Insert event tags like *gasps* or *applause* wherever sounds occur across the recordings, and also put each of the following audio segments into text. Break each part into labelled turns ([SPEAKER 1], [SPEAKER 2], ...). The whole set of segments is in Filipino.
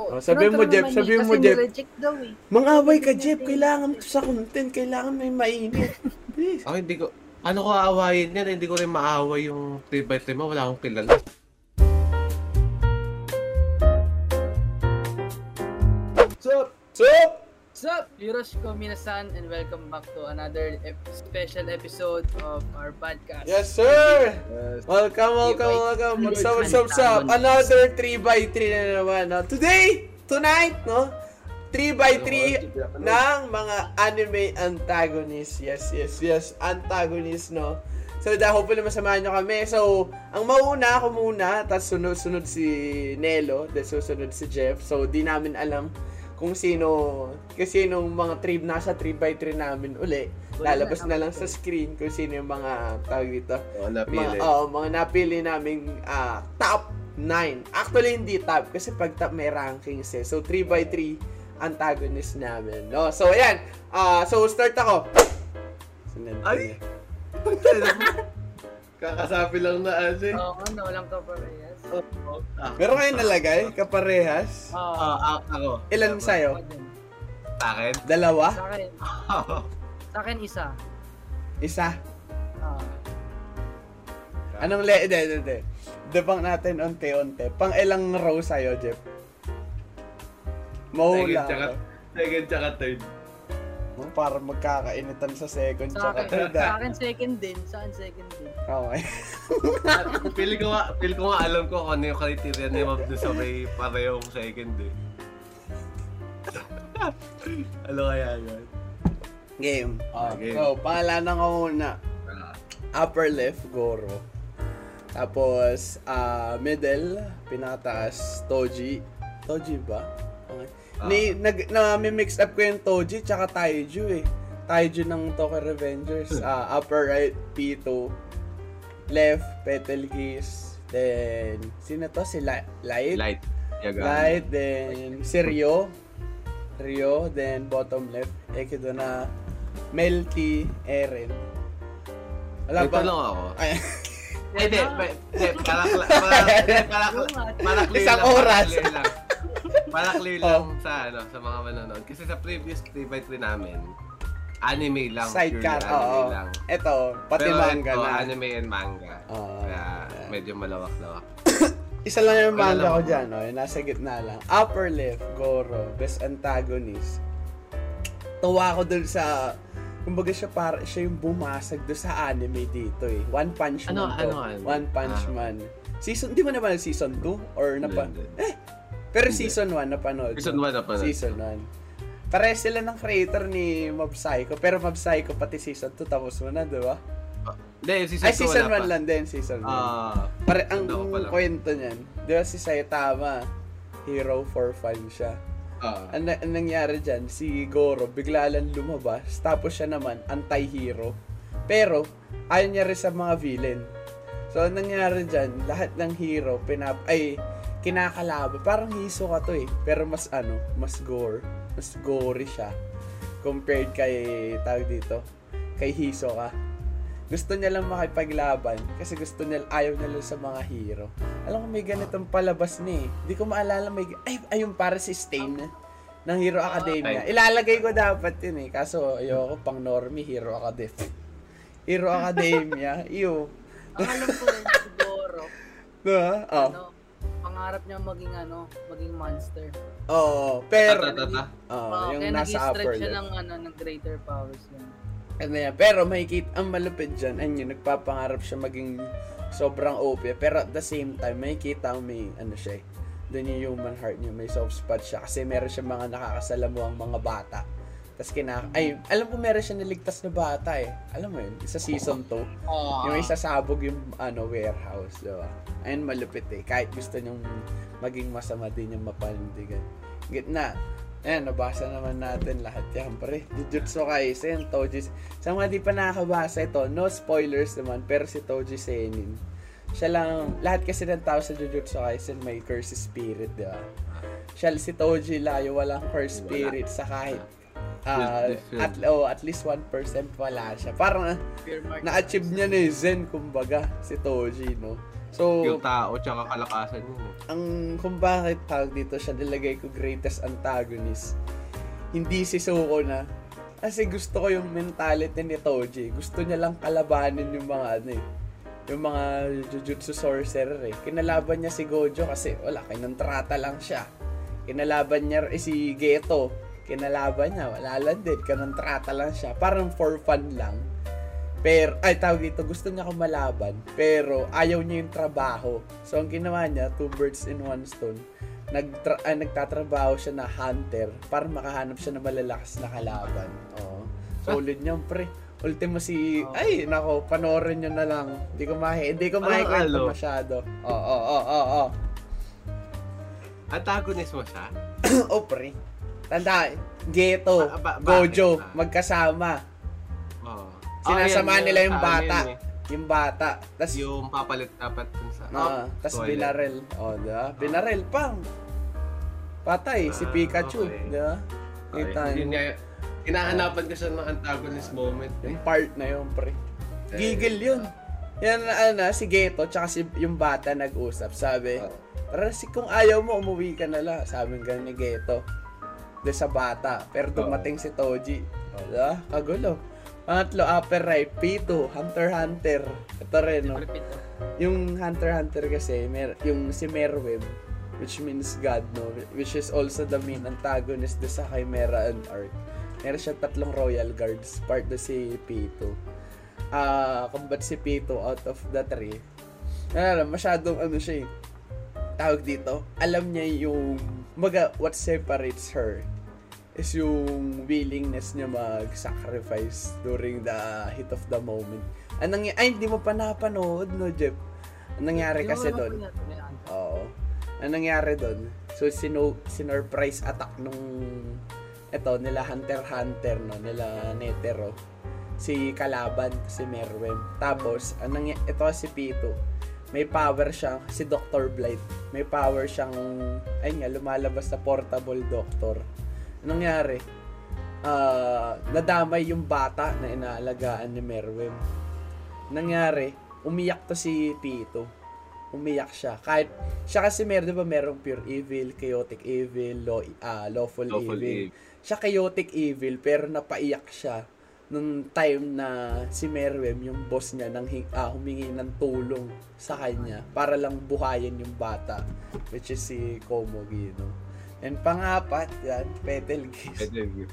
[SPEAKER 1] Oh, sabihin mo, Jeff, sabihin mo, Jeff.
[SPEAKER 2] reject daw eh.
[SPEAKER 1] Mangaway ka, Jeff. Kailangan to sa content. Kailangan may mainit. Please.
[SPEAKER 3] Ako hindi ko, ano ko aawayin yan? Hindi ko rin maaway yung 3x3 mo. Wala akong kilala.
[SPEAKER 1] Sup? Sup?
[SPEAKER 4] Sup, Yuroshiko Minasan and welcome back to another ep- special episode of our podcast.
[SPEAKER 1] Yes, sir!
[SPEAKER 5] Yes.
[SPEAKER 1] Welcome, welcome, welcome. What's up, what's up, what's up? Another 3x3 na naman. No? Today, tonight, no? 3x3 ng mga anime antagonists. Yes, yes, yes. Antagonists, no? So, da, hopefully masamahan nyo kami. So, ang mauna ako muna, tapos sunod-sunod si Nelo, then susunod si Jeff. So, di namin alam kung sino, kasi nung mga trip, nasa 3x3 namin uli, lalabas na lang sa screen kung sino yung mga tawag dito
[SPEAKER 3] Mga napili.
[SPEAKER 1] mga, oo, oh, mga napili naming ah, top 9. Actually, hindi top kasi pag top may rankings eh. So, 3x3 antagonist namin. No? So, ayan. Ah, so, start ako. Sunod niya.
[SPEAKER 3] Ay! Kakasabi lang na ano eh.
[SPEAKER 4] Oo, ano, walang kaparehas.
[SPEAKER 1] Oh, Meron kayo nalagay? Kaparehas?
[SPEAKER 4] Oo.
[SPEAKER 3] Ah, a- ako.
[SPEAKER 1] Ilan sa'yo?
[SPEAKER 3] Sa akin?
[SPEAKER 4] Sa
[SPEAKER 1] Dalawa?
[SPEAKER 4] akin, sa akin isa.
[SPEAKER 1] Isa?
[SPEAKER 4] Ah,
[SPEAKER 1] Anong le... Hindi, hindi, hindi. Debunk natin onte-onte. Pang ilang row sa'yo, Jeff?
[SPEAKER 3] Second
[SPEAKER 1] Mahula.
[SPEAKER 3] tsaka,
[SPEAKER 1] ka.
[SPEAKER 3] second tsaka third.
[SPEAKER 1] Para magkakainitan sa second
[SPEAKER 4] sa
[SPEAKER 1] tsaka
[SPEAKER 4] akin,
[SPEAKER 1] third.
[SPEAKER 4] sa
[SPEAKER 1] ah.
[SPEAKER 4] akin second din, sa akin second din.
[SPEAKER 1] Okay.
[SPEAKER 3] Pili ko nga, pili ko nga alam ko kung ano yung criteria ni Ma'am doon sa may parehong second eh. *laughs* ano kaya yun?
[SPEAKER 1] Game.
[SPEAKER 3] Ah, game.
[SPEAKER 1] So, pangalanan ko muna.
[SPEAKER 3] Ah,
[SPEAKER 1] Upper left, Goro. Tapos, ah, middle, pinakataas, Toji. Toji ba? Okay.
[SPEAKER 3] Ah.
[SPEAKER 1] Ni, nag, na, may mix up ko yung Toji tsaka Taiju eh. Taiju ng Tokyo
[SPEAKER 3] *laughs*
[SPEAKER 1] Revengers. Ah, upper right, Pito. Left, Petal Kiss. Then, sino to? Si Li- Light?
[SPEAKER 3] light. Yaga.
[SPEAKER 1] Right, then si Rio. Rio, then bottom left. Ekido na Melty Eren. Wala
[SPEAKER 3] Ito
[SPEAKER 1] ba?
[SPEAKER 3] lang ako.
[SPEAKER 1] Ay,
[SPEAKER 3] Eh, di, pe- di,
[SPEAKER 1] *laughs*
[SPEAKER 3] para, para, para, para clear
[SPEAKER 1] Isang
[SPEAKER 3] lang, para
[SPEAKER 1] oras.
[SPEAKER 3] clear lang. Para clear
[SPEAKER 1] Oh.
[SPEAKER 3] lang sa, ano, sa mga manonood. Kasi sa previous 3x3 namin, anime lang,
[SPEAKER 1] sidecar.
[SPEAKER 3] pure anime
[SPEAKER 1] Oo.
[SPEAKER 3] lang.
[SPEAKER 1] Ito, pati
[SPEAKER 3] Pero
[SPEAKER 1] manga
[SPEAKER 3] ito,
[SPEAKER 1] na.
[SPEAKER 3] anime and manga.
[SPEAKER 1] Oo.
[SPEAKER 3] Kaya
[SPEAKER 1] Yeah.
[SPEAKER 3] medyo malawak-lawak.
[SPEAKER 1] Isa lang yung
[SPEAKER 3] Wala
[SPEAKER 1] manga
[SPEAKER 3] lang.
[SPEAKER 1] ko dyan, no? Yung nasa gitna lang. Upper left, Goro, best antagonist. Tuwa ako dun sa... Kumbaga siya para siya yung bumasag do sa anime dito eh. One Punch Man.
[SPEAKER 3] Ano-
[SPEAKER 1] to.
[SPEAKER 3] ano anime?
[SPEAKER 1] One Punch
[SPEAKER 3] Ah.
[SPEAKER 1] Man. Season, di ba naman season 2? Or napa...
[SPEAKER 3] Hindi, hindi.
[SPEAKER 1] Pero
[SPEAKER 3] Hindi.
[SPEAKER 1] season 1 napanood.
[SPEAKER 3] Season 1 na pa na.
[SPEAKER 1] Eh, Season 1. Pares sila ng creator ni Mob Psycho. Pero Mob Psycho pati season 2 tapos mo na, di ba?
[SPEAKER 3] Hindi, season
[SPEAKER 1] Ay,
[SPEAKER 3] 2
[SPEAKER 1] season
[SPEAKER 3] wala pa.
[SPEAKER 1] 1 lang din, season 1.
[SPEAKER 3] Ah,
[SPEAKER 1] Pare, ang
[SPEAKER 3] Tanda ko pala.
[SPEAKER 1] kwento niyan, di ba si Saitama, hero for fun siya.
[SPEAKER 3] ah.
[SPEAKER 1] Ang, ang nangyari dyan, si Goro bigla lang lumabas, tapos siya naman anti-hero. Pero, ayaw niya rin sa mga villain. So, ang nangyari dyan, lahat ng hero, pinap ay, kinakalaban. Parang hiso ka to eh. Pero mas ano, mas gore. Mas gory siya. Compared kay, tawag dito, kay hiso ka. Gusto niya lang makipaglaban kasi gusto niya, ayaw niya lang sa mga hero. Alam ko may ganitong palabas ni eh. Hindi ko maalala may, ay, ayun, para si Stain ng Hero Academia.
[SPEAKER 3] Okay.
[SPEAKER 1] Ilalagay ko dapat yun eh. Kaso ayoko pang normie Hero Academia. Hero Academia.
[SPEAKER 4] *laughs*
[SPEAKER 1] Ew.
[SPEAKER 4] Ang alam ko
[SPEAKER 1] *laughs*
[SPEAKER 4] rin siguro,
[SPEAKER 1] Diba? Oh.
[SPEAKER 4] ano, pangarap niya maging ano, maging monster.
[SPEAKER 1] Oo, Oh, pero
[SPEAKER 3] Ta, ta, ta, ta.
[SPEAKER 1] Oo,
[SPEAKER 4] Ah,
[SPEAKER 1] Oh, yung
[SPEAKER 4] kaya
[SPEAKER 1] nasa upper
[SPEAKER 4] nag-stretch siya
[SPEAKER 1] left.
[SPEAKER 4] ng, ano, ng greater powers niya.
[SPEAKER 1] Ano yan, Pero makikita ang malupit diyan, ayun, yun, nagpapangarap siya maging sobrang OP, pero at the same time makikita mo may ano siya. eh, Doon yung human heart niya, may soft spot siya kasi meron siya mga nakakasalamuang mga bata. Tapos kina ay alam ko meron siya niligtas na bata eh. Alam mo yun, sa season 2.
[SPEAKER 4] Oh,
[SPEAKER 1] Yung isasabog yung ano warehouse, di ba? Ayun malupit eh. Kahit gusto niyong maging masama din yung mapanindigan. Gitna. Ayan, nabasa naman natin lahat yan, pre. Jujutsu Kaisen, Toji... Sa mga di pa nakakabasa ito, no spoilers naman, pero si Toji Senin. Siya lang, lahat kasi ng tao sa Jujutsu Kaisen may curse spirit, di ba? Siya, si Toji layo, walang curse
[SPEAKER 3] Wala.
[SPEAKER 1] spirit sa kahit... ah,
[SPEAKER 3] Filled- filled.
[SPEAKER 1] at, oh, at least 1% wala siya. Parang,
[SPEAKER 4] pure mark.
[SPEAKER 1] na-achieve niya na yung zen, kumbaga, si Toji, no? So,
[SPEAKER 3] Yung tao, tsaka kalakasan yun eh.
[SPEAKER 1] ang kung bakit tawag dito siya nilagay ko greatest antagonist. Hindi si Soko na. Kasi gusto ko yung mentality ni Toji. Gusto niya lang kalabanin yung mga ano eh. Yung mga Jujutsu Sorcerer eh. Kinalaban niya si Gojo kasi wala, kinontrata lang siya. Kinalaban niya eh, si Geto. Kinalaban niya, wala lang din. Kinontrata lang siya. Parang for fun lang. Pero, ay tawag dito, gusto niya kumalaban, pero ayaw niya yung trabaho. So, ang ginawa niya, two birds in one stone, nagtra- ay, nagtatrabaho siya na hunter para makahanap siya ng malalakas na kalaban. Oo.
[SPEAKER 3] Ah.
[SPEAKER 1] Solid niyan, pre. Ultimo si...
[SPEAKER 4] Oo.
[SPEAKER 1] Ay, nako, panoorin niyo na lang. Hindi ko mahi... Hindi ko
[SPEAKER 3] Ano,
[SPEAKER 1] mahikwento
[SPEAKER 3] alo?
[SPEAKER 1] masyado. Oo, oo, oo, oo, oo.
[SPEAKER 3] Antagonist mo siya?
[SPEAKER 1] *clears throat* Oh, pre. Tanda, Geto,
[SPEAKER 3] Ba- ba- bakit?
[SPEAKER 1] Gojo,
[SPEAKER 3] Ah.
[SPEAKER 1] magkasama.
[SPEAKER 3] Oo.
[SPEAKER 1] Sinasama
[SPEAKER 3] Ayan,
[SPEAKER 1] nila yung
[SPEAKER 3] sa ano
[SPEAKER 1] bata.
[SPEAKER 3] yun
[SPEAKER 1] Yung bata.
[SPEAKER 3] eh.
[SPEAKER 1] Tapos
[SPEAKER 3] Yung papalit dapat dun sa...
[SPEAKER 1] Ah, tas
[SPEAKER 3] toilet.
[SPEAKER 1] binarel. O, oh, di ba? Binarel, pang! Patay, si
[SPEAKER 3] Ah,
[SPEAKER 1] Pikachu,
[SPEAKER 3] okay.
[SPEAKER 1] di ba?
[SPEAKER 3] Okay.
[SPEAKER 1] Kita
[SPEAKER 3] Yun
[SPEAKER 1] yun.
[SPEAKER 3] nga, hinahanapan ko siya ng antagonist moment eh.
[SPEAKER 1] Yung part na yun, pre.
[SPEAKER 3] Eh,
[SPEAKER 1] Gigil yun. Yan, ano, si Geto, tsaka si, yung bata nag-usap, sabi,
[SPEAKER 3] Ah.
[SPEAKER 1] tara, si, kung ayaw mo, umuwi ka na lang. Sabi nga ni Geto, doon sa bata. Pero
[SPEAKER 3] Ah.
[SPEAKER 1] dumating si Toji. O, di ba? Kagulo. Pangatlo, upper right, P2, Hunter x Hunter. Ito rin, no?
[SPEAKER 4] Repeat to.
[SPEAKER 1] Yung Hunter x Hunter kasi, mer yung si Merweb, which means God, no? Which is also the main antagonist do sa Chimera and Art. Meron siya tatlong Royal Guards, part do si Pito. Ah, kumbat si Pito out of the three. Ano, masyadong ano siya eh, tawag dito, alam niya yung, maga, what separates her is yung willingness niya mag-sacrifice during the hit of the moment. Anong, ay, hindi mo pa napanood, no, Jeff? Anong nangyari
[SPEAKER 4] Yung
[SPEAKER 1] kasi
[SPEAKER 4] mga
[SPEAKER 1] doon?
[SPEAKER 4] pinatay na ano.
[SPEAKER 1] Oo. Anong nangyari doon? So, sino, sinurprise attack nung, eto, nila Hunter x Hunter, no, nila Netero, si Kalaban, si Merwem. Tapos, anong, ito si Pito, may power siya, si Dr. Blight, may power siyang, ayun nga, lumalabas na portable doctor. Anong nangyari? Ah, nadamay yung bata na inaalagaan ni Merwem. Nangyari, umiyak to si Pito. Umiyak siya. Kahit, siya kasi meron, di ba, merong pure evil, chaotic evil, law, ah, lawful,
[SPEAKER 3] Lawful
[SPEAKER 1] evil.
[SPEAKER 3] evil.
[SPEAKER 1] Siya chaotic evil, pero napaiyak siya nung time na si Merwem, yung boss niya, nang hing, ah, humingi ng tulong sa kanya para lang buhayin yung bata, which is si Komogi, no? And pangapat, yan, Petal Kiss.
[SPEAKER 3] Medyo yun.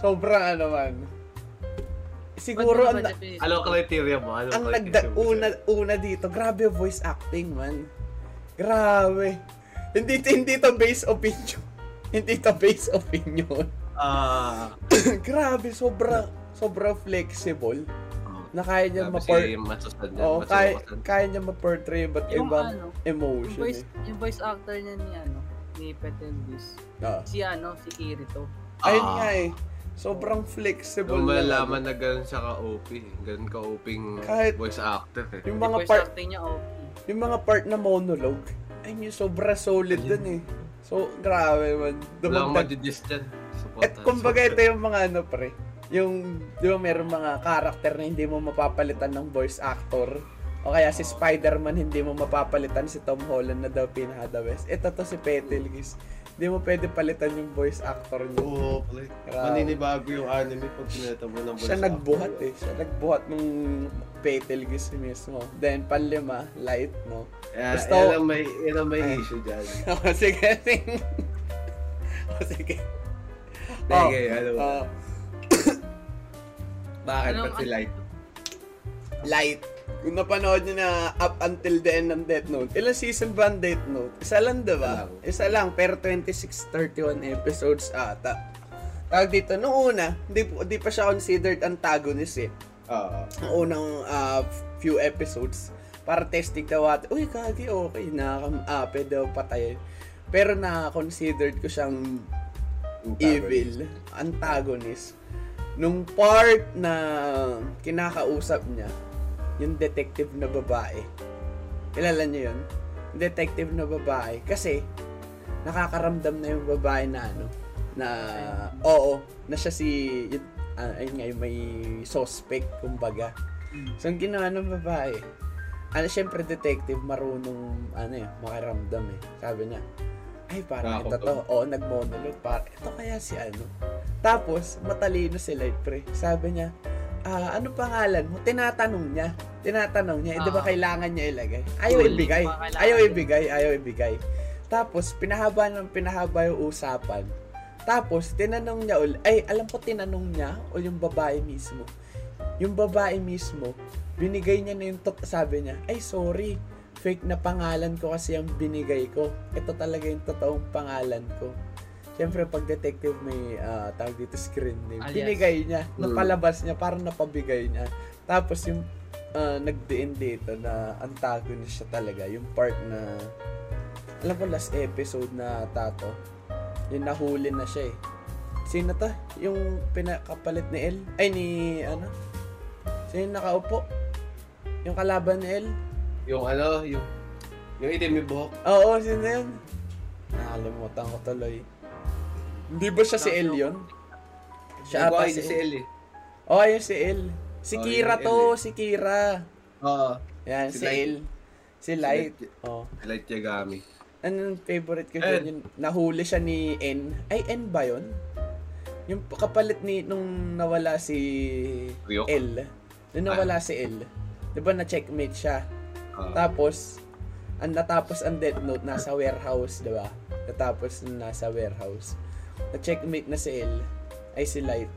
[SPEAKER 1] Sobrang ano man. Siguro
[SPEAKER 4] Ba't
[SPEAKER 1] ang,
[SPEAKER 4] naman
[SPEAKER 1] na-
[SPEAKER 4] Japanese?
[SPEAKER 3] Anong criteria mo? Anong
[SPEAKER 1] ang
[SPEAKER 3] criteria
[SPEAKER 1] nagda
[SPEAKER 3] mo dyan?
[SPEAKER 1] una, una dito, grabe yung voice acting man. Grabe. Hindi hindi to based opinion. *laughs* hindi to based opinion. *laughs*
[SPEAKER 3] Ah,
[SPEAKER 1] grabe, sobra sobra flexible na kaya niya
[SPEAKER 3] Sabi
[SPEAKER 1] ma-portray.
[SPEAKER 3] si Matsusan yan.
[SPEAKER 1] Oh, kaya,
[SPEAKER 3] Matsumokan.
[SPEAKER 1] kaya niya ma-portray but
[SPEAKER 4] Yung
[SPEAKER 1] ibang
[SPEAKER 4] ano, Yung
[SPEAKER 1] emotion.
[SPEAKER 4] voice,
[SPEAKER 1] Eh.
[SPEAKER 4] yung voice actor niya ni ano, ni Petendis.
[SPEAKER 1] Ah.
[SPEAKER 4] Si ano, si Kirito.
[SPEAKER 1] Ayun
[SPEAKER 3] Ah.
[SPEAKER 1] nga eh. Sobrang flexible
[SPEAKER 3] Yung
[SPEAKER 1] na lang.
[SPEAKER 3] malaman na ganun siya ka-OP. Ganun ka-OPing
[SPEAKER 1] Kahit-
[SPEAKER 3] voice actor eh.
[SPEAKER 1] Yung
[SPEAKER 4] Yung
[SPEAKER 1] mga
[SPEAKER 4] voice
[SPEAKER 1] part
[SPEAKER 4] acting niya, OP.
[SPEAKER 1] Yung mga part na monologue, ayun yung sobra solid dun eh. So, grabe man.
[SPEAKER 3] Wala akong
[SPEAKER 1] Dumagdag.
[SPEAKER 3] madidis dyan.
[SPEAKER 1] At
[SPEAKER 3] Supportan.
[SPEAKER 1] kumbaga ito yung mga ano pre, yung, di ba meron mga karakter na hindi mo mapapalitan ng voice actor. O kaya si Spider-Man hindi mo mapapalitan si Tom Holland na daw pinaka the best. Ito to si Petelgis. Hindi mo pwede palitan yung voice actor niya.
[SPEAKER 3] Oo, pala.
[SPEAKER 1] Grabe.
[SPEAKER 3] Maninibago yung anime pag pinata mo ng voice
[SPEAKER 1] Siya
[SPEAKER 3] actor.
[SPEAKER 1] nagbuhat eh. Siya nagbuhat ng Petelgis mismo. Then, panlima, light, no? eh.
[SPEAKER 3] Yeah,
[SPEAKER 1] Basta- Ah.
[SPEAKER 3] yan ang may, yan ang may issue dyan.
[SPEAKER 1] O, *laughs* sige, sige. O, sige.
[SPEAKER 3] Sige, ano
[SPEAKER 1] Oh,
[SPEAKER 3] ba? Bakit
[SPEAKER 4] Anong-
[SPEAKER 3] ba't eh? si
[SPEAKER 1] ano?
[SPEAKER 3] Light?
[SPEAKER 1] light. Kung napanood nyo na up until the end ng Death Note, ilang season ba ang Death Note? Isa lang, diba? Isa lang, pero 26, 31 episodes ata. Tawag dito, noong una, hindi, po- hindi pa siya considered antagonist eh.
[SPEAKER 3] Oo.
[SPEAKER 1] Ang unang ah, few episodes, para testing daw at, uy, kagi, okay, nakaka-ape daw patayin. Pero na-considered ko siyang evil, antagonist. Nung part na kinakausap niya, yung detective na babae. Kilala niyo yun? Detective na babae. Kasi, nakakaramdam na yung babae na ano, na, oo, na siya si, yun, ah, ayun nga, yung may suspect, kumbaga. So, ang ginawa ng babae, ano, syempre detective, marunong, ano eh, makiramdam eh. Sabi niya, ay parang ito to.
[SPEAKER 3] Nakakabog.
[SPEAKER 1] Oo, nag-monologue. Parang, ito kaya si ano. Tapos, matalino si Light Pre. Sabi niya, ah, ano pangalan mo? Tinatanong niya. Tinatanong niya, eh, di ba
[SPEAKER 4] Ah.
[SPEAKER 1] kailangan niya ilagay? Ayaw
[SPEAKER 4] Oo,
[SPEAKER 1] ibigay.
[SPEAKER 4] hindi pa kailangan.
[SPEAKER 1] Ayaw ibigay, ayaw ibigay. Tapos, pinahaba ng pinahaba yung usapan. Tapos, tinanong niya ul ay, alam ko tinanong niya o yung babae mismo. Yung babae mismo, binigay niya na yung tot sabi niya, ay sorry, fake na pangalan ko kasi ang binigay ko. Ito talaga yung totoong pangalan ko. Siyempre, pag detective may ah, tawag dito screen name,
[SPEAKER 4] Alias.
[SPEAKER 1] binigay niya,
[SPEAKER 3] Mm.
[SPEAKER 1] napalabas niya, parang napabigay niya. Tapos yung ah, nagdiin dito na antagonist siya talaga, yung part na, alam ko last episode na tato, yung nahuli na siya eh. Sino to? Yung pinakapalit ni El? Ay, ni ano? Sino yung nakaupo? Yung kalaban ni El?
[SPEAKER 3] Yung ano, yung... Yung itim yung buhok.
[SPEAKER 1] Oo, sino yun? Nakalimutan ko tuloy. Hindi ba siya si El yun? Siya
[SPEAKER 3] Yung
[SPEAKER 1] ata
[SPEAKER 3] buhay
[SPEAKER 1] si
[SPEAKER 3] ni si
[SPEAKER 1] El.
[SPEAKER 3] El eh.
[SPEAKER 1] Oo, yun si El. Si
[SPEAKER 3] Oh,
[SPEAKER 1] Kira
[SPEAKER 3] yun, El
[SPEAKER 1] to,
[SPEAKER 3] eh.
[SPEAKER 1] si Kira.
[SPEAKER 3] Oo.
[SPEAKER 1] Yan,
[SPEAKER 3] Si
[SPEAKER 1] si,
[SPEAKER 3] Light.
[SPEAKER 1] El. Si Light.
[SPEAKER 3] Light.
[SPEAKER 1] Oo.
[SPEAKER 3] Light Yagami.
[SPEAKER 1] Ano yung favorite ko
[SPEAKER 3] N.
[SPEAKER 1] dyan? Yung nahuli siya ni N. Ay, N ba yun? Yung kapalit ni nung nawala si
[SPEAKER 3] Ryok.
[SPEAKER 1] L. Nung nawala si L. Di ba na-checkmate siya?
[SPEAKER 3] Oo.
[SPEAKER 1] Tapos, ang natapos ang Death Note nasa warehouse, di ba? Natapos na nasa warehouse. Na-checkmate na si L. Ay si Light.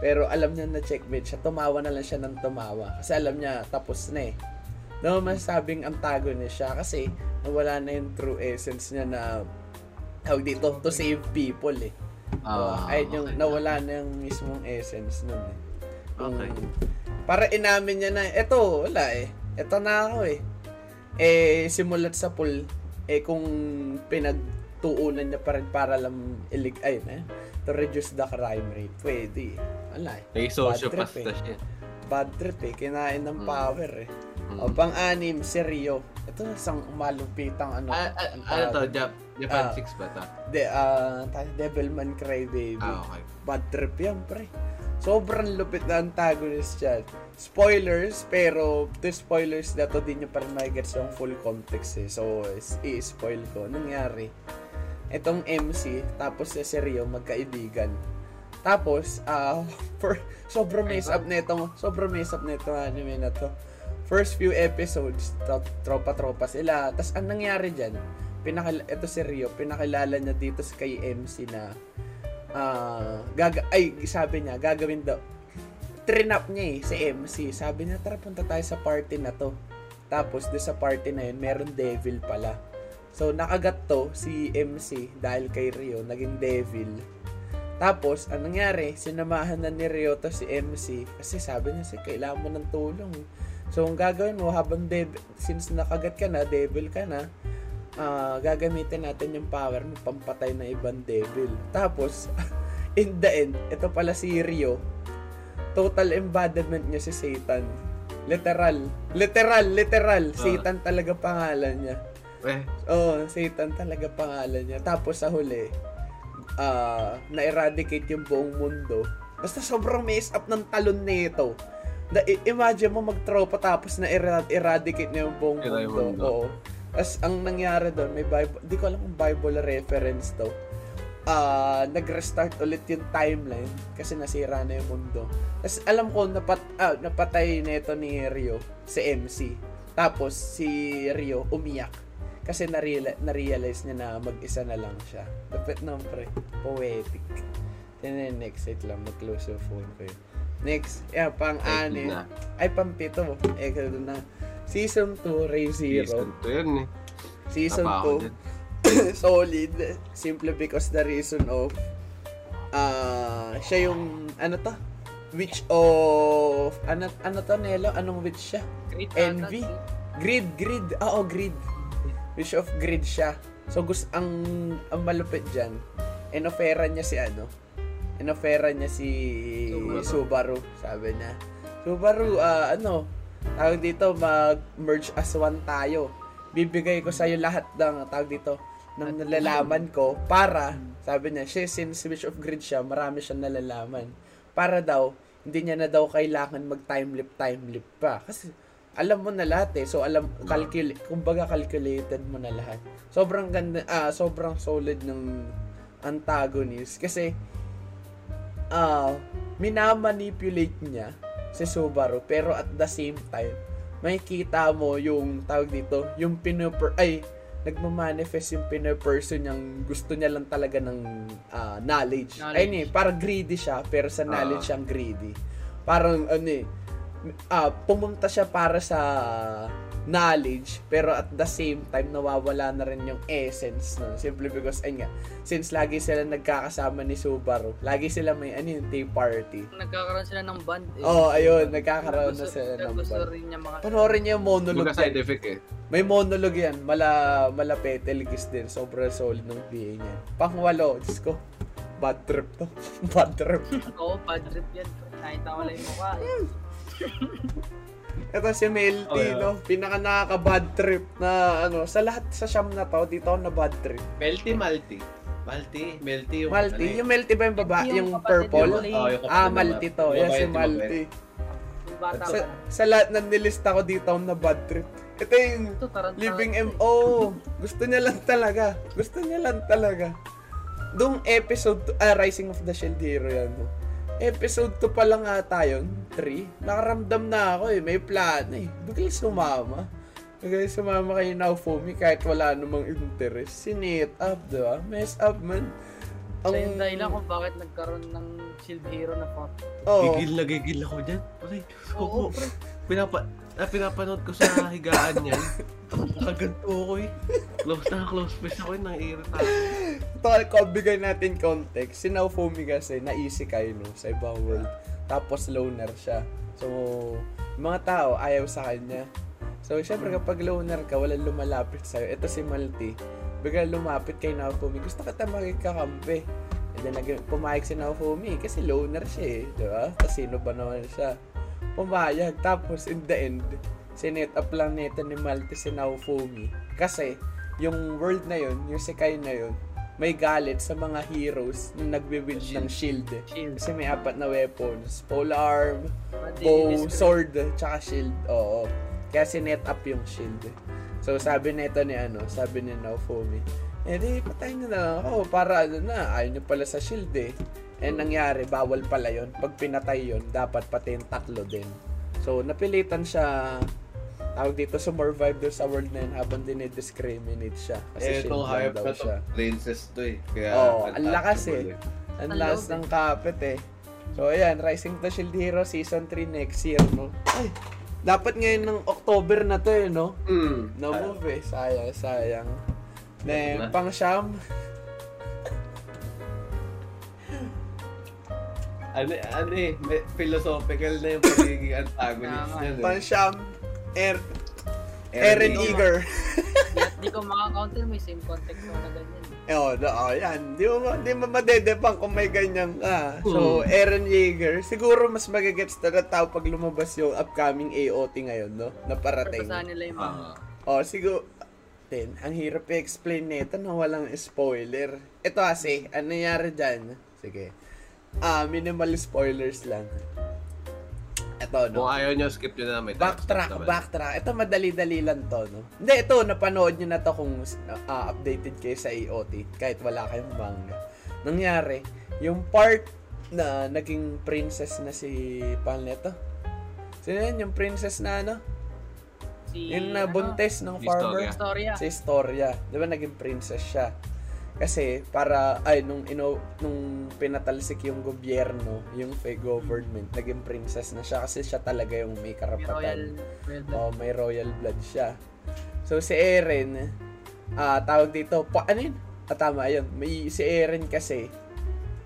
[SPEAKER 1] Pero alam niya na checkmate siya. Tumawa na lang siya ng tumawa. Kasi alam niya, tapos na eh. No, masabing antagonist siya kasi nawala na yung true essence niya na tawag dito, to save people eh.
[SPEAKER 3] Ah,
[SPEAKER 1] Ay, yung
[SPEAKER 3] okay.
[SPEAKER 1] nawala na yung mismong essence nun eh. Yung-
[SPEAKER 3] Okay.
[SPEAKER 1] Para inamin niya na, eto, wala eh. Eto na ako eh. Eh, simulat sa pool, eh kung pinagtuunan niya pa rin para lang ilig, ayun eh, to reduce the crime rate, pwede eh. Wala eh.
[SPEAKER 3] May
[SPEAKER 1] Bad
[SPEAKER 3] sociopath
[SPEAKER 1] trip,
[SPEAKER 3] na
[SPEAKER 1] eh.
[SPEAKER 3] siya.
[SPEAKER 1] Bad trip eh, kinain ng
[SPEAKER 3] Mm.
[SPEAKER 1] power eh.
[SPEAKER 3] Mm.
[SPEAKER 1] O, pang-anim, si Rio. Ito, isang malupitang ano.
[SPEAKER 3] Ah, ah,
[SPEAKER 1] ang
[SPEAKER 3] ano to?
[SPEAKER 1] tawag.
[SPEAKER 3] Jap- Japan
[SPEAKER 1] Ah.
[SPEAKER 3] 6 ba to?
[SPEAKER 1] De, ah, tayo, Devilman Crybaby.
[SPEAKER 3] Ah, okay.
[SPEAKER 1] bad trip yan, pre. Sobrang lupit na antagonist yan. Spoilers, pero to spoilers na to, di nyo pa rin makigets yung full context eh. So, is- i-spoil ko. Nangyari, itong MC, tapos si Rio, magkaibigan. Tapos, ah, *laughs* for, sobrang mess up na itong, sobrang mess up na itong anime na to. First few episodes, tro- tropa-tropa sila. Tapos, ang nangyari dyan, pinakal ito si Rio, pinakilala niya dito sa kay MC na ah gaga ay sabi niya gagawin daw trinap niya eh si MC sabi niya tara punta tayo sa party na to tapos do sa party na yun meron devil pala so nakagat to si MC dahil kay Rio naging devil tapos ang nangyari sinamahan na ni Rio to si MC kasi sabi niya si kailangan mo ng tulong so ang gagawin mo habang devil since nakagat ka na devil ka na ah, gagamitin natin yung power mo pampatay na ibang devil. Tapos, *laughs* in the end, ito pala si Rio. Total embodiment niya si Satan. Literal. Literal, literal.
[SPEAKER 3] Ah.
[SPEAKER 1] Satan talaga pangalan niya.
[SPEAKER 3] Eh,
[SPEAKER 1] Oo, Oh, Satan talaga pangalan niya. Tapos sa huli, ah, na-eradicate yung buong mundo. Basta sobrang mess up ng talon nito. Na, i- imagine mo magtropa tapos na era- eradicate na yung buong
[SPEAKER 3] Era yung
[SPEAKER 1] mundo.
[SPEAKER 3] mundo.
[SPEAKER 1] Oo. Tapos ang nangyari doon, may Bible, di ko alam kung Bible reference to. Ah, nag-restart ulit yung timeline kasi nasira na yung mundo. Tapos alam ko, napat, ah, napatay nito ni Rio, si MC. Tapos si Rio umiyak kasi nareala- na-realize niya na mag-isa na lang siya. Dapat na, pre. Poetic. Then, next, wait lang. Mag-close yung phone ko yun. Next, yeah,
[SPEAKER 3] Eight
[SPEAKER 1] pang-ani.
[SPEAKER 3] na.
[SPEAKER 1] Ay, pang-pito. Eh, ganun na. Season 2, Ray
[SPEAKER 3] season
[SPEAKER 1] Zero.
[SPEAKER 3] 2 yun eh.
[SPEAKER 1] Season
[SPEAKER 3] Tapa ako
[SPEAKER 1] 2,
[SPEAKER 3] dyan.
[SPEAKER 1] *laughs* solid. Simply because the reason of ah siya yung, ano to? Witch of, ano, ano to, Nelo? Anong witch siya?
[SPEAKER 4] Great
[SPEAKER 1] Envy. Grid, grid. Oo, grid. Wish of grid siya. So, gusto, ang, ang malupit dyan, inofera niya si ano, inofera niya si
[SPEAKER 4] Subaru.
[SPEAKER 1] Subaru. Sabi niya, Subaru, ah, ano, tawag dito, mag-merge as one tayo. Bibigay ko sa'yo lahat ng, tawag dito, ng nalalaman ko para, sabi niya, siya, since wish of grid siya, marami siyang nalalaman. Para daw, hindi niya na daw kailangan mag-time leap, time leap pa. Kasi, alam mo na lahat eh. So alam calculate, kumbaga calculated mo na lahat. Sobrang ganda, ah, sobrang solid ng antagonist kasi ah minamanipulate niya si Subaru pero at the same time may kita mo yung tawag dito, yung pinuper ay nagmamanifest yung pinaperson niyang gusto niya lang talaga ng ah, knowledge.
[SPEAKER 4] Knowledge.
[SPEAKER 1] Ayun eh, parang greedy siya pero sa knowledge
[SPEAKER 3] Ah.
[SPEAKER 1] siyang greedy. Parang ano eh, ah, pumunta siya para sa knowledge pero at the same time nawawala na rin yung essence no? simply because ayun nga since lagi sila nagkakasama ni Subaru lagi sila may ano yung tea party
[SPEAKER 4] Nagkakaroon sila ng band
[SPEAKER 1] Oo,
[SPEAKER 4] eh.
[SPEAKER 1] Oh, ayun, nagkakaroon na
[SPEAKER 4] Gusto-
[SPEAKER 1] sila ng
[SPEAKER 4] Gusto
[SPEAKER 1] band.
[SPEAKER 4] rin niya mga...
[SPEAKER 1] panoorin niyo yung monologue
[SPEAKER 3] Kumbaga
[SPEAKER 1] niya.
[SPEAKER 3] side effect eh.
[SPEAKER 1] May monologue yan. Mala, mala petelgis din. Sobrang solid ng PA niya. Pangwalo, Diyos ko. Bad trip to. *laughs* Bad trip.
[SPEAKER 4] Oo, bad trip yan. Nakita ko lang yung mukha eh.
[SPEAKER 1] Hmm. Ito si Melty,
[SPEAKER 3] Oh, yeah.
[SPEAKER 1] no? Pinaka nakaka-bad trip na ano. Sa lahat sa siyam na to, dito ako na bad trip.
[SPEAKER 3] Melty, Malty. Malty, Melty yung... ano
[SPEAKER 1] Malty.
[SPEAKER 3] eh.
[SPEAKER 1] Yung Melty ba yung baba?
[SPEAKER 4] Yung
[SPEAKER 1] Yung,
[SPEAKER 4] kapatid
[SPEAKER 1] purple?
[SPEAKER 4] ni-
[SPEAKER 3] Oo, yung kapatid
[SPEAKER 1] Ah,
[SPEAKER 3] na
[SPEAKER 1] Malty
[SPEAKER 3] Mal-
[SPEAKER 1] to.
[SPEAKER 3] yung
[SPEAKER 1] Yes,
[SPEAKER 3] babae
[SPEAKER 1] si
[SPEAKER 3] ni
[SPEAKER 1] Malty.
[SPEAKER 4] Yung bata
[SPEAKER 1] Sa,
[SPEAKER 4] pa.
[SPEAKER 1] sa lahat ng nilista ko dito ako na bad trip. Ito yung
[SPEAKER 4] Ito, tarantado.
[SPEAKER 1] Living
[SPEAKER 4] eh.
[SPEAKER 1] MO. Gusto niya lang talaga. Gusto niya lang talaga. Dung episode, ah, Rising of the Shield Hero yan. no? Episode 2 pa lang nga tayo, 3. Nakaramdam na ako eh, may plano eh. Bigla sumama. Bigla sumama kay Naofumi kahit wala namang interest. Sinit up, di ba? Mess up, man.
[SPEAKER 4] Sa yung dahilan kung bakit nagkaroon ng shield hero na pop.
[SPEAKER 1] Oo.
[SPEAKER 3] Gigil na gigil ako dyan. Ay,
[SPEAKER 4] Oo,
[SPEAKER 3] oo.
[SPEAKER 4] pre.
[SPEAKER 3] Pinapa, na, pinapanood ko sa higaan niyan. Nakaganto ako eh. Close na close face ako eh. Nang-irita ako.
[SPEAKER 1] Ito, ko, bigay natin context. Si Naofumi kasi, naisikay, no? Sa ibang world. Tapos, loner siya. So, mga tao, ayaw sa kanya. So, syempre, kapag loner ka, walang lumalapit sa'yo. Ito si Malti. Bigla lumapit kay Naofumi. Gusto kita magkakampi. And then, nag- pumayag si Naofumi. Kasi loner siya, eh. Di ba? Tapos, sino ba naman siya? Pumayag. Tapos, in the end, sinet up lang nito ni Malti si Naofumi. Kasi, yung world na yun, yung sekay na yun, may galit sa mga heroes na nagbe-build ng shield. eh.
[SPEAKER 4] Shield.
[SPEAKER 1] Kasi may apat na weapons. Pole arm,
[SPEAKER 4] Pati
[SPEAKER 1] bow,
[SPEAKER 4] discreet.
[SPEAKER 1] sword, tsaka shield. Oo. Kaya sinet up yung shield. So sabi nito ni ano, sabi ni Naofumi, eh di patayin nyo na lang ako para ano na, ayaw nyo pala sa shield eh. And nangyari, bawal pala yon Pag pinatay yon dapat pati yung tatlo din. So napilitan siya tawag dito sumurvive doon sa world na yun habang dinidiscriminate siya.
[SPEAKER 3] Eh,
[SPEAKER 1] Kasi
[SPEAKER 3] itong
[SPEAKER 1] shield lang daw
[SPEAKER 3] hype na to.
[SPEAKER 1] siya.
[SPEAKER 3] Princess to eh. Kaya,
[SPEAKER 1] Oo,
[SPEAKER 3] ang
[SPEAKER 1] ang lakas
[SPEAKER 3] touchable,
[SPEAKER 1] eh. Ang
[SPEAKER 4] Ang
[SPEAKER 1] lakas
[SPEAKER 4] loob, eh.
[SPEAKER 1] ng kapit eh. So ayan, Rising to Shield Hero Season 3 next year, no? Ay, dapat ngayon ng October na to eh, no?
[SPEAKER 3] Mm.
[SPEAKER 1] No
[SPEAKER 3] Ah,
[SPEAKER 1] move eh, sayang, sayang. Ne,
[SPEAKER 3] Wala.
[SPEAKER 1] pang siyam,
[SPEAKER 3] Ano, ano eh. May philosophical na yung *laughs* pagiging antagonist
[SPEAKER 4] Tama.
[SPEAKER 3] niyan
[SPEAKER 1] pang
[SPEAKER 3] eh.
[SPEAKER 1] siyam, er, Eren
[SPEAKER 4] Eagle.
[SPEAKER 1] Eager.
[SPEAKER 4] *laughs* Hindi ko makakounter, may same context ko na ganyan.
[SPEAKER 1] Eh, oh, no, oh, yan. Di mo, ma- di mo madedepang kung may ganyan ka. So,
[SPEAKER 3] Hmm.
[SPEAKER 1] Eren Yeager, siguro mas magagets na ng tao pag lumabas yung upcoming AOT ngayon, no? Na parating.
[SPEAKER 4] Pagpasahan nila yung mga...
[SPEAKER 3] Ah.
[SPEAKER 1] Oh, siguro... Then, ang hirap i-explain nito na walang spoiler. Ito kasi, ano nangyari dyan? Sige. Ah, minimal spoilers lang. Ito,
[SPEAKER 3] Kung
[SPEAKER 1] no?
[SPEAKER 3] ayaw nyo, skip nyo na may timestamp
[SPEAKER 1] Backtrack,
[SPEAKER 3] naman.
[SPEAKER 1] backtrack. Ito, madali-dali lang to, no? Hindi, ito, napanood nyo na to kung ah, updated kayo sa AOT, kahit wala kayong manga. Nangyari, yung part na naging princess na si Palneto. Sino yun? Yung princess na ano?
[SPEAKER 4] Si...
[SPEAKER 1] Yung nabuntes ng
[SPEAKER 3] Historia.
[SPEAKER 1] farmer.
[SPEAKER 4] Ano, Historia.
[SPEAKER 1] Sa Historia, 'di ba naging princess siya? Kasi para ay nung ino, nung pinatalsik yung gobyerno, yung fake government, naging princess na siya kasi siya talaga yung may
[SPEAKER 4] May royal...
[SPEAKER 1] karapatan.
[SPEAKER 4] royal blood.
[SPEAKER 1] Oh, may royal blood siya. So si Eren, ah tawag dito, pa, ano yun? Ah, tama, ayun. May, si Eren kasi,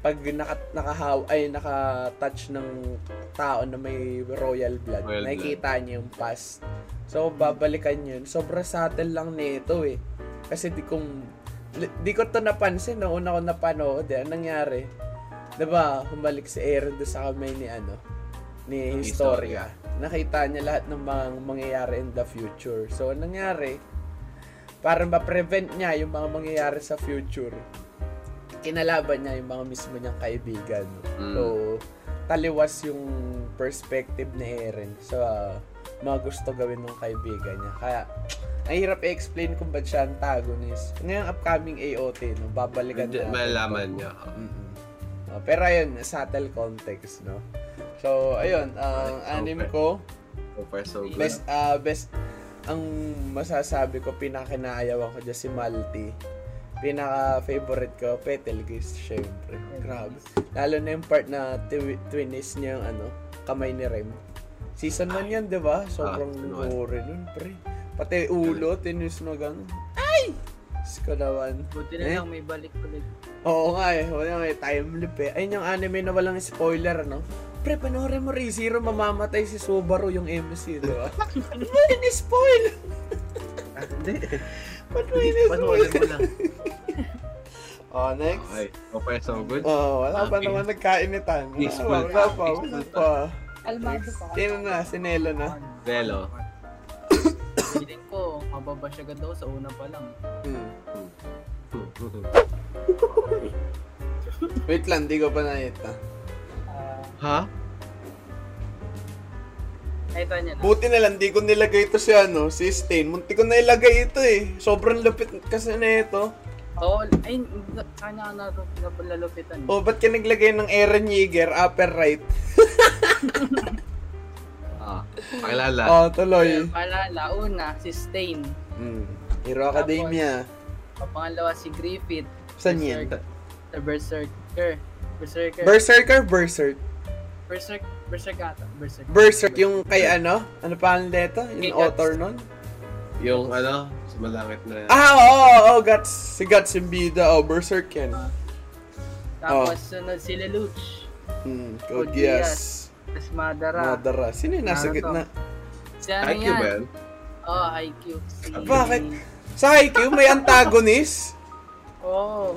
[SPEAKER 1] pag naka, nakahaw, ay, naka-touch ng tao na may royal blood,
[SPEAKER 3] Royal
[SPEAKER 1] nakikita niya yung past. So, babalikan yun. Sobrang subtle lang nito eh. Kasi di kong, li- di ko to napansin, no? Una ko napanood, eh. Anong nangyari? Diba, humalik si Eren doon sa kamay ni ano, ni
[SPEAKER 3] Ng
[SPEAKER 1] Historia. Nakita niya lahat ng mga mangyayari in the future. So, anong nangyari? Para ma-prevent niya yung mga mangyayari sa future, kinalaban niya yung mga mismo niyang kaibigan.
[SPEAKER 3] Mm.
[SPEAKER 1] So, taliwas yung perspective ni Eren sa mga gusto gawin ng kaibigan niya. Kaya, ang hirap i-explain kung ba't siya antagonist. Ngayong upcoming AOT, no, babalikan
[SPEAKER 3] Hindi,
[SPEAKER 1] natin.
[SPEAKER 3] Malalaman niya.
[SPEAKER 1] Mm-mm. Oh, pero ayun, subtle context, no? So, ayun, ang anime ko,
[SPEAKER 3] So far, so good. *laughs*
[SPEAKER 1] best, ah, best, ang masasabi ko, pinakinaayawan ko dyan si Malti. Pinaka-favorite ko, Petelgeist, syempre. Grabe. Lalo na yung part na twi- twinis niya yung ano, kamay ni Rem. Season 1 yan, di ba? Sobrang
[SPEAKER 3] Ah, season one.
[SPEAKER 1] gore nun, pre. Pati ulo, tinis na ganun. Ay! Skadawan.
[SPEAKER 4] Buti na
[SPEAKER 1] Eh?
[SPEAKER 4] lang may balik ulit.
[SPEAKER 1] Oo nga eh, wala may time loop eh. Ayun yung anime na walang spoiler, no? Pre, panoorin mo ReZero, mamamatay si Subaru yung MC,
[SPEAKER 3] *laughs*
[SPEAKER 1] di ba? Ano ba in-spoil?
[SPEAKER 3] Ah, Hindi.
[SPEAKER 1] Ba't mo
[SPEAKER 3] Panoorin
[SPEAKER 1] in-spoil?
[SPEAKER 3] mo *laughs* Ah, lang.
[SPEAKER 1] Oh, next.
[SPEAKER 3] Okay. So far, so good.
[SPEAKER 1] Oh, wala pa
[SPEAKER 3] Okay.
[SPEAKER 1] naman nagkainitan.
[SPEAKER 3] Please,
[SPEAKER 1] Ah, Wala,
[SPEAKER 3] wala.
[SPEAKER 1] pa,
[SPEAKER 3] Please,
[SPEAKER 1] wala
[SPEAKER 3] wala.
[SPEAKER 1] pa.
[SPEAKER 2] Kalmado pa.
[SPEAKER 1] Sino na? Sinelo na?
[SPEAKER 3] Velo. *laughs*
[SPEAKER 4] Feeling ko, mababa siya agad daw sa una pa lang.
[SPEAKER 1] Hmm. Wait lang, di ko pa nakita.
[SPEAKER 4] Ah,
[SPEAKER 3] ha?
[SPEAKER 4] nakita niya na.
[SPEAKER 1] Buti na lang, di ko nilagay ito si ano, si Stain. Munti ko na ilagay ito eh. Sobrang lupit kasi na ito.
[SPEAKER 4] Oo, ay, na- sana ka na napalalupitan.
[SPEAKER 1] O, Oh, ba't ka naglagay ng Eren Yeager, upper right?
[SPEAKER 3] Ah, pakilala.
[SPEAKER 1] Oo, oh, tuloy.
[SPEAKER 4] Palala, una, si Stain.
[SPEAKER 1] Mm. Hero Academia.
[SPEAKER 4] O, Pangalawa, si Griffith.
[SPEAKER 1] Saan yan?
[SPEAKER 4] Berserk- The Berserker. Berserker.
[SPEAKER 1] Berserker, Berserk.
[SPEAKER 4] Berserk. Berserk ata. Berserk.
[SPEAKER 1] Berserk yung kay ano? Ano pa ang leto?
[SPEAKER 4] Kay
[SPEAKER 1] Yung
[SPEAKER 4] Guts.
[SPEAKER 1] author nun?
[SPEAKER 3] Yung ano, sumalangit na yan.
[SPEAKER 1] Ah, oo, oo, oo, Guts. Si Guts yung bida. Oh, Berserk yan. Oh.
[SPEAKER 4] Tapos, sunod si Lelouch.
[SPEAKER 1] Hmm,
[SPEAKER 4] Code
[SPEAKER 1] Code Geass.
[SPEAKER 4] Tapos Madara.
[SPEAKER 1] Madara. Sino yung nasa
[SPEAKER 4] Naruto.
[SPEAKER 1] gitna?
[SPEAKER 4] Si ano
[SPEAKER 3] IQ
[SPEAKER 4] yan?
[SPEAKER 3] ba yan?
[SPEAKER 4] Oo, oh, IQ. Si...
[SPEAKER 1] Ah, Bakit? Sa Haikyuu, may antagonist?
[SPEAKER 4] Oo. Oh,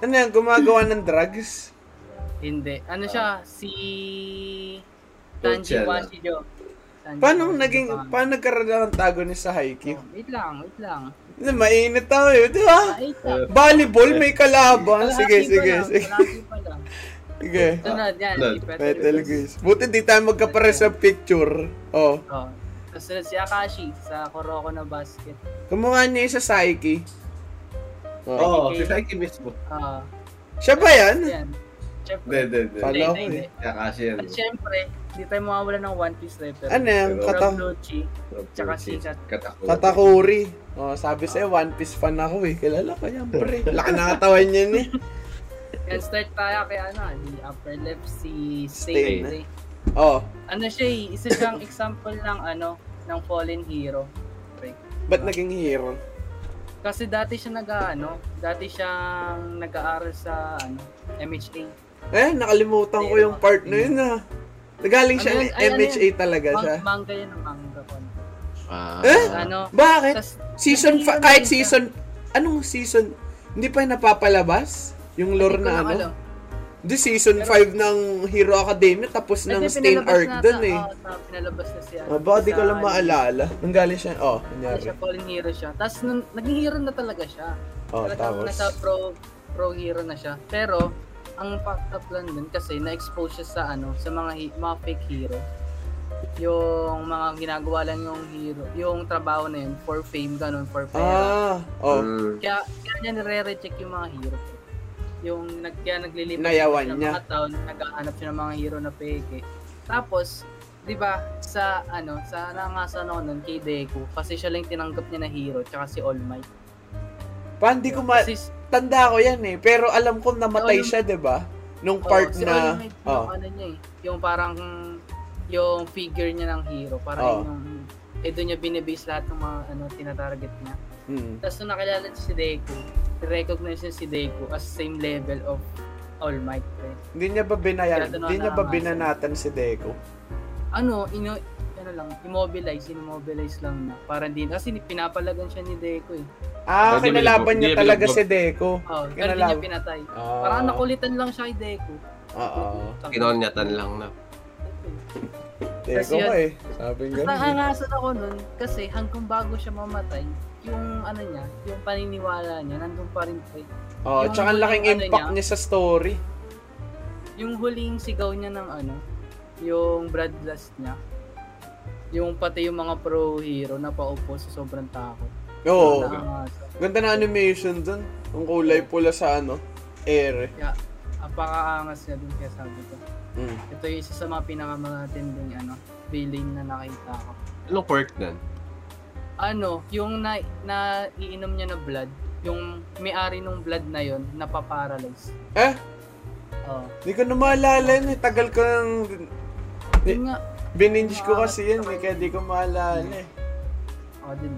[SPEAKER 1] Ano yan? Gumagawa ng drugs?
[SPEAKER 4] hindi. Ano siya? Si... Tanji
[SPEAKER 3] Coachella.
[SPEAKER 4] Washijo. Tanji
[SPEAKER 1] Paano
[SPEAKER 4] Washijo
[SPEAKER 1] naging,
[SPEAKER 4] pa.
[SPEAKER 1] paano nagkaroon ng antagonist sa Haikyuu?
[SPEAKER 4] Wait lang, wait lang.
[SPEAKER 1] Hindi, Mainit ako eh, di ba?
[SPEAKER 4] Ah, wait lang.
[SPEAKER 1] Volleyball, may kalaban.
[SPEAKER 4] Kalahati
[SPEAKER 1] Ah, Sige,
[SPEAKER 4] pa
[SPEAKER 1] sige,
[SPEAKER 4] lang,
[SPEAKER 1] sige.
[SPEAKER 4] kalahati pa lang.
[SPEAKER 1] Sige.
[SPEAKER 4] Sunod, yan.
[SPEAKER 3] Sunod.
[SPEAKER 4] Si Ah, Petal
[SPEAKER 1] Metal Gears. Buti di tayo magkapares sa picture. Oh.
[SPEAKER 4] Oo. Tapos sunod si Akashi sa Kuroko na basket.
[SPEAKER 1] Kumuha niya yung sa Saiki. Oh.
[SPEAKER 3] Oo, oh, si Saiki mismo.
[SPEAKER 4] Ah, Ano
[SPEAKER 1] Siya Ano ba yan?
[SPEAKER 4] yan. Siyempre.
[SPEAKER 3] Hindi, hindi, hindi.
[SPEAKER 1] Kala ko
[SPEAKER 4] Hindi,
[SPEAKER 1] eh.
[SPEAKER 4] hindi.
[SPEAKER 3] Siya kasi yan.
[SPEAKER 4] At syempre, di tayo mawawala ng One Piece letter.
[SPEAKER 1] Ano yan?
[SPEAKER 3] Pero-
[SPEAKER 1] Kata
[SPEAKER 4] Luchi. tsaka si Kat-
[SPEAKER 3] Katakuri.
[SPEAKER 1] Katakuri. Oh, sabi sa'yo, One Piece fan ako eh. Kilala ko yan, pre. Laki na katawan yan eh.
[SPEAKER 4] Yan, start tayo kay ano, di upper left si
[SPEAKER 1] Stain.
[SPEAKER 4] Stain.
[SPEAKER 1] Oh.
[SPEAKER 4] Ano siya eh, isa siyang example ng ano, ng fallen hero. Pre.
[SPEAKER 1] Ba't naging hero?
[SPEAKER 4] Kasi dati siya nag ano, dati siyang nag-aaral sa ano, MHA.
[SPEAKER 1] Eh, nakalimutan ko yung part na yun ah. Nagaling siya,
[SPEAKER 4] Ano yun? Ay, ano
[SPEAKER 1] MHA talaga
[SPEAKER 4] Mang-
[SPEAKER 1] siya.
[SPEAKER 4] manga yun, manga ko.
[SPEAKER 3] Ah.
[SPEAKER 1] Eh?
[SPEAKER 4] Ano,
[SPEAKER 1] Bakit?
[SPEAKER 4] tas-
[SPEAKER 1] Season,
[SPEAKER 4] naging
[SPEAKER 1] fa-
[SPEAKER 4] hero
[SPEAKER 1] kahit
[SPEAKER 4] na siya.
[SPEAKER 1] season, anong season? Hindi pa yung napapalabas? Yung lore
[SPEAKER 4] Hindi ko
[SPEAKER 1] na ano?
[SPEAKER 4] alam.
[SPEAKER 1] Di season
[SPEAKER 4] Pero-
[SPEAKER 1] 5 ng Hero Academia tapos ng
[SPEAKER 4] Kasi
[SPEAKER 1] Stain
[SPEAKER 4] pinalabas
[SPEAKER 1] Arc
[SPEAKER 4] na
[SPEAKER 1] dun
[SPEAKER 4] ata,
[SPEAKER 1] eh.
[SPEAKER 4] oo, ta- pinalabas na siya.
[SPEAKER 1] Ah, baka di ko lang maalala. Nang galing siya, oh,
[SPEAKER 4] Kasi
[SPEAKER 1] nangyari.
[SPEAKER 4] siya fallen hero siya. Tapos nung, naging hero na talaga siya.
[SPEAKER 1] Oh,
[SPEAKER 4] Talagang
[SPEAKER 1] tapos.
[SPEAKER 4] Diba, nasa pro pro hero na siya. Pero ang fucked up lang dun kasi na-expose siya sa ano, sa mga hi- mga fake hero. Yung mga ginagawa lang yung hero, yung trabaho na yun for fame ganun, for pera.
[SPEAKER 1] Ah, oh.
[SPEAKER 3] Mm.
[SPEAKER 4] Kaya kaya niya nire-recheck yung mga hero. Yung nag, kaya naglilipat
[SPEAKER 1] Inayawan
[SPEAKER 4] siya ng
[SPEAKER 1] niya.
[SPEAKER 4] mga town, naghahanap siya ng mga hero na peke. Tapos, 'di ba, sa ano, sa nangasan ako nun kay Deku kasi siya lang yung tinanggap niya na hero tsaka si All Might.
[SPEAKER 1] Pa, hindi ko ma-
[SPEAKER 4] Kasi
[SPEAKER 1] tanda ko yan eh. Pero alam ko namatay
[SPEAKER 4] Yung-
[SPEAKER 1] siya, di ba? Nung
[SPEAKER 4] Oo,
[SPEAKER 1] part
[SPEAKER 4] Ano? Oh, si
[SPEAKER 1] na,
[SPEAKER 4] All Might, yung
[SPEAKER 1] oh,
[SPEAKER 4] ano niya eh, yung parang yung figure niya ng hero, parang
[SPEAKER 1] Oo.
[SPEAKER 4] yung eh doon niya binibase lahat ng mga ano tinatarget niya.
[SPEAKER 1] hmm.
[SPEAKER 4] Tapos nung nakilala niya si Deku, recognize niya si Deku as same level of All Might. pre.
[SPEAKER 1] Hindi niya ba binayan?
[SPEAKER 4] Kaya doon
[SPEAKER 1] Hindi niya
[SPEAKER 4] na
[SPEAKER 1] ba
[SPEAKER 4] nga
[SPEAKER 1] binanatan si Deku?
[SPEAKER 4] Ano, ino ano lang, immobilize, immobilize lang na. Para hindi, kasi ni- pinapalagan siya ni Deku eh.
[SPEAKER 1] Ah,
[SPEAKER 3] Hindi niya
[SPEAKER 1] kinalaban niya
[SPEAKER 3] binabog-
[SPEAKER 1] talaga
[SPEAKER 3] hindi
[SPEAKER 1] si Ah, Deku.
[SPEAKER 4] Oh, pero hindi
[SPEAKER 1] Kinalaban.
[SPEAKER 4] niya pinatay. Parang nakulitan lang siya kay Deku. eh.
[SPEAKER 1] Oo.
[SPEAKER 4] Tang-
[SPEAKER 3] Kinonyatan lang na.
[SPEAKER 1] Deku
[SPEAKER 4] Kasi yun-
[SPEAKER 1] ko eh. Sabi nga.
[SPEAKER 4] Nangangasan ako nun kasi hanggang bago siya mamatay, yung ano niya, yung paniniwala niya, nandun pa rin pa.
[SPEAKER 1] Oh,
[SPEAKER 4] yung-
[SPEAKER 1] tsaka ang laking
[SPEAKER 4] ano
[SPEAKER 1] impact
[SPEAKER 4] niya?
[SPEAKER 1] niya sa story.
[SPEAKER 4] Yung huling sigaw niya ng ano, yung bloodlust niya, Yung pati yung mga pro hero na paupo sa sobrang takot.
[SPEAKER 1] Oo.
[SPEAKER 4] Nakakasa.
[SPEAKER 1] Ganda na animation dun. Ang kulay pula sa ano, ere.
[SPEAKER 4] Kaya, apakaangas niya dun kaya sabi ko.
[SPEAKER 1] Mm.
[SPEAKER 4] Ito yung isa sa mga pinakamatinding ano, feeling na nakita ko.
[SPEAKER 3] Anong quirk nun?
[SPEAKER 4] Ano, yung na, na iinom niya na blood, yung may-ari nung blood na yon napaparalyze.
[SPEAKER 1] Eh,
[SPEAKER 4] Oo.
[SPEAKER 1] hindi ko na maalala yun. eh. Tagal ko nang...
[SPEAKER 4] Yun nga.
[SPEAKER 1] Bininge ko kasi yun, eh, kaya di ko maalala eh.
[SPEAKER 4] Oo, din.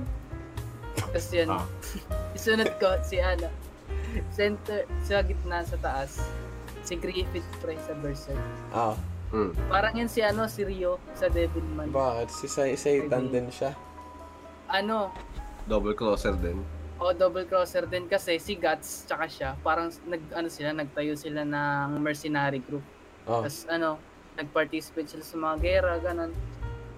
[SPEAKER 4] Tapos yan,
[SPEAKER 3] Ah.
[SPEAKER 4] *laughs* isunod ko si ano, center, sa gitna, sa taas, si Griffith Price sa Berserk.
[SPEAKER 1] Ah,
[SPEAKER 3] Mm.
[SPEAKER 4] Parang yan si ano, si Rio sa Devilman.
[SPEAKER 1] bakit? Si Sa- Satan din siya.
[SPEAKER 4] Ano,
[SPEAKER 3] Double crosser din.
[SPEAKER 4] O double crosser din kasi si Guts tsaka siya, parang nag ano sila nagtayo sila ng mercenary group.
[SPEAKER 1] Oh.
[SPEAKER 4] Tapos ano, nag-participate sila sa mga gera, ganun.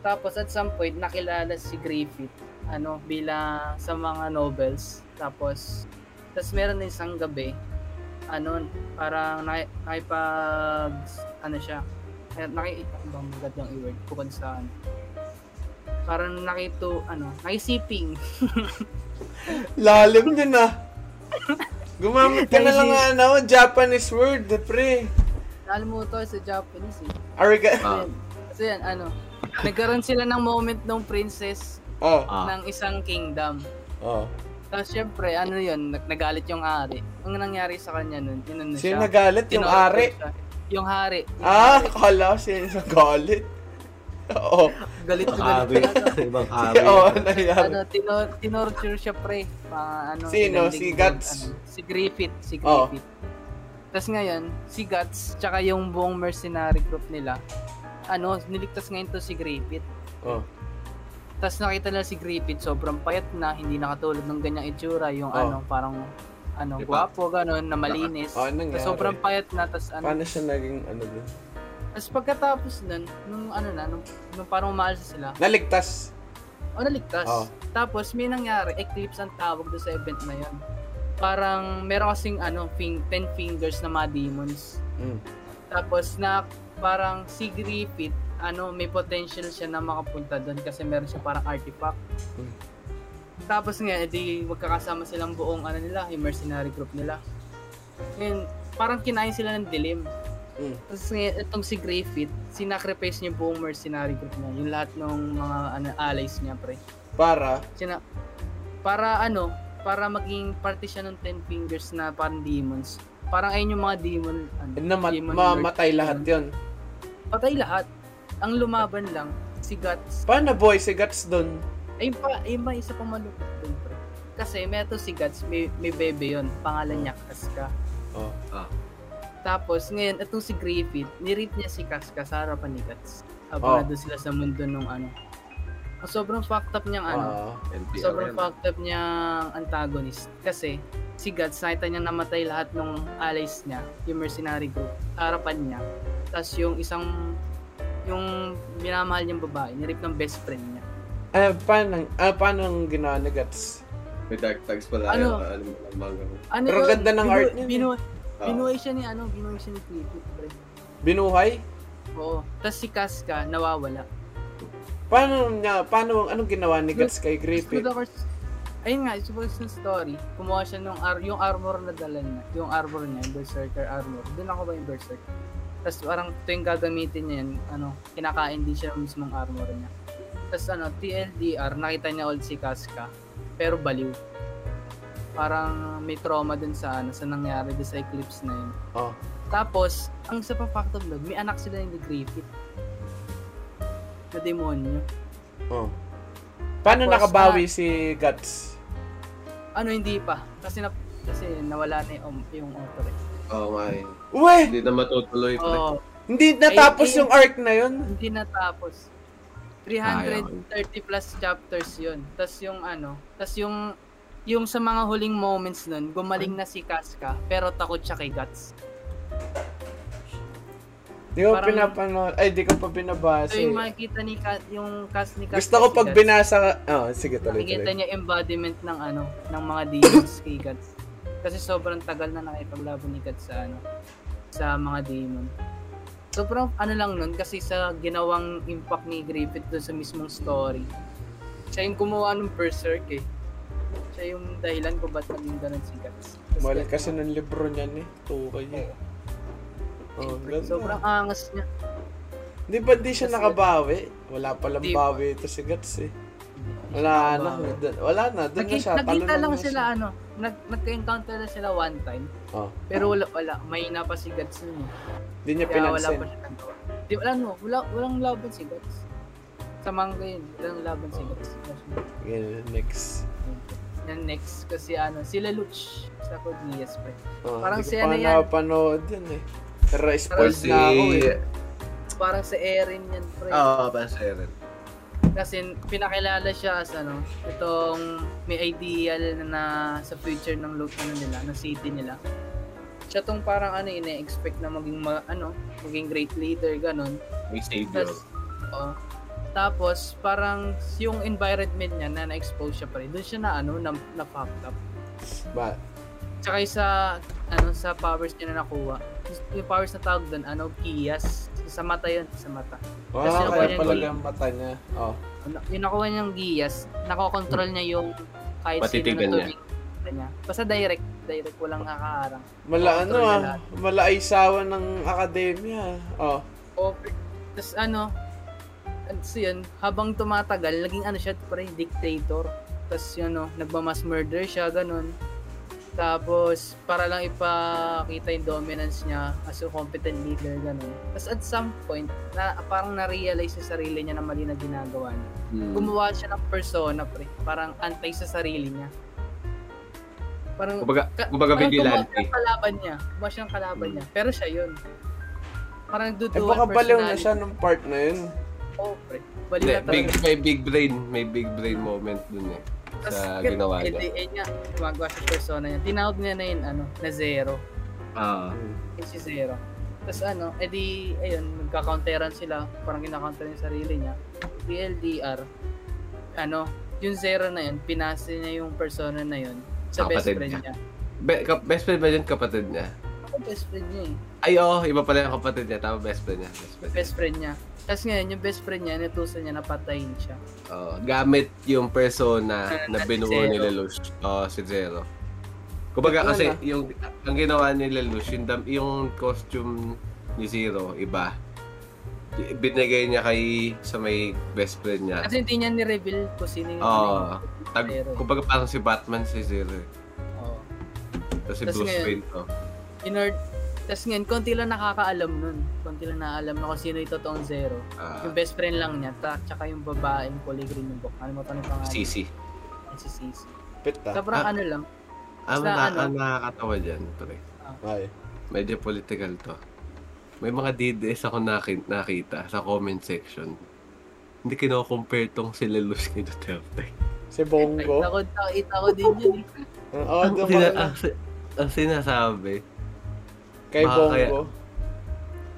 [SPEAKER 4] Tapos at some point nakilala si Griffith ano bilang sa mga novels. Tapos tapos meron din isang gabi ano parang naki- nakipag ano siya eh, naki bang magat yung word bukod sa ano parang nakito ano nakisiping *laughs*
[SPEAKER 1] Lalim din ah. Gumamit ka na lang nga ano, Japanese word, pre.
[SPEAKER 4] Nalimutan ko sa Japanese eh.
[SPEAKER 1] Ariga...
[SPEAKER 3] Ah.
[SPEAKER 4] So yan, ano. Nagkaroon sila ng moment ng princess
[SPEAKER 1] Oh,
[SPEAKER 3] Ah.
[SPEAKER 4] ng isang kingdom.
[SPEAKER 1] oh.
[SPEAKER 4] Tapos syempre, ano yun, nag- nagalit yung hari. Ang nangyari sa kanya nun, inano
[SPEAKER 1] Sino
[SPEAKER 4] Ano siya.
[SPEAKER 1] nagalit? Yung
[SPEAKER 4] tinorture
[SPEAKER 1] ari?
[SPEAKER 4] siya. Yung hari. Yung
[SPEAKER 1] Ah,
[SPEAKER 4] hari.
[SPEAKER 1] kala ko sino nagalit. *laughs* Oo.
[SPEAKER 4] Galit na
[SPEAKER 3] Ari.
[SPEAKER 4] galit. Ano,
[SPEAKER 3] Ibang
[SPEAKER 1] *laughs*
[SPEAKER 3] ari.
[SPEAKER 1] Oo,
[SPEAKER 4] ano
[SPEAKER 1] Oh, nangyari.
[SPEAKER 4] tinor- tinorture siya pre. Pa, ano,
[SPEAKER 1] Sino?
[SPEAKER 4] inanding
[SPEAKER 1] Si
[SPEAKER 4] doon,
[SPEAKER 1] Guts? Oh.
[SPEAKER 4] ano, si Griffith. Si
[SPEAKER 1] Oo.
[SPEAKER 4] Griffith. Tapos ngayon, si Guts, tsaka yung buong mercenary group nila, ano, niligtas ngayon to si Griffith.
[SPEAKER 1] Oh.
[SPEAKER 4] Tapos nakita nila si Griffith, sobrang payat na, hindi nakatulad ng ganyang itsura, yung
[SPEAKER 1] Oh.
[SPEAKER 4] ano, parang, ano,
[SPEAKER 3] Diba?
[SPEAKER 4] gwapo, ganun, na malinis.
[SPEAKER 1] Oh, anong
[SPEAKER 4] Tas
[SPEAKER 1] nangyari?
[SPEAKER 4] sobrang payat na, tapos ano,
[SPEAKER 1] Paano siya naging ano dun?
[SPEAKER 4] tapos pagkatapos nun, nung ano na, nung, nung parang umaalis sila,
[SPEAKER 1] Naligtas.
[SPEAKER 4] o naligtas.
[SPEAKER 1] Oh.
[SPEAKER 4] Tapos may nangyari, eclipse ang tawag doon sa event na yun. Parang meron kasing ano, fing, 10 fingers na mga demons.
[SPEAKER 1] Mm.
[SPEAKER 4] Tapos na parang si Griffith, ano, may potential siya na makapunta doon kasi meron siya parang artifact.
[SPEAKER 1] Hmm.
[SPEAKER 4] Tapos nga, edi magkakasama silang buong ano nila, yung mercenary group nila. Ngayon, parang kinain sila ng dilim.
[SPEAKER 1] Mm.
[SPEAKER 4] Tapos ngayon, itong si Griffith, sinacrifice niya yung buong mercenary group niya. Yung lahat ng mga ano, allies niya, pre.
[SPEAKER 1] Para.
[SPEAKER 4] Sina, para ano, para maging parte siya ng Ten Fingers na parang demons. Parang ayun yung mga demon, ano,
[SPEAKER 1] Na ma-
[SPEAKER 4] demon
[SPEAKER 1] mamatay
[SPEAKER 4] lords.
[SPEAKER 1] lahat yon.
[SPEAKER 4] Patay lahat. Ang lumaban lang, si Guts.
[SPEAKER 1] Paano boy si Guts dun?
[SPEAKER 4] Ayun pa, ayun pa, isa pang malupit dun, pre. Kasi may ito si Guts, may, may bebe yon Pangalan niya, Kaska.
[SPEAKER 1] Oh.
[SPEAKER 3] Ah.
[SPEAKER 4] Tapos, ngayon, itong si Griffith, nirip niya si Kaska sa harapan ni Guts. Habang
[SPEAKER 1] Oh.
[SPEAKER 4] nandun sila sa mundo nung ano. Ang sobrang fucked up niyang ano.
[SPEAKER 1] Ah.
[SPEAKER 3] NPR
[SPEAKER 4] sobrang
[SPEAKER 3] yan.
[SPEAKER 4] fucked up niyang antagonist. Kasi, si Guts, nakita niya namatay lahat ng allies niya, yung mercenary group, sa harapan niya. Tapos yung isang, yung minamahal niyang babae, nirip ng best friend niya.
[SPEAKER 1] Ah, paano, ah, paano ang ginawa ni Guts?
[SPEAKER 3] May dark tags pala.
[SPEAKER 4] Ano?
[SPEAKER 3] Ano? Alam mo lang manga mo.
[SPEAKER 4] Ano
[SPEAKER 1] Pero
[SPEAKER 4] yun?
[SPEAKER 1] ganda ng
[SPEAKER 4] Binu-
[SPEAKER 1] art niya, eh. Oh.
[SPEAKER 4] binu-
[SPEAKER 3] Ah.
[SPEAKER 4] binuhay siya ni, ano, binuhay siya ni Clifford, pre.
[SPEAKER 1] Binuhay?
[SPEAKER 4] Oo. Tapos si Casca, nawawala.
[SPEAKER 1] Paano niya, paano, anong ginawa ni Guts kay
[SPEAKER 4] Griffith.
[SPEAKER 1] Griffith?
[SPEAKER 4] Ayun nga, it's supposed to story. Kumuha siya nung ar- yung armor na dala niya. Yung armor niya, yung berserker armor. Doon ako ba yung berserker? Tapos parang ito yung gagamitin niya yan, ano, kinakain din siya ng mismong armor niya. Tapos ano, TLDR, nakita niya old si Casca, pero baliw. Parang may trauma dun sa ano, sa nangyari dun sa eclipse na yun.
[SPEAKER 1] Oh.
[SPEAKER 4] Tapos, ang isa pa fact of love, may anak sila ni Griffith. Na demonyo.
[SPEAKER 1] Oh. Paano
[SPEAKER 4] Tapos
[SPEAKER 1] nakabawi si Guts?
[SPEAKER 4] Ano, hindi pa. Kasi na, kasi nawala na yung, yung author eh.
[SPEAKER 3] Oo nga eh.
[SPEAKER 1] Uwe!
[SPEAKER 3] Hindi na matutuloy. pre.
[SPEAKER 4] Oo,
[SPEAKER 1] Hindi natapos
[SPEAKER 4] Ay, ay.
[SPEAKER 1] yung arc na yun.
[SPEAKER 4] hindi natapos. 330 plus chapters yun. Tapos yung ano, tapos yung yung sa mga huling moments nun, gumaling na si Casca, pero takot siya kay Guts.
[SPEAKER 1] Di ko
[SPEAKER 4] Parang-
[SPEAKER 1] pinapanood. Ay, di ko pa binabasa.
[SPEAKER 4] So yung
[SPEAKER 1] eh.
[SPEAKER 4] makikita ni Cas, yung Cas ni Casca
[SPEAKER 1] Gusto ko
[SPEAKER 4] si
[SPEAKER 1] pag
[SPEAKER 4] Guts,
[SPEAKER 1] binasa ka... Oh, sige, tuloy,
[SPEAKER 4] nakikita
[SPEAKER 1] tuloy.
[SPEAKER 4] niya embodiment ng ano, ng mga demons kay Guts. Kasi sobrang tagal na nakipaglaban ni Guts sa ano, sa mga demon. Sobrang ano lang nun kasi sa ginawang impact ni Griffith doon sa mismong story. Siya yung gumawa ng Berserk eh. Siya yung dahilan ko ba't naging ganun si Guts. Tapos
[SPEAKER 1] Mahal
[SPEAKER 4] ganun.
[SPEAKER 1] kasi ng libro niyan eh. Tukay eh. Oh,
[SPEAKER 4] Siyempre,
[SPEAKER 1] ganda.
[SPEAKER 4] sobrang angas niya.
[SPEAKER 1] Hindi ba di siya
[SPEAKER 4] Kasi-
[SPEAKER 1] nakabawi? Wala palang
[SPEAKER 4] Di-
[SPEAKER 1] bawi ito si Guts eh. Wala na.
[SPEAKER 4] nakabawi.
[SPEAKER 1] dun- Wala na. Doon na
[SPEAKER 4] Nagki-
[SPEAKER 1] siya. Talo
[SPEAKER 4] Nagkita
[SPEAKER 1] na
[SPEAKER 4] lang
[SPEAKER 1] nga
[SPEAKER 4] sila ano, nag, nagka-encounter na sila one time.
[SPEAKER 1] Oh.
[SPEAKER 4] Pero wala, wala. May na pa si Guts nun. eh.
[SPEAKER 1] Hindi niya
[SPEAKER 4] Kaya wala
[SPEAKER 1] pinansin.
[SPEAKER 4] pa siya nagawa. Di, wala no, wala, walang laban si Guts. Sa manga yun, walang laban si Guts.
[SPEAKER 1] Ganun, next.
[SPEAKER 4] Yan next, kasi ano, sila Luch sa Code Geass, pre.
[SPEAKER 1] Oh,
[SPEAKER 4] Parang
[SPEAKER 1] hindi
[SPEAKER 4] si
[SPEAKER 1] ko
[SPEAKER 4] ano
[SPEAKER 1] pa
[SPEAKER 4] yan.
[SPEAKER 1] napanood yun eh. Pero spoiled
[SPEAKER 3] si...
[SPEAKER 1] na ako eh.
[SPEAKER 4] Parang sa Eren yan, pre.
[SPEAKER 3] Oo, parang si Eren.
[SPEAKER 4] Kasi pinakilala siya as ano, itong may ideal na, na sa future ng lo- ano nila, ng city nila. Siya tong parang ano, ina-expect na maging ma, ano, maging great leader ganun.
[SPEAKER 3] May savior.
[SPEAKER 4] Tapos, oo. Tapos parang yung environment niya na na-expose siya pa rin. Doon siya na ano, na, na fucked up.
[SPEAKER 1] Ba,
[SPEAKER 4] Tsaka yung sa ano sa powers niya na nakuha. Yung powers na tawag doon, ano, Kias. Sa mata yun, sa mata.
[SPEAKER 1] wala
[SPEAKER 4] Kasi
[SPEAKER 1] kaya
[SPEAKER 4] nakuha
[SPEAKER 1] pala
[SPEAKER 4] niya
[SPEAKER 1] yung mata niya. Oh.
[SPEAKER 4] Na- yung nakuha niyang Gias, nakokontrol niya yung kahit
[SPEAKER 3] Patitigan
[SPEAKER 4] sino na
[SPEAKER 3] niya.
[SPEAKER 4] tumingin niya. Basta direct, direct, walang nakaharang.
[SPEAKER 1] Mala
[SPEAKER 4] Oh,
[SPEAKER 1] ano
[SPEAKER 4] tuloy na
[SPEAKER 1] ah. Mala aysawa ng akademya. Oh.
[SPEAKER 4] O, tapos ano, tapos yun, habang tumatagal, naging ano siya, parang dictator. Tapos yun, no, nagmamas murder siya, ganun. Tapos, para lang ipakita yung dominance niya as a competent leader, ganun. Tapos at some point, na, parang na-realize sa sarili niya na mali na ginagawa niya.
[SPEAKER 3] Hmm.
[SPEAKER 4] gumawa siya ng persona, pre. Parang antay sa sarili niya. Parang,
[SPEAKER 3] Kumbaga, kumbaga eh.
[SPEAKER 4] parang gumawa siya
[SPEAKER 3] vigilante.
[SPEAKER 4] ng kalaban niya. Gumawa siya ng kalaban
[SPEAKER 3] Hmm.
[SPEAKER 4] niya. Pero siya yun. Parang
[SPEAKER 1] Eh
[SPEAKER 4] nagduduwa
[SPEAKER 1] baka baliw na
[SPEAKER 4] personality.
[SPEAKER 1] siya nung part na yun.
[SPEAKER 4] Oo, pre. Baliw
[SPEAKER 3] Hindi,
[SPEAKER 4] na
[SPEAKER 3] big,
[SPEAKER 4] talaga.
[SPEAKER 3] may big brain. May big brain moment dun eh.
[SPEAKER 4] Tas,
[SPEAKER 3] sa
[SPEAKER 4] yun,
[SPEAKER 3] ginawa niya.
[SPEAKER 4] LDA niya. Gumagawa siya ng persona niya. Tinawag niya na yun, ano, na zero.
[SPEAKER 3] Ah.
[SPEAKER 1] Hmm,
[SPEAKER 4] Yung si zero. Tapos ano, edi, ayun, nagka-counteran sila. Parang kinakounter yung sarili niya. DLDR, ano, yung zero na yun, pinasa niya yung persona na yun sa best
[SPEAKER 3] Kapatid
[SPEAKER 4] friend
[SPEAKER 3] Ah, niya.
[SPEAKER 4] niya.
[SPEAKER 3] Be, ka- best friend ba yun kapatid niya?
[SPEAKER 4] Ako best friend niya eh.
[SPEAKER 3] Ay, oo. iba pala yung kapatid niya. Tama, best friend niya. Best friend.
[SPEAKER 4] Best friend niya. Tapos ngayon, yung best friend niya, natusan niya, napatayin siya.
[SPEAKER 3] Oo, gamit yung persona na
[SPEAKER 4] Na- na Ah, si
[SPEAKER 3] binuo
[SPEAKER 4] Zero.
[SPEAKER 3] nila Lush. Oo, si Zero. Kumbaga
[SPEAKER 1] Ito
[SPEAKER 3] kasi
[SPEAKER 1] na.
[SPEAKER 3] yung ang ginawa nila Lush, yung, dam- yung costume ni Zero, iba. I- Binigay niya kay sa may best friend niya.
[SPEAKER 4] Kasi hindi niya ni-reveal kung sino yung
[SPEAKER 3] Oo. Tag,
[SPEAKER 4] Ah, Zero.
[SPEAKER 3] kumbaga parang si Batman si Zero. eh.
[SPEAKER 4] Oo.
[SPEAKER 3] Tapos si
[SPEAKER 4] Tas
[SPEAKER 3] Bruce
[SPEAKER 4] ngayon-
[SPEAKER 3] Wayne oh. to.
[SPEAKER 4] In order, tapos ngayon, konti lang nakakaalam nun. Konti lang nakaalam na kung sino yung totoong Zero.
[SPEAKER 3] Ah,
[SPEAKER 4] Yung best friend lang niya, ta, tsaka yung babaeng kulay green yung book. Ano mo ito ng pangalan?
[SPEAKER 3] Sisi.
[SPEAKER 4] Ay, Si Sisi.
[SPEAKER 1] Pit ah.
[SPEAKER 4] Sobrang
[SPEAKER 3] Ah.
[SPEAKER 4] ano lang.
[SPEAKER 3] Ang,
[SPEAKER 4] Sa
[SPEAKER 3] na,
[SPEAKER 4] ano?
[SPEAKER 3] ang nakakatawa dyan, pre.
[SPEAKER 1] Ay.
[SPEAKER 3] Medyo political to. May mga DDS ako naki- nakita sa comment section. Hindi kino-compare tong sila Luz ni Duterte.
[SPEAKER 1] Si
[SPEAKER 4] Ay,
[SPEAKER 1] Bongo.
[SPEAKER 4] takot, takot ako din yun. eh.
[SPEAKER 1] Oo,
[SPEAKER 3] *laughs* ang,
[SPEAKER 1] doon
[SPEAKER 3] sina-
[SPEAKER 1] ka-
[SPEAKER 3] ang, si- ang sinasabi,
[SPEAKER 1] Kay
[SPEAKER 3] baka
[SPEAKER 1] Bongo.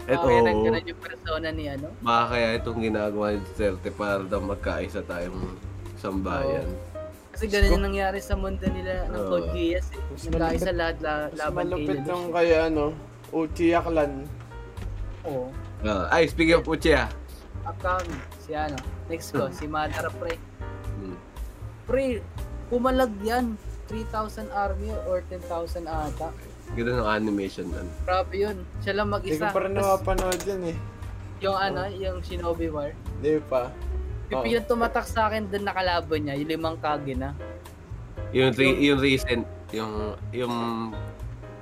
[SPEAKER 3] eto,
[SPEAKER 4] Kaya nagkaroon yung persona ni ano.
[SPEAKER 3] baka kaya itong ginagawa ni Duterte para daw magkaisa tayong sambayan.
[SPEAKER 4] Kasi ganun yung nangyari sa mundo nila ng
[SPEAKER 3] Oo.
[SPEAKER 4] Code Geass eh.
[SPEAKER 1] Mas
[SPEAKER 4] Nagkaisa sa
[SPEAKER 1] malupit-
[SPEAKER 4] lahat la,
[SPEAKER 1] Mas
[SPEAKER 4] laban kay
[SPEAKER 1] malupit
[SPEAKER 4] Lelouch.
[SPEAKER 1] nung kay ano. Uchi Yaklan.
[SPEAKER 4] Oo.
[SPEAKER 3] Ah, ay, speaking of Uchiha.
[SPEAKER 4] Akang, si ano. Next ko, si Madara Pre.
[SPEAKER 3] Hmm.
[SPEAKER 4] Pre, pumalag yan. 3,000 army or 10,000 ata.
[SPEAKER 3] Ganun ang animation nun.
[SPEAKER 4] Grabe yun. Siya lang
[SPEAKER 1] Hindi ko
[SPEAKER 4] mag-isa.
[SPEAKER 1] pa rin
[SPEAKER 4] Tas
[SPEAKER 1] napapanood yun eh.
[SPEAKER 4] yung ano, yung Shinobi War.
[SPEAKER 1] Hindi pa.
[SPEAKER 4] Yung,
[SPEAKER 1] Oo.
[SPEAKER 4] yung tumatak sa akin, doon nakalaban niya. Yung limang kage na.
[SPEAKER 3] Yung, re- yung recent, yung, yung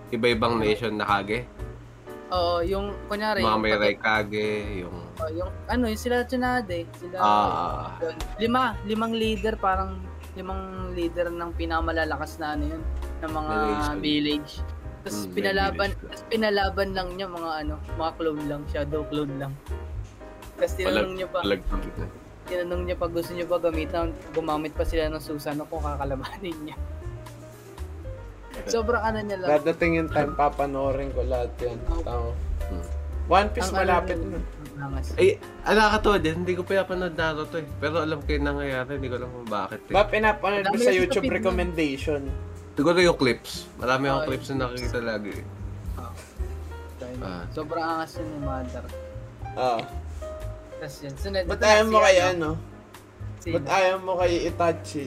[SPEAKER 3] iba-ibang nation na kage.
[SPEAKER 4] Oo, yung kunyari.
[SPEAKER 3] Mga
[SPEAKER 4] yung
[SPEAKER 3] may
[SPEAKER 4] pati-
[SPEAKER 3] Raikage, yung...
[SPEAKER 4] Oo, yung ano, yung sila Tsunade. Sila,
[SPEAKER 3] Ah,
[SPEAKER 4] yun. Lima. Limang leader, parang limang leader ng pinakamalalakas na ano yun. Ng mga
[SPEAKER 1] ano?
[SPEAKER 3] Village.
[SPEAKER 4] village. Tapos
[SPEAKER 3] Mm, may
[SPEAKER 4] pinalaban,
[SPEAKER 3] village.
[SPEAKER 4] tapos pinalaban lang niya mga ano, mga clone lang, shadow clone lang. Tapos tinanong niya pa,
[SPEAKER 3] palagpag na.
[SPEAKER 4] tinanong niya pa gusto niya ba gamitan, gumamit pa sila ng Susano kung kakalabanin niya. Sobrang ano niya lang.
[SPEAKER 1] Dadating yung time, papanoorin ko lahat yun. Tama.
[SPEAKER 3] Hmm.
[SPEAKER 1] One Piece
[SPEAKER 4] Ang ano
[SPEAKER 1] malapit
[SPEAKER 4] niya
[SPEAKER 1] na.
[SPEAKER 4] lang, ang angas.
[SPEAKER 3] Ay, ang nakakatawa din, hindi ko pinapanood Naruto eh. Pero alam ko yung nangyayari, hindi ko alam kung bakit eh.
[SPEAKER 1] Ba, pinapanood ko
[SPEAKER 4] Madami
[SPEAKER 1] sa
[SPEAKER 4] kasi
[SPEAKER 1] YouTube
[SPEAKER 4] kapit nun.
[SPEAKER 1] recommendation.
[SPEAKER 3] Siguro yung clips. Marami akong
[SPEAKER 4] Oh,
[SPEAKER 3] clips na nakikita lagi eh.
[SPEAKER 4] Ah.
[SPEAKER 3] Ah.
[SPEAKER 4] Sobrang angas yun ni Mother.
[SPEAKER 1] Ah.
[SPEAKER 4] Tapos yun. Sunod,
[SPEAKER 1] Ba't
[SPEAKER 4] ito na
[SPEAKER 1] ayaw mo
[SPEAKER 4] si
[SPEAKER 1] kay
[SPEAKER 4] ano,
[SPEAKER 1] ano?
[SPEAKER 4] si-
[SPEAKER 1] Ba't ayaw mo kay
[SPEAKER 4] *laughs*
[SPEAKER 1] Itachi?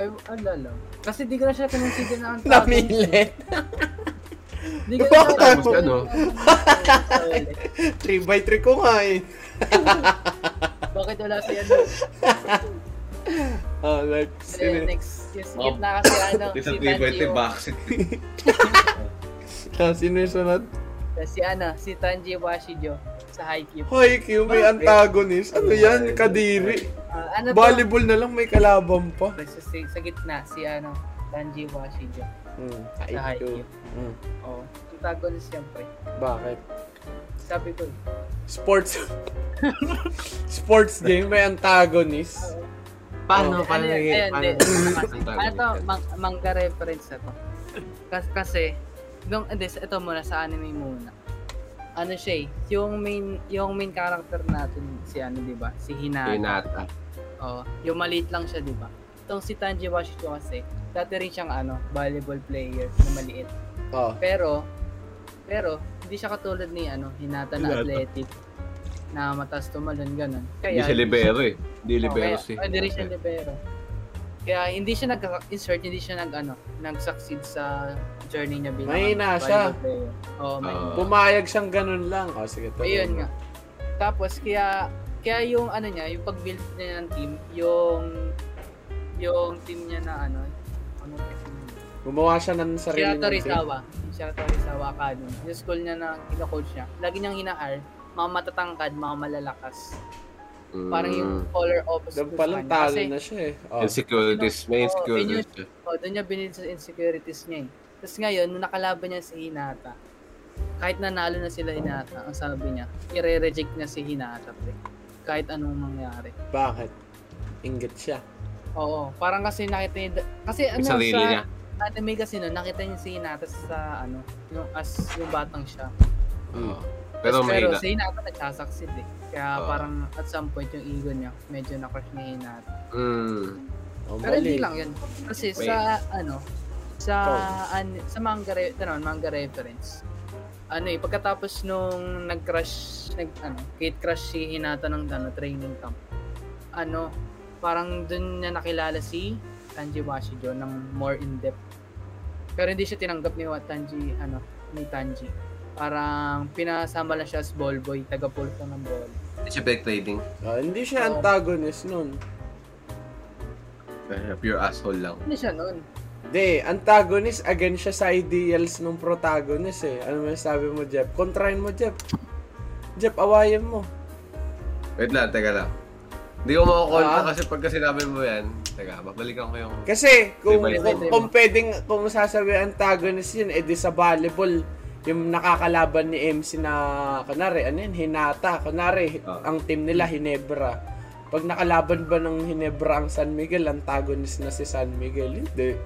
[SPEAKER 4] Ay, alala. Kasi di ko na siya kinonsider
[SPEAKER 1] *laughs*
[SPEAKER 4] na ang
[SPEAKER 1] Namilit.
[SPEAKER 4] Di ko na siya
[SPEAKER 3] Tapos ano,
[SPEAKER 1] 3x3 ko nga eh.
[SPEAKER 4] Bakit wala si ano?
[SPEAKER 1] Ah, next.
[SPEAKER 4] Ano yun,
[SPEAKER 1] Sino-
[SPEAKER 4] next. Yung
[SPEAKER 3] Oh.
[SPEAKER 4] skip na kasi
[SPEAKER 3] *laughs*
[SPEAKER 4] ano.
[SPEAKER 3] isa
[SPEAKER 4] si
[SPEAKER 3] three by three
[SPEAKER 4] Tanjiro.
[SPEAKER 3] box.
[SPEAKER 1] Ah, Sino yung sunod?
[SPEAKER 4] Tas Si ano, si Tanji Washijo sa Haikyuu.
[SPEAKER 1] Haikyuu, may antagonist. Ano yan? Kadiri.
[SPEAKER 4] Ah, ano to?
[SPEAKER 1] Volleyball na lang, may kalaban pa.
[SPEAKER 4] Sa, sa, sa gitna, si ano, Tanji Washijo. Oh,
[SPEAKER 1] Hmm,
[SPEAKER 4] Sa
[SPEAKER 1] Haikyuu.
[SPEAKER 4] Haikyuu.
[SPEAKER 1] Hmm,
[SPEAKER 4] Oo. Yung tagonist siyempre.
[SPEAKER 1] bakit?
[SPEAKER 4] Sabi ko, eh.
[SPEAKER 1] Sports. *laughs* Sports game, may antagonist.
[SPEAKER 4] *laughs* Oo.
[SPEAKER 3] Paano?
[SPEAKER 4] Ano
[SPEAKER 3] Paano
[SPEAKER 4] yun?
[SPEAKER 3] naging?
[SPEAKER 4] Ayun,
[SPEAKER 3] Paano?
[SPEAKER 4] hindi. Ano to, mang- manga reference ako. Kasi, kasi nung, hindi, sa- ito muna, sa anime muna. Ano siya eh, yung main, yung main character natin, si ano, di ba? Si Hinata.
[SPEAKER 3] Hinata.
[SPEAKER 4] Oo. yung maliit lang siya, di ba? Itong si Tanji Washito kasi, dati rin siyang ano, volleyball player na maliit.
[SPEAKER 1] Oh.
[SPEAKER 4] Pero, pero, hindi siya katulad ni ano, Hinata na
[SPEAKER 3] Hinata.
[SPEAKER 4] athletic na matas tumalon, ganun.
[SPEAKER 3] Hindi siya libero eh. Hindi libero
[SPEAKER 4] Okay,
[SPEAKER 3] si
[SPEAKER 4] oh, hindi rin siya libero. Kaya hindi siya nag-insert, hindi siya nag ano, nag-succeed sa journey niya bilang
[SPEAKER 1] Mahina
[SPEAKER 4] ano,
[SPEAKER 1] siya.
[SPEAKER 4] volleyball player. Oo, oh, mahina.
[SPEAKER 3] Ah.
[SPEAKER 1] Pumayag siyang ganun lang. Oh, sige. tuloy
[SPEAKER 4] Ayun
[SPEAKER 1] mo.
[SPEAKER 4] nga. Tapos kaya kaya yung ano niya, yung pag-build niya ng team, yung yung team niya na ano, ano yung team niya?
[SPEAKER 1] Gumawa siya ng sarili
[SPEAKER 4] Shirato
[SPEAKER 1] ng team.
[SPEAKER 4] Rizawa. Yung Shirato Rizawa Academy. Yung school niya na kina-coach niya. Lagi niyang hinahar, mga matatangkad, mga malalakas.
[SPEAKER 3] Mm.
[SPEAKER 4] Parang yung polar opposite.
[SPEAKER 1] Doon palang
[SPEAKER 4] sa kanya.
[SPEAKER 1] talo
[SPEAKER 4] Kasi-
[SPEAKER 1] na siya eh. Oh.
[SPEAKER 3] Insecurities.
[SPEAKER 4] Oo,
[SPEAKER 3] May insecurities
[SPEAKER 4] yun
[SPEAKER 3] siya.
[SPEAKER 4] O, doon niya binil sa insecurities niya eh. Tapos ngayon, nung nakalaban niya si Hinata, kahit nanalo na sila Hinata, ang sabi niya, ire-reject niya si Hinata, pre. Kahit anong mangyari.
[SPEAKER 1] Bakit? Ingat siya.
[SPEAKER 4] Oo, parang kasi nakita niya, kasi ano
[SPEAKER 3] Yung sarili
[SPEAKER 4] sa
[SPEAKER 3] niya.
[SPEAKER 4] anime kasi no, nakita niya si Hinata sa ano, yung as yung batang siya.
[SPEAKER 3] Oo. Mm. Pero
[SPEAKER 4] Tas pero
[SPEAKER 3] mahina.
[SPEAKER 4] si Hinata nagsasucceed eh. Kaya
[SPEAKER 3] Oo.
[SPEAKER 4] parang at some point yung ego niya, medyo na-crush ni Hinata.
[SPEAKER 3] Mm.
[SPEAKER 1] Oh,
[SPEAKER 4] Pero hindi
[SPEAKER 1] mali.
[SPEAKER 4] lang yun. Kasi
[SPEAKER 3] Wait.
[SPEAKER 4] sa ano, sa
[SPEAKER 1] Ikaw.
[SPEAKER 4] an, sa manga re, ano, manga reference. Ano eh, pagkatapos nung nag-crush, nag, ano, gate crush si Hinata ng ano, training camp. Ano, parang dun niya nakilala si Tanji Washijo ng more in-depth. Pero hindi siya tinanggap ni Wa- Tanji, ano, ni Tanji. Parang pinasama lang siya as ball boy, taga-pulso ng ball.
[SPEAKER 3] Hindi siya backsliding.
[SPEAKER 1] Oh, hindi siya
[SPEAKER 4] Oo.
[SPEAKER 1] antagonist nun.
[SPEAKER 3] Eh, Pure asshole lang.
[SPEAKER 4] Ano siya noon?
[SPEAKER 1] Hindi, antagonist against siya sa ideals ng protagonist eh. Ano may sabi mo, Jeff? Kontrahin mo, Jeff. Jeff, awayan mo.
[SPEAKER 3] Wait lang, teka lang. Hindi ko makakontra
[SPEAKER 1] Ah?
[SPEAKER 3] kasi pagka sinabi mo yan, teka, babalikan ko yung...
[SPEAKER 1] Kasi kung,
[SPEAKER 3] Iba, iba,
[SPEAKER 1] kung,
[SPEAKER 4] iba.
[SPEAKER 1] kung pwedeng, kung sasabi antagonist yun, edi sa volleyball, yung nakakalaban ni MC na, kunwari, ano yun, Hinata. Kunwari,
[SPEAKER 3] Ah.
[SPEAKER 1] ang team nila, Hinebra. Pag nakalaban ba ng Hinebra ang San Miguel, antagonist na si San Miguel? Hindi.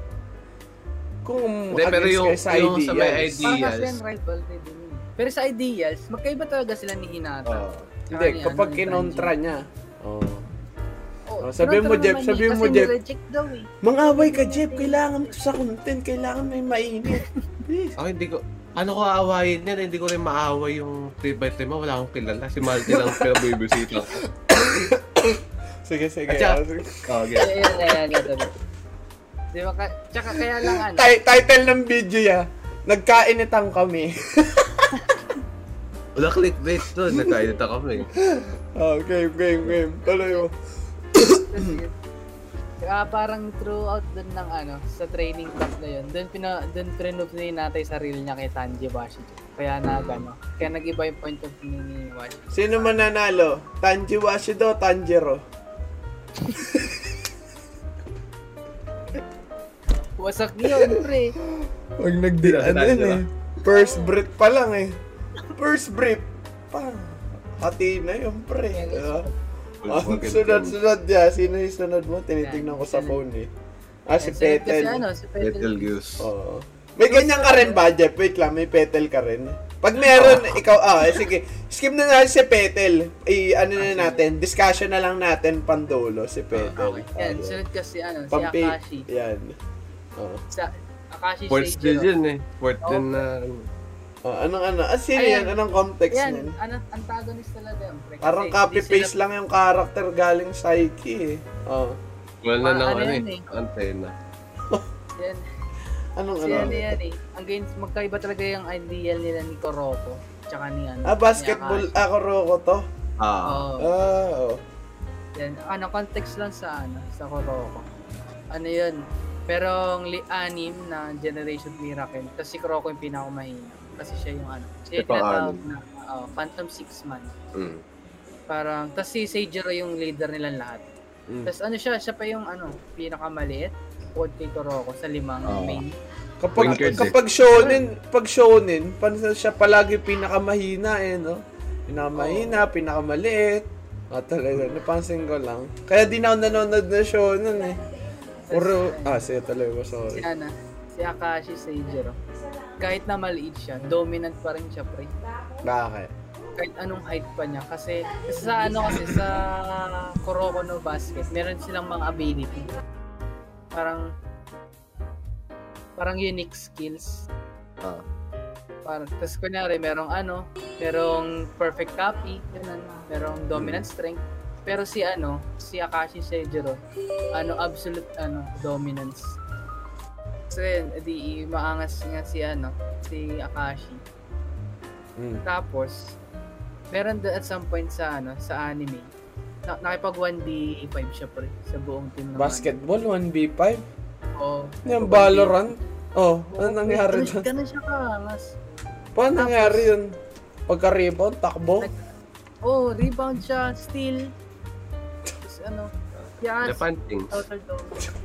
[SPEAKER 1] Kung
[SPEAKER 3] Hindi, pero
[SPEAKER 1] against
[SPEAKER 3] yung-
[SPEAKER 1] kayo sa
[SPEAKER 3] yung sa may
[SPEAKER 1] ideals.
[SPEAKER 3] ide-
[SPEAKER 4] Parang kasi
[SPEAKER 3] Ideals.
[SPEAKER 4] yung rivalry din. eh. Pero sa ideals, magkaiba talaga sila ni Hinata.
[SPEAKER 3] Oo.
[SPEAKER 1] Hindi,
[SPEAKER 4] Kaya,
[SPEAKER 1] kapag
[SPEAKER 4] ano,
[SPEAKER 1] kinontra niya. Oh.
[SPEAKER 4] Oo,
[SPEAKER 1] Oh, sabihin mo,
[SPEAKER 4] kinontra
[SPEAKER 1] Jeff,
[SPEAKER 4] naman
[SPEAKER 1] sabihin
[SPEAKER 4] niya
[SPEAKER 1] mo,
[SPEAKER 4] kasi
[SPEAKER 1] Jeff.
[SPEAKER 4] nireject daw eh.
[SPEAKER 1] Mangaway ka, Jeff. Kailangan ko sa content. Kailangan may
[SPEAKER 3] *laughs*
[SPEAKER 1] mainit. Please.
[SPEAKER 3] Ako hindi ko... Ano ko aawayin yan? Hindi ko rin maaaway yung 3x3 mo. Wala akong kilala. Si Malty lang pero babysit lang.
[SPEAKER 1] Sige, sige.
[SPEAKER 3] Atcha. Okay.
[SPEAKER 4] Kaya yun, kaya yun, sabi. Di ba? ka- Tsaka kaya lang ano.
[SPEAKER 1] Ti- title ng video ya. Nagkainitan kami. *laughs*
[SPEAKER 3] Wala clickbait doon. Nagkainit ako eh.
[SPEAKER 1] oh, game, game, game. Tuloy mo.
[SPEAKER 4] Kaya ah, parang throughout dun ng ano, sa training camp na yun, dun, pina, dun prinove na yun natin yung sarili niya kay Tanji Washijo. Kaya
[SPEAKER 1] Mm.
[SPEAKER 4] na gano. Kaya nag-iba yung point of view ni Washijo.
[SPEAKER 1] Sino man nanalo? Tanji Washido, Tanjiro.
[SPEAKER 4] Wasak yun, pre.
[SPEAKER 1] Huwag nagdi...
[SPEAKER 3] Sino si
[SPEAKER 1] Ano yun
[SPEAKER 3] Tanjiro?
[SPEAKER 1] eh. First breath pa lang eh. First breath. Pa. Hati na yung pre. Diba? Ang sunod-sunod niya. Sino yung sunod mo? Tinitingnan ko sa phone eh. *laughs* Ah, si
[SPEAKER 4] Kasi- Kasi
[SPEAKER 1] Petel.
[SPEAKER 4] ano, si
[SPEAKER 3] Little
[SPEAKER 4] Petel.
[SPEAKER 3] Goose.
[SPEAKER 1] Oo. May ganyan ka rin ba, Jeff? Wait lang, may petel ka rin. Pag meron, ikaw, ah, eh, sige. Skip na natin si petel. I, ano
[SPEAKER 4] Ah,
[SPEAKER 1] na natin, discussion na lang natin pandolo si petel.
[SPEAKER 3] Okay.
[SPEAKER 1] Ah,
[SPEAKER 4] Yan, sunod kasi ano, si
[SPEAKER 1] Pampi.
[SPEAKER 4] Akashi.
[SPEAKER 1] Yan. Oo.
[SPEAKER 4] Sa Akashi
[SPEAKER 3] Fourth
[SPEAKER 4] Seijiro.
[SPEAKER 3] din yun eh. Fourth
[SPEAKER 4] Oo.
[SPEAKER 3] din na...
[SPEAKER 1] Oh, anong ano? Ah, sino
[SPEAKER 4] Ayan.
[SPEAKER 1] yan? Anong context
[SPEAKER 4] Yan,
[SPEAKER 1] niyan?
[SPEAKER 4] ano, antagonist talaga yan, pre. Kasi
[SPEAKER 1] Parang
[SPEAKER 4] hindi
[SPEAKER 1] copy-paste
[SPEAKER 4] sila-
[SPEAKER 1] lang yung character galing Psyche eh. Oh.
[SPEAKER 3] Wala na
[SPEAKER 4] Mga
[SPEAKER 3] ng
[SPEAKER 4] ano
[SPEAKER 3] ano
[SPEAKER 4] yan
[SPEAKER 3] eh.
[SPEAKER 4] eh.
[SPEAKER 3] Antena.
[SPEAKER 4] Yan,
[SPEAKER 1] Anong
[SPEAKER 4] si
[SPEAKER 1] ano?
[SPEAKER 4] ano yan eh. Ang games, magkaiba talaga yung ideal nila ni Kuroko. Tsaka ni ano.
[SPEAKER 1] Ah, basketball.
[SPEAKER 4] ni Akashi.
[SPEAKER 1] Ah, Kuroko to?
[SPEAKER 3] Ah.
[SPEAKER 4] Oo.
[SPEAKER 1] Ah, oh.
[SPEAKER 4] Yan, ano, context lang sa ano, sa Kuroko. Ano yun? Pero ang li- anim na Generation Miracle, tapos si Kuroko yung pinakamahina. Kasi siya yung ano, siya yung
[SPEAKER 3] Ito ang
[SPEAKER 4] tinatawag na oh, Phantom Six Man.
[SPEAKER 3] Mm.
[SPEAKER 4] Parang, tapos si Seijiro yung leader nilang lahat.
[SPEAKER 1] Mm.
[SPEAKER 4] Tapos ano siya, siya pa yung ano, pinakamaliit. Bukod kay Kuroko sa limang
[SPEAKER 3] Oo.
[SPEAKER 4] main.
[SPEAKER 1] Kapag,
[SPEAKER 3] Winkers eh.
[SPEAKER 1] kapag shonen, pag shonen, pansin siya palagi pinakamahina eh, no? Pinakamahina, pinakamaliit. Ah, talaga, napansin ko lang. Kaya di na ako nanonood na shonen eh. Puro, ah, siya talaga,
[SPEAKER 4] Si
[SPEAKER 1] sorry.
[SPEAKER 4] Ana, ah. si Akashi Seijiro. Kahit na maliit siya, dominant pa rin siya, pre.
[SPEAKER 1] Bakit?
[SPEAKER 4] kahit anong height pa niya kasi sa ano kasi sa Kuroko no basket meron silang mga ability parang parang unique skills
[SPEAKER 3] Ah.
[SPEAKER 4] parang tapos kunyari merong ano merong perfect copy ganun merong dominant strength pero si ano si Akashi Seijiro ano absolute ano dominance kasi di maangas nga si ano si Akashi
[SPEAKER 1] Mm.
[SPEAKER 4] tapos, meron doon at some point sa ano, sa anime. Na, nakipag 1D5 siya pre sa buong team ng
[SPEAKER 1] Basketball, 1v5?
[SPEAKER 4] ano. Oo.
[SPEAKER 1] Yung Valorant? Oh, ano nangyari
[SPEAKER 4] doon?
[SPEAKER 1] doon?
[SPEAKER 4] Ganun siya kaangas.
[SPEAKER 1] Paano nangyari yun? Pagka-rebound, takbo?
[SPEAKER 4] Nag- Oh, rebound siya, steal. Tapos ano, yes,
[SPEAKER 3] Japan things.
[SPEAKER 4] total dome. Total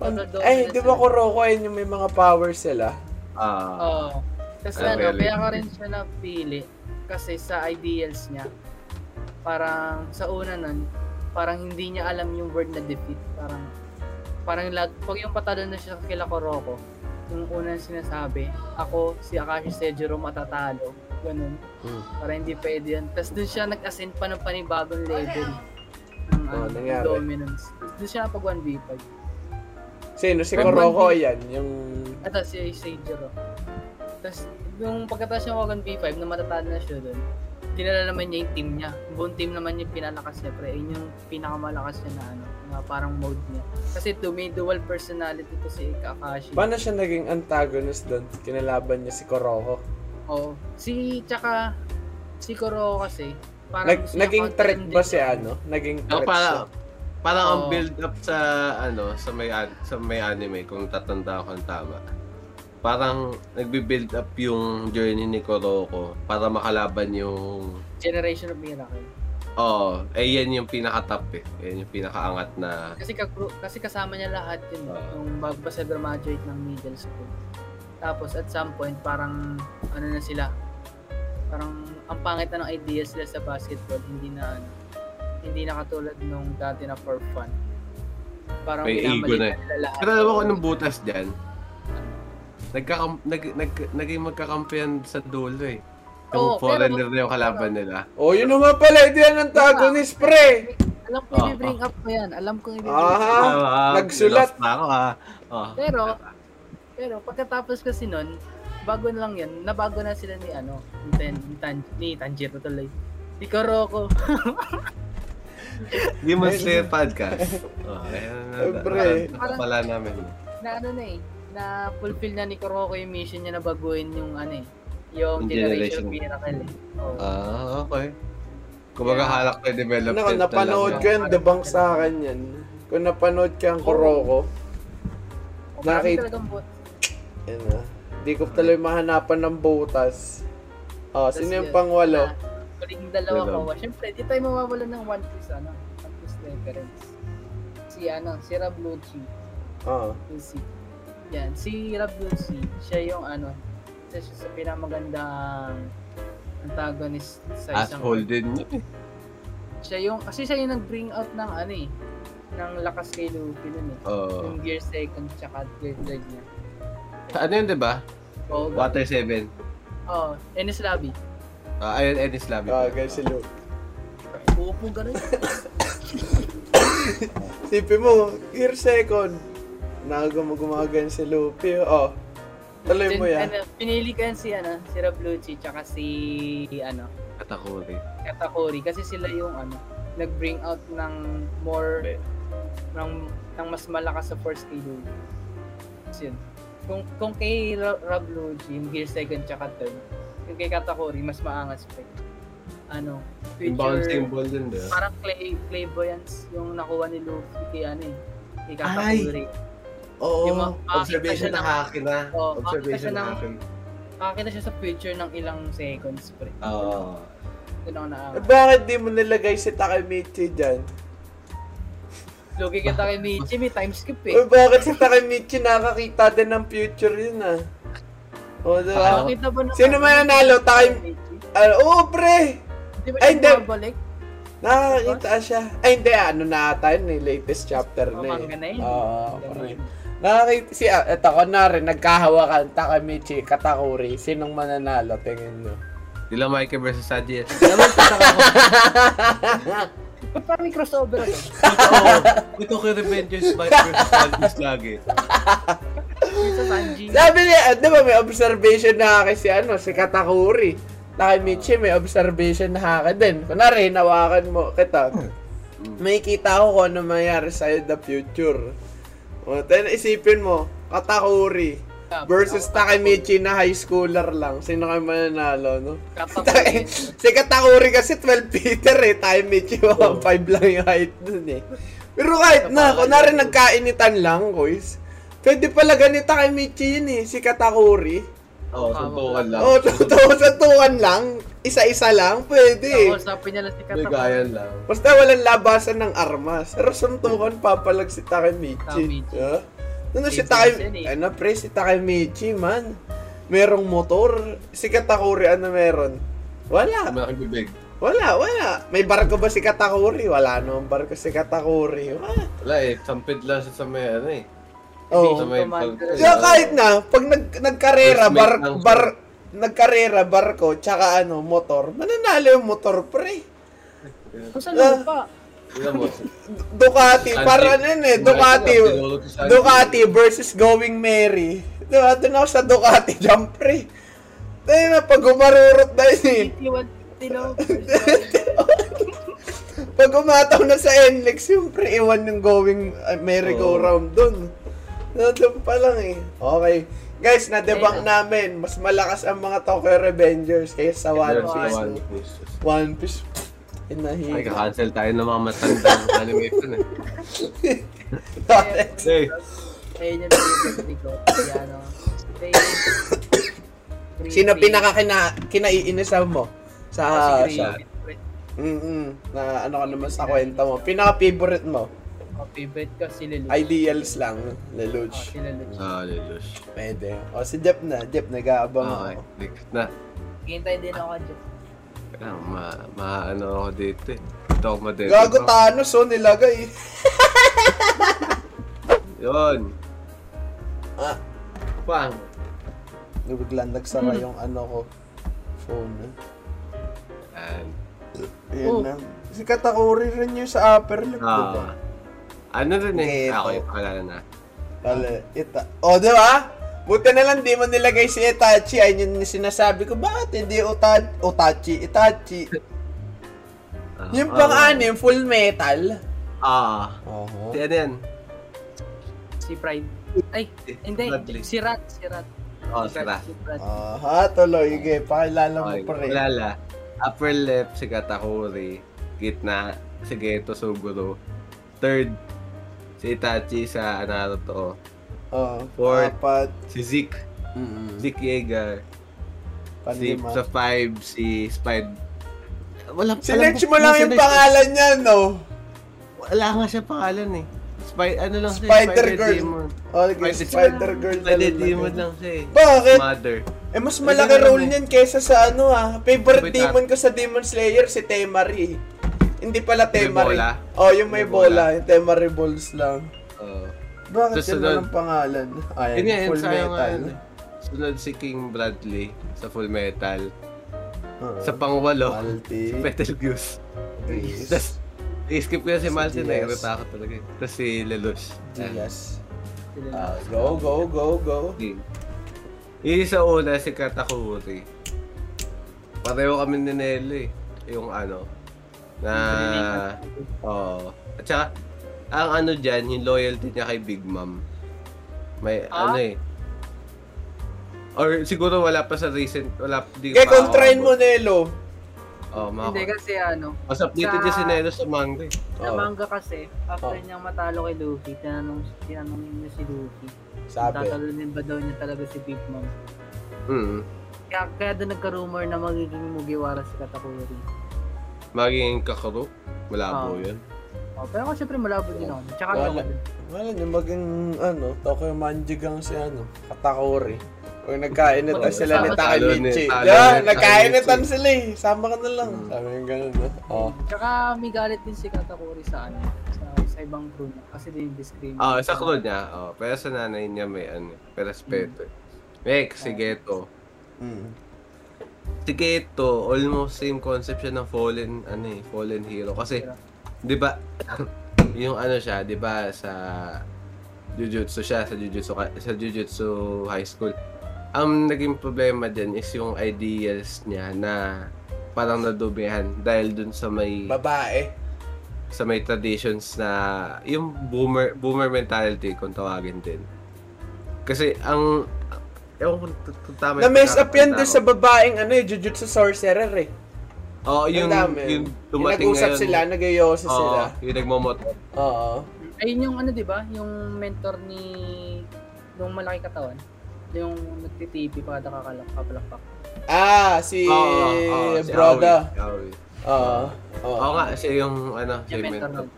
[SPEAKER 1] Pan-
[SPEAKER 4] dome.
[SPEAKER 1] eh, di ba Kuroko ayun yung may mga powers sila?
[SPEAKER 3] Ah.
[SPEAKER 4] Oo. Tapos
[SPEAKER 3] Ah,
[SPEAKER 4] ano,
[SPEAKER 3] really?
[SPEAKER 4] kaya ko rin siya napili kasi sa ideals niya, parang sa una nun, parang hindi niya alam yung word na defeat. Parang, parang lahat, pag yung patalo na siya kila Kuroko, yung unang sinasabi, ako, si Akashi Sejiro matatalo. Ganun.
[SPEAKER 1] Hmm.
[SPEAKER 4] Para hindi pwede yun. Tapos dun siya nag-ascend pa ng panibagong level ng
[SPEAKER 1] Oo,
[SPEAKER 4] ano, ng
[SPEAKER 1] nangyari.
[SPEAKER 4] dominance. Dun siya napag 1v5.
[SPEAKER 1] Sino? Si
[SPEAKER 3] May
[SPEAKER 1] Kuroko, ayan. Yung...
[SPEAKER 4] Ito, si Seijiro. Tapos, nung pagkatapos niya Wagon B5, na matatalo na siya doon, kinala naman niya yung team niya. Buong team naman yung pinalakas niya, pre. Yun yung pinakamalakas niya na ano, na parang mode niya. Kasi to may dual personality to si Kakashi.
[SPEAKER 1] Paano siya naging antagonist doon? Kinalaban niya si Kuroko.
[SPEAKER 4] Oo. Oh, Si, tsaka, si Kuro kasi, parang
[SPEAKER 1] Nag-
[SPEAKER 4] gusto niya
[SPEAKER 1] naging
[SPEAKER 4] counterin
[SPEAKER 1] threat ba
[SPEAKER 4] din
[SPEAKER 1] si
[SPEAKER 4] siya.
[SPEAKER 1] ano? Naging
[SPEAKER 3] Ako
[SPEAKER 1] threat siya.
[SPEAKER 3] para parang ang
[SPEAKER 4] Oo.
[SPEAKER 3] build up sa ano sa may an- sa may anime kung tatanda ko ang tama. Parang nagbi-build up yung journey ni Kuroko para makalaban yung
[SPEAKER 4] Generation of Miracle.
[SPEAKER 3] oh, eh yan yung pinaka top eh. Yan yung pinakaangat na
[SPEAKER 4] Kasi, kakru- kasi kasama niya lahat yun,
[SPEAKER 3] Oo.
[SPEAKER 4] nung bago pa siya graduate ng middle school. Tapos at some point, parang ano na sila, parang ang pangit na ng ideas sila sa basketball, hindi na ano, hindi na katulad nung dati na for fun. Parang
[SPEAKER 3] May
[SPEAKER 4] pinamali
[SPEAKER 3] ego na eh.
[SPEAKER 4] nila lahat.
[SPEAKER 3] Pero alam mo kung anong butas dyan? Nagkakam- nag, nag, naging magkakampiyan sa dulo eh.
[SPEAKER 4] Oo,
[SPEAKER 3] Yung
[SPEAKER 4] pero-
[SPEAKER 3] foreigner na yung kalaban nila.
[SPEAKER 1] Oh, yun naman pala. Hindi yan antagonist, pre!
[SPEAKER 4] Alam ko
[SPEAKER 3] Oo.
[SPEAKER 4] i-bring up ko yan, alam ko i-bring
[SPEAKER 1] Aha.
[SPEAKER 4] up.
[SPEAKER 1] Ah, nagsulat.
[SPEAKER 3] nilost na ako ah. Oh.
[SPEAKER 4] Pero, pero pagkatapos kasi nun, bago na lang yan, nabago na sila ni ano, ni, Ten, ni, Tan, ni Tanjiro tuloy. Ni Kuroko.
[SPEAKER 3] Demon Slayer
[SPEAKER 1] *laughs*
[SPEAKER 3] podcast. Oh, ayan na.
[SPEAKER 1] Siyempre.
[SPEAKER 3] na- Nakapala namin.
[SPEAKER 4] na ano na eh, na fulfill na ni Kuroko yung mission niya na baguhin yung ano eh, yung
[SPEAKER 3] Yung
[SPEAKER 4] generation,
[SPEAKER 3] generation.
[SPEAKER 4] miracle eh. Oo.
[SPEAKER 3] Ah, okay. Kumbaga halak na development
[SPEAKER 1] Nako, Ano napanood
[SPEAKER 3] na
[SPEAKER 1] ko
[SPEAKER 3] lang.
[SPEAKER 1] yun. Debunk sa akin yan. Kung napanood ka ang Kuroko,
[SPEAKER 4] O, marami
[SPEAKER 1] nakit-
[SPEAKER 4] talagang bot.
[SPEAKER 1] yun ah. Hindi ko tuloy mahanapan ng butas. Oh,
[SPEAKER 4] Tas
[SPEAKER 1] sino yung
[SPEAKER 4] yun,
[SPEAKER 1] pangwalo?
[SPEAKER 4] na- Huling dalawa
[SPEAKER 3] Dalawa.
[SPEAKER 4] ko. Siyempre, di tayo mawawala ng One Piece ano, One Piece reference. Si ano, si Rabluchi.
[SPEAKER 1] Oo.
[SPEAKER 4] Lucy. Yan, si Rob Lucy, siya yung ano, siya, siya sa pinamagandang antagonist sa isang...
[SPEAKER 3] Asshole din yun. eh.
[SPEAKER 4] Siya yung, kasi siya yung nag-bring out ng ano eh, ng lakas kay Luffy nun eh.
[SPEAKER 3] Oo.
[SPEAKER 4] Yung Gear Second tsaka Gear Third niya.
[SPEAKER 3] Sa Ano yun, di ba?
[SPEAKER 4] Oh,
[SPEAKER 3] Water 7.
[SPEAKER 4] Oh, Ennis Labi.
[SPEAKER 3] Ah, ayun, Ennis Labi.
[SPEAKER 1] Ah, guys, si Luke.
[SPEAKER 4] Upo ganun.
[SPEAKER 1] Sipin mo, year second. Nagagumagumagano si Luffy. Oh, *laughs* Tuloy mo yan.
[SPEAKER 4] Ano, pinili ko yan si, ano, si Rablucci tsaka si, ano,
[SPEAKER 3] Katakuri.
[SPEAKER 4] Katakuri kasi sila yung, ano, nag-bring out ng more,
[SPEAKER 3] Be.
[SPEAKER 4] ng, ng mas malakas sa first season. Kasi yun. Kung, kung kay Ra- Rablucci, yung Gear Second tsaka third, yung kay Katakuri, mas maangas pa yun. Ano,
[SPEAKER 3] Yung bouncing ball din ba?
[SPEAKER 4] parang clay, clairvoyance yung nakuha ni Luffy kay ano eh. Kay
[SPEAKER 3] Ay!
[SPEAKER 4] Katakuri.
[SPEAKER 3] Oo,
[SPEAKER 4] Yung mga-
[SPEAKER 3] observation
[SPEAKER 4] makita siya
[SPEAKER 3] na
[SPEAKER 4] ng-
[SPEAKER 3] haki na.
[SPEAKER 4] Oo,
[SPEAKER 3] observation
[SPEAKER 4] makita siya
[SPEAKER 3] na
[SPEAKER 4] ng-
[SPEAKER 3] haki.
[SPEAKER 4] Nakakita siya sa future ng ilang seconds pre.
[SPEAKER 3] Oo.
[SPEAKER 4] Doon ako
[SPEAKER 1] Eh,
[SPEAKER 4] naawa.
[SPEAKER 1] Bakit di mo nilagay si Takemichi dyan?
[SPEAKER 4] Lugi kita kay Michi, may time skip
[SPEAKER 1] O
[SPEAKER 4] eh.
[SPEAKER 1] bakit si Takemichi nakakita din ng future yun ah? O, di ba?
[SPEAKER 3] Bakit?
[SPEAKER 4] Nakita ba na-
[SPEAKER 1] Sino man nanalo? Tayo- Ah, oo, pre!
[SPEAKER 4] Di ba
[SPEAKER 1] Ay,
[SPEAKER 4] siya
[SPEAKER 1] hindi.
[SPEAKER 4] babalik?
[SPEAKER 1] Nakakita siya. Ay, hindi. Ano na ata yun eh. Latest chapter na
[SPEAKER 4] Oh,
[SPEAKER 1] eh.
[SPEAKER 4] manga na yun.
[SPEAKER 1] Oo,
[SPEAKER 4] Manga na
[SPEAKER 1] pre.
[SPEAKER 4] yun.
[SPEAKER 1] Nakakita si... ah, Eto, kunwari, nagkahawakan. Takamichi, Katakuri. Sinong mananalo? Tingin mo.
[SPEAKER 3] Dila Mikey versus eh. Sadie.
[SPEAKER 4] Naman sa ako. Ba't parang may crossover ano? ako?
[SPEAKER 3] Oo. Ito kay Revengers Mike versus Sadie's lagi.
[SPEAKER 4] Yung sa Sanji.
[SPEAKER 1] Sabi niya, ah, di ba may observation na haka si ano, si Katakuri. Takamichi, may observation na haka din. Kunwari, hinawakan mo kita. May kita ko kung ano mangyari sa'yo in the future. O, then isipin mo, Katakuri versus Takemichi na high schooler lang. Sino kayo mananalo, no?
[SPEAKER 4] Katakuri.
[SPEAKER 1] *laughs* si Katakuri kasi 12 feet eh. Takemichi,
[SPEAKER 4] Oh.
[SPEAKER 1] 1.5 lang yung height nun eh. Pero kahit na, kunwari nagkainitan lang, guys. Pwede pala ganito kay Michi yun eh, si Katakuri.
[SPEAKER 3] Oo, suntukan lang.
[SPEAKER 1] Oo, *laughs* totoo, sa tuwan lang, isa-isa lang, pwede eh.
[SPEAKER 4] Tapos sabi niya lang si
[SPEAKER 3] May
[SPEAKER 4] Katakuri.
[SPEAKER 3] gayan lang.
[SPEAKER 1] Basta walang labasan ng armas. Pero suntukan papalag si Takemichi.
[SPEAKER 4] Takemichi.
[SPEAKER 1] Ha? Ano si
[SPEAKER 4] Same
[SPEAKER 1] Takemichi?
[SPEAKER 4] sense yan eh.
[SPEAKER 1] Ano pre, si Takemichi man. Merong motor. Si Katakuri ano meron? Wala.
[SPEAKER 3] Malaking bibig.
[SPEAKER 1] Wala, wala. May barko ba si Katakuri? Wala naman barko si Katakuri. What?
[SPEAKER 3] Wala eh, sampid lang siya sa may ano eh.
[SPEAKER 1] Oh.
[SPEAKER 3] Sa may pag-
[SPEAKER 4] Commander.
[SPEAKER 1] Kaya kahit na, pag nag, nagkarera,
[SPEAKER 3] First mate
[SPEAKER 1] bar,
[SPEAKER 3] lang siya.
[SPEAKER 1] bar, nagkarera, barko, tsaka ano, motor, mananalo yung motor, pre.
[SPEAKER 4] Kung saan
[SPEAKER 1] Ah.
[SPEAKER 4] ano pa?
[SPEAKER 3] Tingnan mo.
[SPEAKER 1] Ducati,
[SPEAKER 3] Sanji.
[SPEAKER 1] parang ano eh, Ducati.
[SPEAKER 3] Tinulog si Sanji.
[SPEAKER 1] Ducati versus Going Merry. Diba, doon ako sa Ducati, Jumpre. Dahil na, pag umarurot na yun eh.
[SPEAKER 4] Titiwan,
[SPEAKER 1] *laughs*
[SPEAKER 4] tinaw.
[SPEAKER 1] Pag umataw na sa NLEX, siyempre iwan yung going uh, merry-go-round dun. Nandun pa lang eh. Okay. Guys, na-debunk
[SPEAKER 4] Ayun.
[SPEAKER 1] namin. Mas malakas ang mga Tokyo Revengers kaysa sa *laughs* One
[SPEAKER 3] There's
[SPEAKER 1] Piece. no?
[SPEAKER 3] the One Piece.
[SPEAKER 1] One Piece. Inahi.
[SPEAKER 3] Ay, kakancel tayo ng mga matandang *laughs* animation eh. Hey,
[SPEAKER 4] Ayun yung favorite ko. Si ano. si-
[SPEAKER 1] *laughs* Sino pinaka Ah, kina kinaiinisan mo? Sa...
[SPEAKER 4] Ah, si
[SPEAKER 1] sa
[SPEAKER 4] Gravy.
[SPEAKER 1] mm Na ano ka naman sa kwenta mo. Pinaka-favorite mo.
[SPEAKER 4] Oh, favorite ko si Lelouch.
[SPEAKER 1] Ideals lang.
[SPEAKER 4] Oh, si
[SPEAKER 1] Lelouch.
[SPEAKER 4] Lelouch.
[SPEAKER 3] Ah, Lelouch.
[SPEAKER 1] Pwede. O si Jeff na. Jeff, nag-aabang ako.
[SPEAKER 3] Okay, next Ah, na.
[SPEAKER 4] Hintay din ako dyan.
[SPEAKER 3] Kailangan ma, ma ano ako dito eh. Ito ako madito.
[SPEAKER 1] Gago Thanos, oh, nilagay.
[SPEAKER 3] Yun.
[SPEAKER 1] Ah,
[SPEAKER 3] Bang.
[SPEAKER 1] nabiglang nagsara yung ano ko. Phone.
[SPEAKER 3] And,
[SPEAKER 1] Ayun
[SPEAKER 4] Oh.
[SPEAKER 1] na. Si Katakuri rin yung sa upper lip, diba?
[SPEAKER 3] ah, ano rin eh.
[SPEAKER 1] Ito.
[SPEAKER 3] Ah, Okay, pala na.
[SPEAKER 1] Pala, ita. O, oh, di ba? Buti na lang di mo nilagay si Itachi. Ayun yung sinasabi ko, bakit hindi Uta- Utachi, Itachi?
[SPEAKER 3] *laughs* Ah,
[SPEAKER 1] Yung
[SPEAKER 3] ah,
[SPEAKER 1] pang-anim, full metal.
[SPEAKER 3] Ah,
[SPEAKER 1] Oo.
[SPEAKER 3] si ano yan?
[SPEAKER 4] Si Pride. Ay, hindi.
[SPEAKER 3] Bradley.
[SPEAKER 4] Si Rat. Si Rat.
[SPEAKER 3] Oh, si Ra.
[SPEAKER 4] Si Rat.
[SPEAKER 1] Aha, tuloy. Okay, pakilala mo
[SPEAKER 3] Okay,
[SPEAKER 1] pa rin.
[SPEAKER 3] kilala. Upper left, si Katakuri. Gitna, si Geto Suguro. Third, si Itachi sa Naruto.
[SPEAKER 1] Oo.
[SPEAKER 3] Fourth.
[SPEAKER 1] Oh, Apat.
[SPEAKER 3] Si Zeke,
[SPEAKER 1] Mm-mm.
[SPEAKER 3] Zeke Yeager. Si,
[SPEAKER 1] Panlima.
[SPEAKER 3] sa five, si Spider. Wala
[SPEAKER 1] Sinetch mo lang yung pangalan niya, no?
[SPEAKER 3] Wala nga siya pangalan eh. Spy, ano lang siya?
[SPEAKER 1] Spider-Girl.
[SPEAKER 3] Demon.
[SPEAKER 1] Okay,
[SPEAKER 3] Spider-
[SPEAKER 1] Spider-Girl na
[SPEAKER 3] Spider
[SPEAKER 1] lang.
[SPEAKER 3] Demon
[SPEAKER 1] natin.
[SPEAKER 3] lang siya eh.
[SPEAKER 1] Bakit?
[SPEAKER 3] Mother.
[SPEAKER 1] Eh, mas malaki role niyan kaysa sa ano ah. Favorite
[SPEAKER 3] Wait,
[SPEAKER 1] demon ko sa Demon Slayer, si Temari. Hindi pala
[SPEAKER 3] May
[SPEAKER 1] Temari.
[SPEAKER 3] bola.
[SPEAKER 1] Oh, yung may
[SPEAKER 3] May bola.
[SPEAKER 1] bola. Yung Temari balls lang.
[SPEAKER 3] Oo.
[SPEAKER 1] Bakit
[SPEAKER 3] Tapos
[SPEAKER 1] yun
[SPEAKER 3] sunod-
[SPEAKER 1] walang pangalan? Ayan,
[SPEAKER 3] Oh. Yun nga, yun
[SPEAKER 1] full
[SPEAKER 3] sa yung
[SPEAKER 1] metal.
[SPEAKER 3] ano. Sunod si King Bradley sa Full Metal.
[SPEAKER 1] Oo.
[SPEAKER 3] Sa pangwalo,
[SPEAKER 1] Multi.
[SPEAKER 3] si Petal Goose.
[SPEAKER 1] Yes.
[SPEAKER 3] Tapos, i-skip ko na
[SPEAKER 1] Si
[SPEAKER 3] si Malty
[SPEAKER 1] Diaz.
[SPEAKER 3] na ako talaga. eh. Tapos si Lelouch.
[SPEAKER 1] Yes.
[SPEAKER 4] Si Lelouch.
[SPEAKER 1] Ah, go, go, go, go.
[SPEAKER 3] Game. Yung sa una, si Katakuri. Pareho kami ni Nelly. Yung ano. Na... Oo. At saka, ang ano dyan, yung loyalty niya kay Big Mom. May
[SPEAKER 4] Ah?
[SPEAKER 3] ano eh. Or siguro wala pa sa recent, wala di
[SPEAKER 1] Kaya
[SPEAKER 3] pa
[SPEAKER 1] kontrain
[SPEAKER 3] ako-
[SPEAKER 1] mo, Nelo.
[SPEAKER 3] Oo, mga
[SPEAKER 4] Hindi kasi ano,
[SPEAKER 3] Mas updated
[SPEAKER 4] Sa-
[SPEAKER 3] niya si Nelo sa manga eh.
[SPEAKER 1] Oh,
[SPEAKER 4] sa
[SPEAKER 3] Oo.
[SPEAKER 4] manga kasi, after
[SPEAKER 1] Oo.
[SPEAKER 4] niyang matalo kay Luffy, tinanong, tinanong niya si Luffy. kung
[SPEAKER 1] Sabi.
[SPEAKER 4] Tatalunin ba daw niya talaga si Big Mom?
[SPEAKER 3] Mm.
[SPEAKER 4] Kaya, kaya doon nagka-rumor na magiging Mugiwara si Katakuri.
[SPEAKER 3] Magiging kakaro. Malabo
[SPEAKER 4] Oo.
[SPEAKER 3] yun.
[SPEAKER 4] Oh, pero ako syempre malabo din ako. Tsaka
[SPEAKER 1] Wala.
[SPEAKER 4] ako din.
[SPEAKER 1] Wala niyo maging ano, Tokyo Manjigang si ano, Katakuri. O nagkainitan
[SPEAKER 3] Oo,
[SPEAKER 1] sila ni
[SPEAKER 3] talo-
[SPEAKER 1] Taki
[SPEAKER 3] talo ni-
[SPEAKER 1] Michi.
[SPEAKER 3] talo
[SPEAKER 1] Yeah,
[SPEAKER 3] ni
[SPEAKER 1] nagkainitan
[SPEAKER 3] Takemichi.
[SPEAKER 1] sila eh. Sama ka na lang.
[SPEAKER 3] Hmm. Oh.
[SPEAKER 1] Sabi yung ganun, no? Oo.
[SPEAKER 4] Tsaka may galit din si Katakuri sa ano, sa, sa ibang crew niya. Kasi din yung discriminate.
[SPEAKER 3] Oo, Ah, sa crew niya. oo. pero sa nanay niya may ano, may respeto. eh. Next, si Geto.
[SPEAKER 1] Mm.
[SPEAKER 3] Si Geto, almost same concept siya ng fallen, ano eh, fallen hero. Kasi,
[SPEAKER 4] Hero.
[SPEAKER 3] di ba, *coughs* yung ano siya, di ba, sa Jujutsu siya, sa Jujutsu, ka- sa Jujutsu High School. Ang naging problema din is yung ideals niya na parang nadubihan dahil dun sa may
[SPEAKER 1] Babae.
[SPEAKER 3] sa may traditions na yung boomer boomer mentality kung tawagin din. Kasi ang ewan ko kung t- tama yung
[SPEAKER 1] Na-mess up yan doon
[SPEAKER 3] pagkakatanda
[SPEAKER 1] sa
[SPEAKER 3] ko.
[SPEAKER 1] babaeng ano eh, Jujutsu Sorcerer eh.
[SPEAKER 3] Oo, oh, yung,
[SPEAKER 1] Ang dami. Yung
[SPEAKER 3] yung dumating
[SPEAKER 1] nag-usap sila, nagyoyosi
[SPEAKER 3] Oo,
[SPEAKER 1] sila.
[SPEAKER 3] yung nagmomot.
[SPEAKER 1] Oo.
[SPEAKER 4] Ayun yung ano, di ba? Yung mentor ni... Yung malaki katawan. Yung nagtitipi pa kada kakalak kapalakpak.
[SPEAKER 1] Ah, si
[SPEAKER 3] Oo, oo, si
[SPEAKER 1] Broda.
[SPEAKER 3] Aoi, Aoi.
[SPEAKER 1] Oo.
[SPEAKER 3] Oo
[SPEAKER 1] Oo.
[SPEAKER 3] nga, siya yung ano, siya
[SPEAKER 4] Yung
[SPEAKER 3] yung
[SPEAKER 4] mentor
[SPEAKER 3] mentor.
[SPEAKER 4] nun.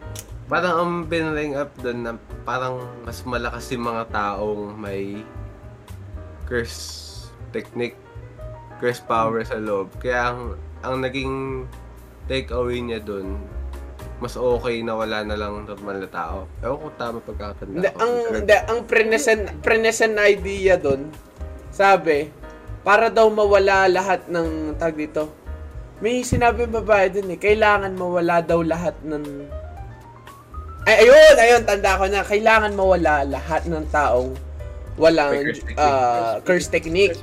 [SPEAKER 3] Parang ang binring up doon na parang mas malakas yung mga taong may curse technique, curse power sa loob. Kaya ang, ang naging take away niya doon, mas okay na wala na lang normal na tao. Ewan ko tama pagkakatanda
[SPEAKER 1] Hindi,
[SPEAKER 3] ko.
[SPEAKER 1] ang hindi, ang prenesen prenesen na idea doon. Sabi, para daw mawala lahat ng tag dito. May sinabi yung babae dun eh, kailangan mawala daw lahat ng Ay ayun, ayun tanda ko na, kailangan mawala lahat ng taong walang
[SPEAKER 3] May curse technique.
[SPEAKER 1] ah, curse technique.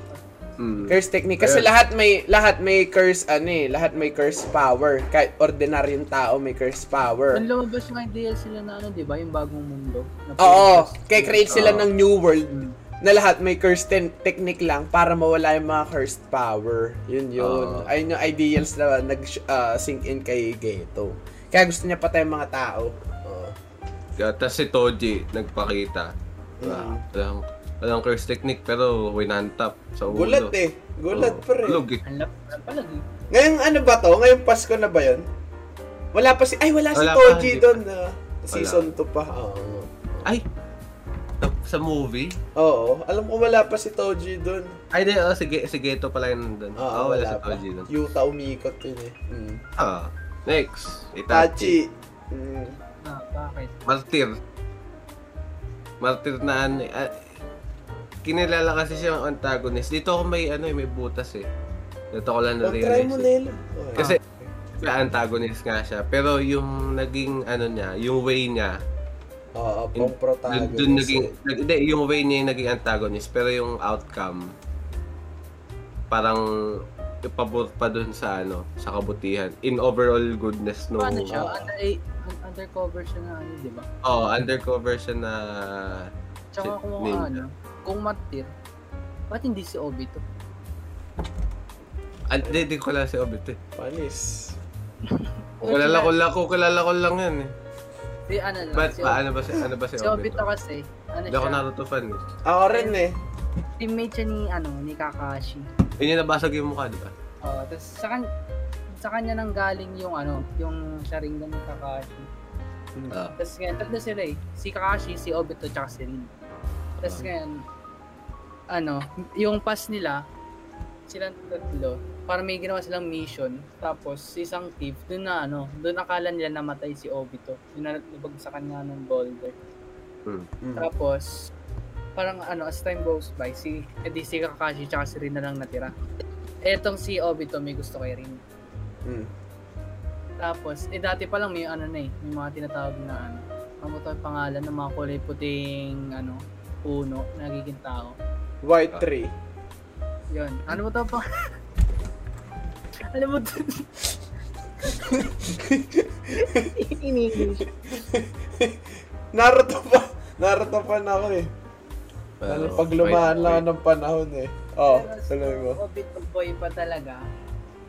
[SPEAKER 3] Mm.
[SPEAKER 1] Curse technique kasi
[SPEAKER 3] Ayun.
[SPEAKER 1] lahat may lahat may curse ano eh, lahat may curse power. Kahit ordinaryong tao may curse power.
[SPEAKER 4] Nung lumabas yung ideal sila na ano, di ba? Yung bagong mundo. Na
[SPEAKER 1] Oo, kaya create sila
[SPEAKER 3] Oo.
[SPEAKER 1] ng new world
[SPEAKER 4] Mm.
[SPEAKER 1] na lahat may cursed ten- technique lang para mawala yung mga cursed power. Yun yun.
[SPEAKER 3] Oo.
[SPEAKER 1] Ayun yung ideals na nag-sink in kay Geto. Kaya gusto niya patay yung mga tao. Oo.
[SPEAKER 3] Kaya tas si Toji nagpakita.
[SPEAKER 1] Mm.
[SPEAKER 3] Wala, walang, walang curse technique pero winantap sa ulo.
[SPEAKER 1] Gulat eh. Gulat
[SPEAKER 3] Oo.
[SPEAKER 1] pa rin.
[SPEAKER 3] Log eh.
[SPEAKER 4] Ang lap, ang palag eh.
[SPEAKER 1] Ngayong ano ba to? Ngayong Pasko na ba yun? Wala pa si... Ay, wala, si
[SPEAKER 3] Wala pa,
[SPEAKER 1] Toji
[SPEAKER 3] hindi pa.
[SPEAKER 1] doon. ah. season 2 pa. Oo.
[SPEAKER 3] Ay! Sa- Sa movie?
[SPEAKER 1] Oo. Alam ko wala pa si Toji doon.
[SPEAKER 3] Ay, di, oh, sige, sige, ito pala yun nandun.
[SPEAKER 1] Oo,
[SPEAKER 3] Oo, wala, sa
[SPEAKER 1] Ah, pa.
[SPEAKER 3] Toji nun.
[SPEAKER 1] Yuta umikot yun eh. Mm.
[SPEAKER 3] Ah, next, Itachi.
[SPEAKER 1] Tachi. Mm.
[SPEAKER 4] Ah, bakit?
[SPEAKER 3] Martir. Martir na ano eh. ah, kinilala kasi siya ang antagonist. Dito ako may ano eh, may butas eh. Dito ko lang
[SPEAKER 1] Pag-try mo,
[SPEAKER 3] na-realize. eh.
[SPEAKER 1] Nelo. Oo.
[SPEAKER 3] Kasi, siya antagonist nga siya. Pero yung naging ano niya, yung way niya,
[SPEAKER 1] Ah, Oo,
[SPEAKER 3] Yun-
[SPEAKER 1] pang protagonist.
[SPEAKER 3] dun, dun
[SPEAKER 1] eh.
[SPEAKER 3] naging, nag, hindi, yung way niya yung naging antagonist. Pero yung outcome, parang ipabot pa dun sa ano, sa kabutihan. In overall goodness no.
[SPEAKER 4] Paano siya?
[SPEAKER 1] ah.
[SPEAKER 4] Under, eh, un- undercover siya na ano, di ba?
[SPEAKER 3] Oh, undercover siya na
[SPEAKER 4] Tsaka
[SPEAKER 3] Si-
[SPEAKER 4] kung
[SPEAKER 3] ninja.
[SPEAKER 4] ano, kung martir, ba't hindi si Obito?
[SPEAKER 3] Ah, Hindi, di ko lang si Obito. eh.
[SPEAKER 1] Panis.
[SPEAKER 3] Kilala ko lang, ko kilala ko lang yan eh.
[SPEAKER 4] Si ano lang,
[SPEAKER 3] But
[SPEAKER 4] si,
[SPEAKER 3] pa,
[SPEAKER 4] Obito.
[SPEAKER 3] ano ba si ano ba si
[SPEAKER 4] si Obito
[SPEAKER 3] Obito?
[SPEAKER 4] kasi, ano
[SPEAKER 3] Hindi ako
[SPEAKER 4] siya,
[SPEAKER 3] Naruto fan eh.
[SPEAKER 1] Ako rin eh.
[SPEAKER 4] teammate siya ni, ano, ni Kakashi.
[SPEAKER 3] Yun yung nabasag yung mukha, di ba?
[SPEAKER 4] Oh, tapos sa, kan sa kanya nang galing yung ano, yung Sharingan ni Kakashi.
[SPEAKER 3] Ah.
[SPEAKER 4] Tapos ngayon, tatlo sila eh. Si Kakashi, si Obito, tsaka si Rin. Tapos ngayon, ano, yung pass nila, silang tatlo, para may ginawa silang mission. Tapos, si isang thief, dun na ano, dun akala nila namatay si Obito. Dun na nabagsakan nga ng boulder.
[SPEAKER 3] Hmm.
[SPEAKER 1] Mm, Hmm.
[SPEAKER 4] Tapos, parang ano, as time goes by, si, edi si Kakashi tsaka si Rin na lang natira. Etong si Obito may gusto kay Rin.
[SPEAKER 1] Mm.
[SPEAKER 4] Tapos, eh dati pa lang may ano na eh, may mga tinatawag na ano, ano to yung pangalan ng mga kulay puting ano, puno, nagiging tao.
[SPEAKER 1] White tree.
[SPEAKER 4] Yun. Ano mo to pa? *laughs* Alam mo to? In English.
[SPEAKER 1] Naruto pa. *laughs* Naruto pa na ako eh. Lalo pag lumaan lang ako ng panahon eh. Oh, tuloy mo.
[SPEAKER 4] Pero, bit of boy pa talaga.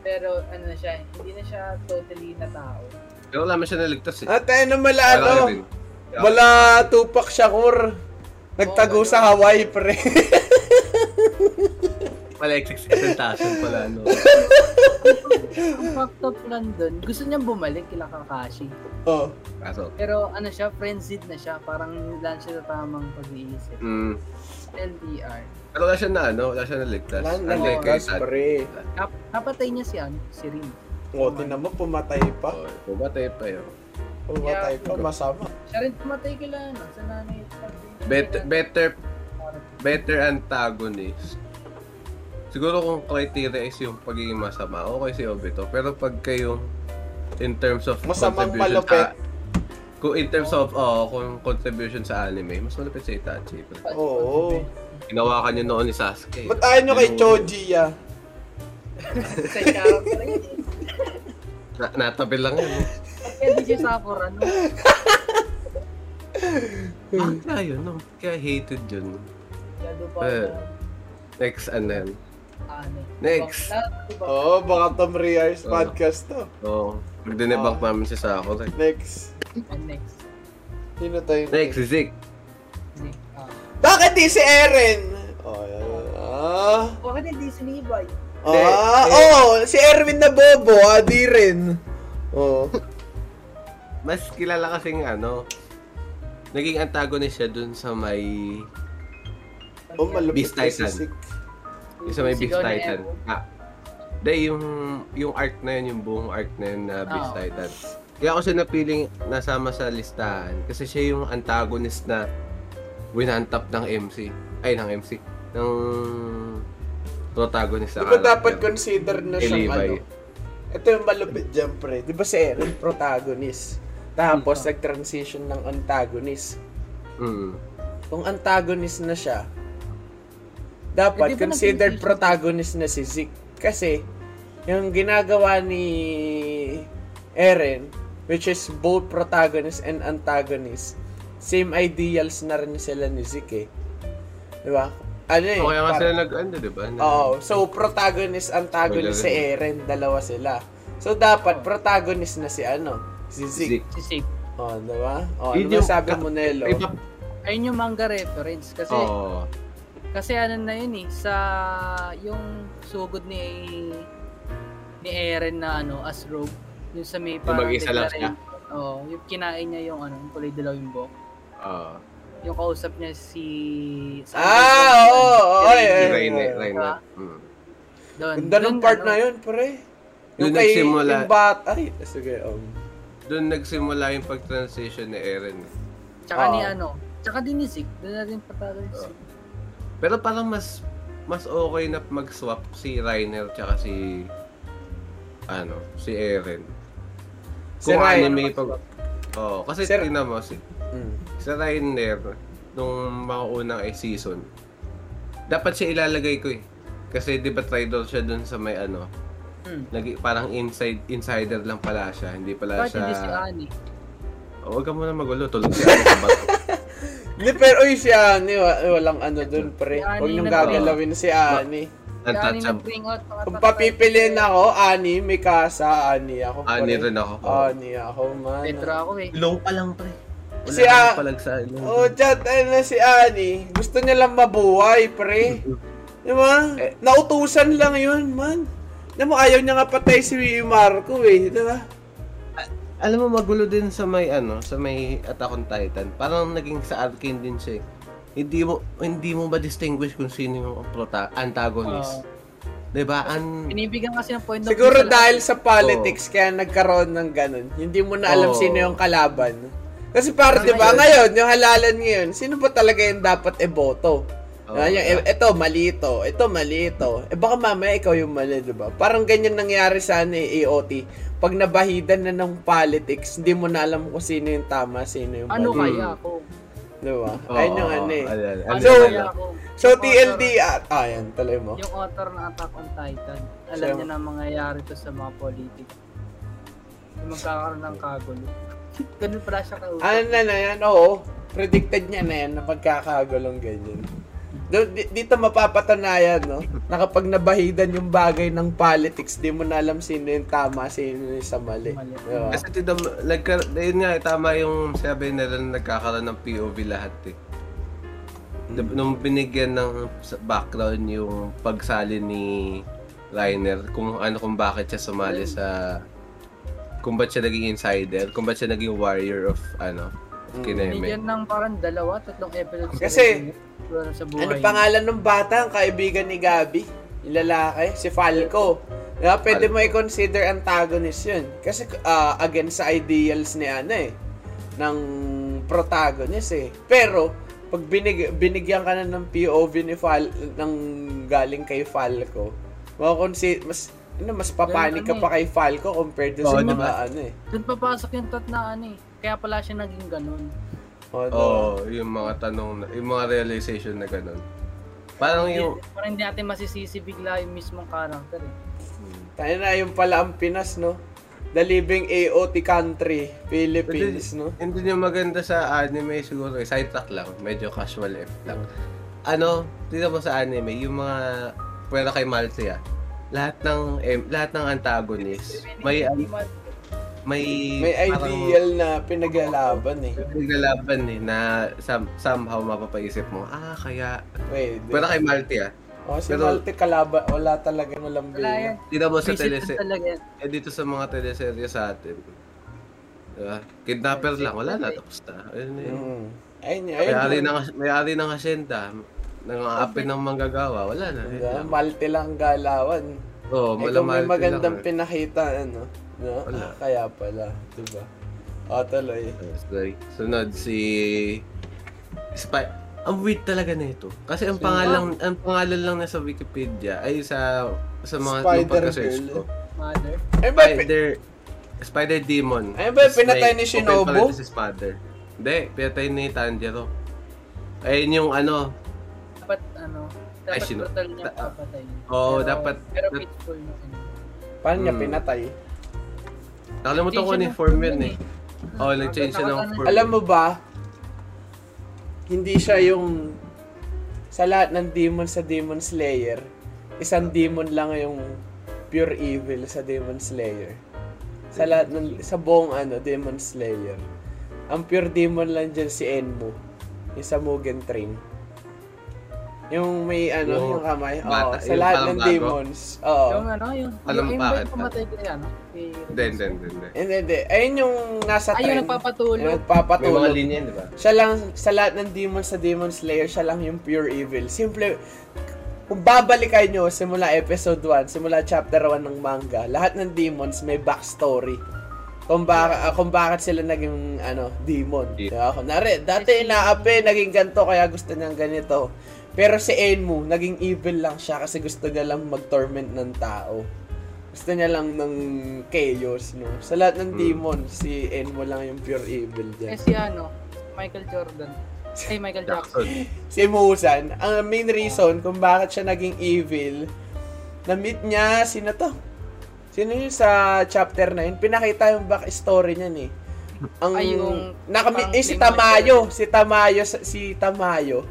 [SPEAKER 4] Pero ano na siya, hindi na siya totally na tao.
[SPEAKER 3] Pero wala man siya naligtas eh.
[SPEAKER 1] Ah, tayo na mala
[SPEAKER 3] Wala
[SPEAKER 1] ano.
[SPEAKER 3] rin.
[SPEAKER 1] Mala Tupac Shakur. Nagtago
[SPEAKER 4] Oo,
[SPEAKER 1] sa Hawaii, pre. *laughs*
[SPEAKER 3] Wala executive presentation pala
[SPEAKER 1] *laughs*
[SPEAKER 3] ano.
[SPEAKER 4] Ang fucked up lang dun, gusto niyang bumalik kila Kakashi.
[SPEAKER 1] oh.
[SPEAKER 3] Kaso,
[SPEAKER 4] Pero ano siya, frenzied na siya. Parang wala siya sa tamang pag-iisip. E
[SPEAKER 3] mm,
[SPEAKER 4] LDR.
[SPEAKER 3] pero wala siya na ano, wala siya naligtas.
[SPEAKER 1] Lan,
[SPEAKER 3] Ang
[SPEAKER 4] like
[SPEAKER 1] nagtagas,
[SPEAKER 3] kay Tad.
[SPEAKER 1] pre.
[SPEAKER 4] Kap- kapatay niya si ano, si Rin.
[SPEAKER 1] O, tinan mo, pumatay pa.
[SPEAKER 3] Oh, Pumatay pa yun.
[SPEAKER 1] Pumatay pa, masama.
[SPEAKER 4] Siya rin pumatay kila ano, sa nanay.
[SPEAKER 3] Better, better,
[SPEAKER 4] Parang-
[SPEAKER 3] better antagonist. Siguro kung criteria is yung pagiging masama, okay si Obito. Pero pag kayo, in terms of
[SPEAKER 1] Masamang
[SPEAKER 3] contribution
[SPEAKER 1] malupit.
[SPEAKER 3] sa- kung in terms of, oh, kung contribution sa anime, mas malupit si Itachi.
[SPEAKER 1] Oo.
[SPEAKER 3] Ginawa ka niya noon ni Sasuke.
[SPEAKER 1] Ba't ayaw nyo kay
[SPEAKER 3] Yung-
[SPEAKER 1] Choji, ah?
[SPEAKER 4] Sa character yun. eh.
[SPEAKER 3] Na, natabi lang yun.
[SPEAKER 4] Kaya di siya ano, Sakura, no?
[SPEAKER 3] ah, kaya yun, no? Kaya hated yun.
[SPEAKER 4] Shadow pa
[SPEAKER 3] Eh.
[SPEAKER 4] na
[SPEAKER 3] Next, ano yan?
[SPEAKER 4] ano.
[SPEAKER 3] Next.
[SPEAKER 4] Lahat, diba?
[SPEAKER 1] Oo, baka Tom Riars
[SPEAKER 3] Oo.
[SPEAKER 1] podcast to.
[SPEAKER 3] Oo. Oh, Dinebunk
[SPEAKER 1] Ah.
[SPEAKER 3] namin si Sakura.
[SPEAKER 1] Next.
[SPEAKER 4] And Ah, next.
[SPEAKER 1] Sino tayo?
[SPEAKER 3] Next, si Zeke.
[SPEAKER 4] Next. Ah.
[SPEAKER 1] Bakit di si Eren? Oh, yan. Ah.
[SPEAKER 4] Bakit hindi si Levi?
[SPEAKER 3] De-
[SPEAKER 1] Ah,
[SPEAKER 3] eh.
[SPEAKER 1] oh, si Erwin na bobo, ah, di rin. Oh.
[SPEAKER 3] mas kilala kasing ano, naging antagonist siya dun sa may,
[SPEAKER 1] Oh, malupit
[SPEAKER 3] Beast Titan.
[SPEAKER 1] si Sik.
[SPEAKER 3] yung sa may Beast
[SPEAKER 4] Sigaw ni
[SPEAKER 3] Titan.
[SPEAKER 4] Ero.
[SPEAKER 3] Ah, de, yung, yung arc na yun, yung buong arc na yun na Beast
[SPEAKER 4] Oo.
[SPEAKER 3] Titan. Kaya ako siya napiling nasama sa listahan kasi siya yung antagonist na winantap ng MC. Ay, ng MC. Ng protagonist
[SPEAKER 1] Di
[SPEAKER 3] na
[SPEAKER 1] ba
[SPEAKER 3] character.
[SPEAKER 1] dapat consider na
[SPEAKER 3] Kay
[SPEAKER 1] siyang
[SPEAKER 3] Levi.
[SPEAKER 1] ano? Ito yung malupit dyan, pre. Di ba si Eren, protagonist? Tapos, nag-transition ng antagonist.
[SPEAKER 3] Mm.
[SPEAKER 1] Kung antagonist na siya, dapat
[SPEAKER 4] Eh, di ba
[SPEAKER 1] considered
[SPEAKER 4] nag-transition?
[SPEAKER 1] protagonist na si Zeke. Kasi, yung ginagawa ni Eren, which is both protagonist and antagonist, same ideals na rin sila ni Zeke eh. Di ba? Ano eh?
[SPEAKER 3] O kaya nga
[SPEAKER 1] parang-
[SPEAKER 3] sila nag, ano, diba? Nag-
[SPEAKER 1] Oo. So, protagonist, antagonist si Eren. Dalawa sila. So, dapat protagonist na si ano? Si Zeke.
[SPEAKER 3] Zeke.
[SPEAKER 4] Si Sig.
[SPEAKER 1] Oh, di ba? Oh,
[SPEAKER 3] Yun
[SPEAKER 1] ano ba
[SPEAKER 3] yung-
[SPEAKER 1] sabi mo, Nelo?
[SPEAKER 3] Iba.
[SPEAKER 4] Ayun yung manga reference. Kasi,
[SPEAKER 1] Oh.
[SPEAKER 3] Oo.
[SPEAKER 4] kasi ano na yun eh, sa yung sugod ni ni Eren na ano, as rogue. Yung sa may parang
[SPEAKER 3] mag-isa lang siya.
[SPEAKER 4] declaration. Oo, yung kinain niya yung ano, yung kulay dilaw yung buhok.
[SPEAKER 3] Oo.
[SPEAKER 4] Yung kausap niya si... sa-
[SPEAKER 1] Ah,
[SPEAKER 4] doon,
[SPEAKER 1] oo, oo,
[SPEAKER 4] si Rain.
[SPEAKER 1] oo, oo.
[SPEAKER 3] Rainer, Rainer.
[SPEAKER 4] ah.
[SPEAKER 3] Mm.
[SPEAKER 4] Doon.
[SPEAKER 1] Ganda
[SPEAKER 4] Doon,
[SPEAKER 1] nung part
[SPEAKER 4] ano,
[SPEAKER 1] na yun, pre.
[SPEAKER 3] Doon
[SPEAKER 1] Yung kay,
[SPEAKER 3] nagsimula.
[SPEAKER 1] yung bat, ay, sige, um,
[SPEAKER 3] Doon nagsimula yung pag-transition ni Eren.
[SPEAKER 4] Tsaka ni
[SPEAKER 1] Oo.
[SPEAKER 4] ano, tsaka din ni Zeke. Doon na rin patalo ni Zeke.
[SPEAKER 3] Pero parang mas mas okay na mag-swap si Reiner tsaka si ano, si Eren.
[SPEAKER 1] si
[SPEAKER 3] Kung
[SPEAKER 1] Ryan.
[SPEAKER 3] anime pag Oo, kasi
[SPEAKER 1] Sir-
[SPEAKER 3] tingnan mo si
[SPEAKER 1] Mm.
[SPEAKER 3] si Reiner nung mga unang eh, season. Dapat siya ilalagay ko eh. Kasi 'di ba traitor siya doon sa may ano,
[SPEAKER 4] Hmm.
[SPEAKER 3] nag parang inside insider lang pala siya, hindi pala
[SPEAKER 4] Bakit hindi si
[SPEAKER 3] siya.
[SPEAKER 4] Ani?
[SPEAKER 3] Oh, Huwag ka muna magulo, tulog siya sa bato.
[SPEAKER 1] Hindi, pero uy, si Ani, wa- walang ano dun,
[SPEAKER 4] Si
[SPEAKER 1] pre.
[SPEAKER 4] Ani
[SPEAKER 1] Huwag niyong
[SPEAKER 4] na-
[SPEAKER 1] gagalawin si Ani.
[SPEAKER 4] Si Ani
[SPEAKER 3] Untouchable.
[SPEAKER 4] nag-bring out mga
[SPEAKER 1] Kung
[SPEAKER 4] tatlo.
[SPEAKER 1] papipiliin ako, Ani, Mikasa, Ani ako. pre.
[SPEAKER 3] Ani rin ako.
[SPEAKER 1] Ani ako, man.
[SPEAKER 4] Petro ako eh.
[SPEAKER 3] Low pa lang, pre. Wala
[SPEAKER 1] Si, ah,
[SPEAKER 3] nang palag sa ano. ilong.
[SPEAKER 1] Oh, chat, ayun na si Ani. Gusto niya lang mabuhay, pre. Di ba?
[SPEAKER 3] Eh.
[SPEAKER 1] Nautusan lang yun, man. Alam mo, ayaw niya nga patay si Marco eh, di ba?
[SPEAKER 3] Alam mo, magulo din sa may, ano, sa may Attack on Titan. Parang naging sa Arkane din siya eh. Hindi mo, hindi mo ba distinguish kung sino yung prota- antagonist?
[SPEAKER 1] Ah.
[SPEAKER 3] diba? An...
[SPEAKER 4] Binibigyan kasi ng point of view
[SPEAKER 1] Siguro
[SPEAKER 4] sa
[SPEAKER 1] dahil sa politics, kaya nagkaroon ng ganun. Hindi mo na alam
[SPEAKER 3] Oo.
[SPEAKER 1] sino yung kalaban. Kasi para, di ba,
[SPEAKER 4] Ngayon-
[SPEAKER 1] ngayon, yung halalan ngayon, sino ba talaga yung dapat eboto?
[SPEAKER 3] Oo.
[SPEAKER 1] Ah, yung, e- eto, mali ito. Ito, mali ito. Eh, baka mamaya ikaw yung mali, di ba? Parang ganyan nangyari sa ano, eh, AOT. Pag nabahidan na ng politics, hindi mo na alam kung sino yung tama, sino yung
[SPEAKER 4] Ano
[SPEAKER 1] mali.
[SPEAKER 4] kaya ako?
[SPEAKER 1] Diba?
[SPEAKER 3] Oo,
[SPEAKER 1] Ayun yung ano eh.
[SPEAKER 3] ayun,
[SPEAKER 4] Ano
[SPEAKER 1] So,
[SPEAKER 3] ayun.
[SPEAKER 4] kaya kung
[SPEAKER 1] So,
[SPEAKER 4] yung
[SPEAKER 1] TLD, ah, ah, yan, tuloy mo.
[SPEAKER 4] author- Yung author ng Attack on Titan, alam
[SPEAKER 1] Sure.
[SPEAKER 4] niya na mangyayari to sa mga politiko. Yung magkakaroon ng kagulo. *laughs* Ganun pala siya kausap.
[SPEAKER 1] Ano na na yan, oo. Predicted niya na yan na pagkakagulong ganyan. Do- di- Dito mapapatunayan, no? Na kapag nabahidan yung bagay ng politics, di mo na alam sino yung tama, sino yung sa mali.
[SPEAKER 4] Mali.
[SPEAKER 1] Diba?
[SPEAKER 3] Kasi tinam, nagka, yun nga, eh, tama yung sabi nila na nagkakaroon ng POV lahat eh. Nab- Nung binigyan ng sa- background yung pagsali ni Rainer, kung ano kung bakit siya sumali sa kung ba't siya naging insider, kung ba't siya naging warrior of ano, of
[SPEAKER 1] Mm.
[SPEAKER 3] Kineme.
[SPEAKER 4] Bigyan ng parang dalawa, tatlong episodes.
[SPEAKER 1] Kasi,
[SPEAKER 4] sa- sa buhay.
[SPEAKER 1] Ano pangalan ng bata, ang kaibigan ni Gabi? Yung lalaki, si Falco. Diba? Pwede mo i-consider antagonist yun. Kasi ah, against sa ideals ni ano eh, ng protagonist eh. Pero, pag binig- binigyan ka na ng POV ni Fal ng galing kay Falco, makukonsider, mas, ano, mas papanik ka
[SPEAKER 4] Ganun
[SPEAKER 1] pa kay Falco compared to sa
[SPEAKER 3] Oo,
[SPEAKER 1] mga
[SPEAKER 3] diba?
[SPEAKER 1] ano eh.
[SPEAKER 4] Doon papasok yung thought na ano eh. Kaya pala siya naging ganun.
[SPEAKER 1] Oo, diba?
[SPEAKER 3] Oo, yung mga tanong, na- yung mga realization na ganun. Parang yung,
[SPEAKER 4] Hindi- Parang hindi natin masisisi bigla yung mismong character eh.
[SPEAKER 1] Tayo na, yung pala ang Pinas, no? The living AOT country, Philippines, no?
[SPEAKER 3] Hindi yung maganda sa anime siguro, eh, sidetrack lang, medyo casual F lang. Ano, dito mo sa anime, yung mga pwera kay Maltry ah, lahat ng em, lahat ng antagonist may
[SPEAKER 4] Hindi
[SPEAKER 3] an-
[SPEAKER 4] man-
[SPEAKER 3] may
[SPEAKER 1] May
[SPEAKER 3] parang
[SPEAKER 1] ideal na pinaglalaban eh.
[SPEAKER 3] naglalaban eh na some, somehow mapapaisip mo ah kaya
[SPEAKER 1] Pwede.
[SPEAKER 3] pwera kay Maltry ah
[SPEAKER 1] O, Oh, si
[SPEAKER 3] pero-
[SPEAKER 1] Malte kalaban, wala talaga walang
[SPEAKER 4] Wala yan.
[SPEAKER 1] bilang.
[SPEAKER 3] dito mo oh, sa
[SPEAKER 4] Visit
[SPEAKER 3] telese
[SPEAKER 4] lang talaga yan.
[SPEAKER 3] eh, dito sa mga teleserye sa atin diba? kidnapper lang wala na tapos na ayun na yun.
[SPEAKER 1] Mm. Ayun, ayun.
[SPEAKER 3] May-ari ng, may-ari ng asyenda, nang aapin ng manggagawa, wala na. yun
[SPEAKER 1] Diba?
[SPEAKER 3] lang.
[SPEAKER 1] Malte lang galawan.
[SPEAKER 3] Oo, oh,
[SPEAKER 1] Eh, kung may
[SPEAKER 3] malamal.
[SPEAKER 1] magandang pinakita, ano? No? Ah,
[SPEAKER 3] Wala.
[SPEAKER 1] kaya pala, diba? O, tuloy.
[SPEAKER 3] Ano, Sunod si... Spy... Ang weird talaga nito. Kasi ang pangalan, ang pangalan lang nasa Wikipedia ay sa sa mga
[SPEAKER 1] Spider
[SPEAKER 3] nung pagka-search
[SPEAKER 1] Girl.
[SPEAKER 3] ko.
[SPEAKER 4] Mother.
[SPEAKER 1] Ayun ba, pi-
[SPEAKER 3] Spider Spider Demon.
[SPEAKER 1] Ayun ba,
[SPEAKER 3] Tapos
[SPEAKER 1] pinatay
[SPEAKER 3] may
[SPEAKER 1] ni
[SPEAKER 3] open
[SPEAKER 1] Shinobu?
[SPEAKER 3] parenthesis father. Hindi, pinatay ni Tanjiro. Ayun yung ano,
[SPEAKER 4] Dapat ano, dapat
[SPEAKER 3] sino-
[SPEAKER 4] brutal niya
[SPEAKER 3] ta-
[SPEAKER 4] papatay.
[SPEAKER 3] oo, dapat-
[SPEAKER 4] Pero
[SPEAKER 3] dap-
[SPEAKER 4] peaceful na sila.
[SPEAKER 1] paano niya
[SPEAKER 3] Hmm.
[SPEAKER 1] pinatay?
[SPEAKER 3] nakalimutan ko
[SPEAKER 4] Change
[SPEAKER 3] ni
[SPEAKER 4] ng
[SPEAKER 3] form
[SPEAKER 4] form
[SPEAKER 3] yun
[SPEAKER 4] yun
[SPEAKER 3] eh. Oo, nag-change siya ng
[SPEAKER 4] Nakakatawa
[SPEAKER 3] form.
[SPEAKER 1] Alam mo ba, hindi siya yung sa lahat ng demon sa Demon Slayer, isang demon lang yung pure evil sa Demon Slayer. Sa lahat ng sa buong ano Demon Slayer. Ang pure demon lang dyan si Enmu. Yung sa Mugen Train. Yung may
[SPEAKER 3] Yung
[SPEAKER 1] ano, yung kamay. Oo,
[SPEAKER 3] bata-
[SPEAKER 1] sa
[SPEAKER 3] yung
[SPEAKER 1] lahat
[SPEAKER 3] parang
[SPEAKER 1] ng
[SPEAKER 3] bago.
[SPEAKER 1] demons. Oo.
[SPEAKER 4] Yung ano, yung...
[SPEAKER 3] Oh. Alam mo
[SPEAKER 4] yung
[SPEAKER 3] bakit,
[SPEAKER 4] yung pumatay kay ano? kay-
[SPEAKER 3] Hindi, hindi, hindi, hindi.
[SPEAKER 1] Hindi, hindi. Ayun yung nasa
[SPEAKER 4] Ay,
[SPEAKER 1] train.
[SPEAKER 4] yung
[SPEAKER 1] Yung
[SPEAKER 4] nagpapatulog.
[SPEAKER 3] May mga
[SPEAKER 1] nagpapatulog.
[SPEAKER 3] linya, di ba?
[SPEAKER 1] siya lang, sa lahat ng demon sa Demon Slayer, siya lang yung pure evil. Simple, kung babalikan nyo, simula episode 1, simula chapter 1 ng manga, lahat ng demons may backstory. Kung, ba, ah, kung bakit sila naging ano, demon.
[SPEAKER 3] Yeah.
[SPEAKER 1] Diba? Kunwari, dati inaapi, naging ganito, kaya gusto niyang ganito. Pero si Enmu, naging evil lang siya kasi gusto niya lang mag-torment ng tao. Gusto niya lang ng chaos, no? Sa lahat ng
[SPEAKER 3] Mm.
[SPEAKER 1] demon, si Enmu lang yung pure evil dyan.
[SPEAKER 4] Eh si ano, Michael Jordan. Ay, Michael Jackson.
[SPEAKER 3] Jackson.
[SPEAKER 1] si Muzan, ang main reason kung bakit siya naging evil, na-meet niya, sino to? Sino yun sa chapter 9? Pinakita yung backstory niya ni. Ang
[SPEAKER 4] Ay, yung-
[SPEAKER 1] nakamit eh, si
[SPEAKER 4] pang-
[SPEAKER 1] Tamayo, si Tamayo, sa- si Tamayo.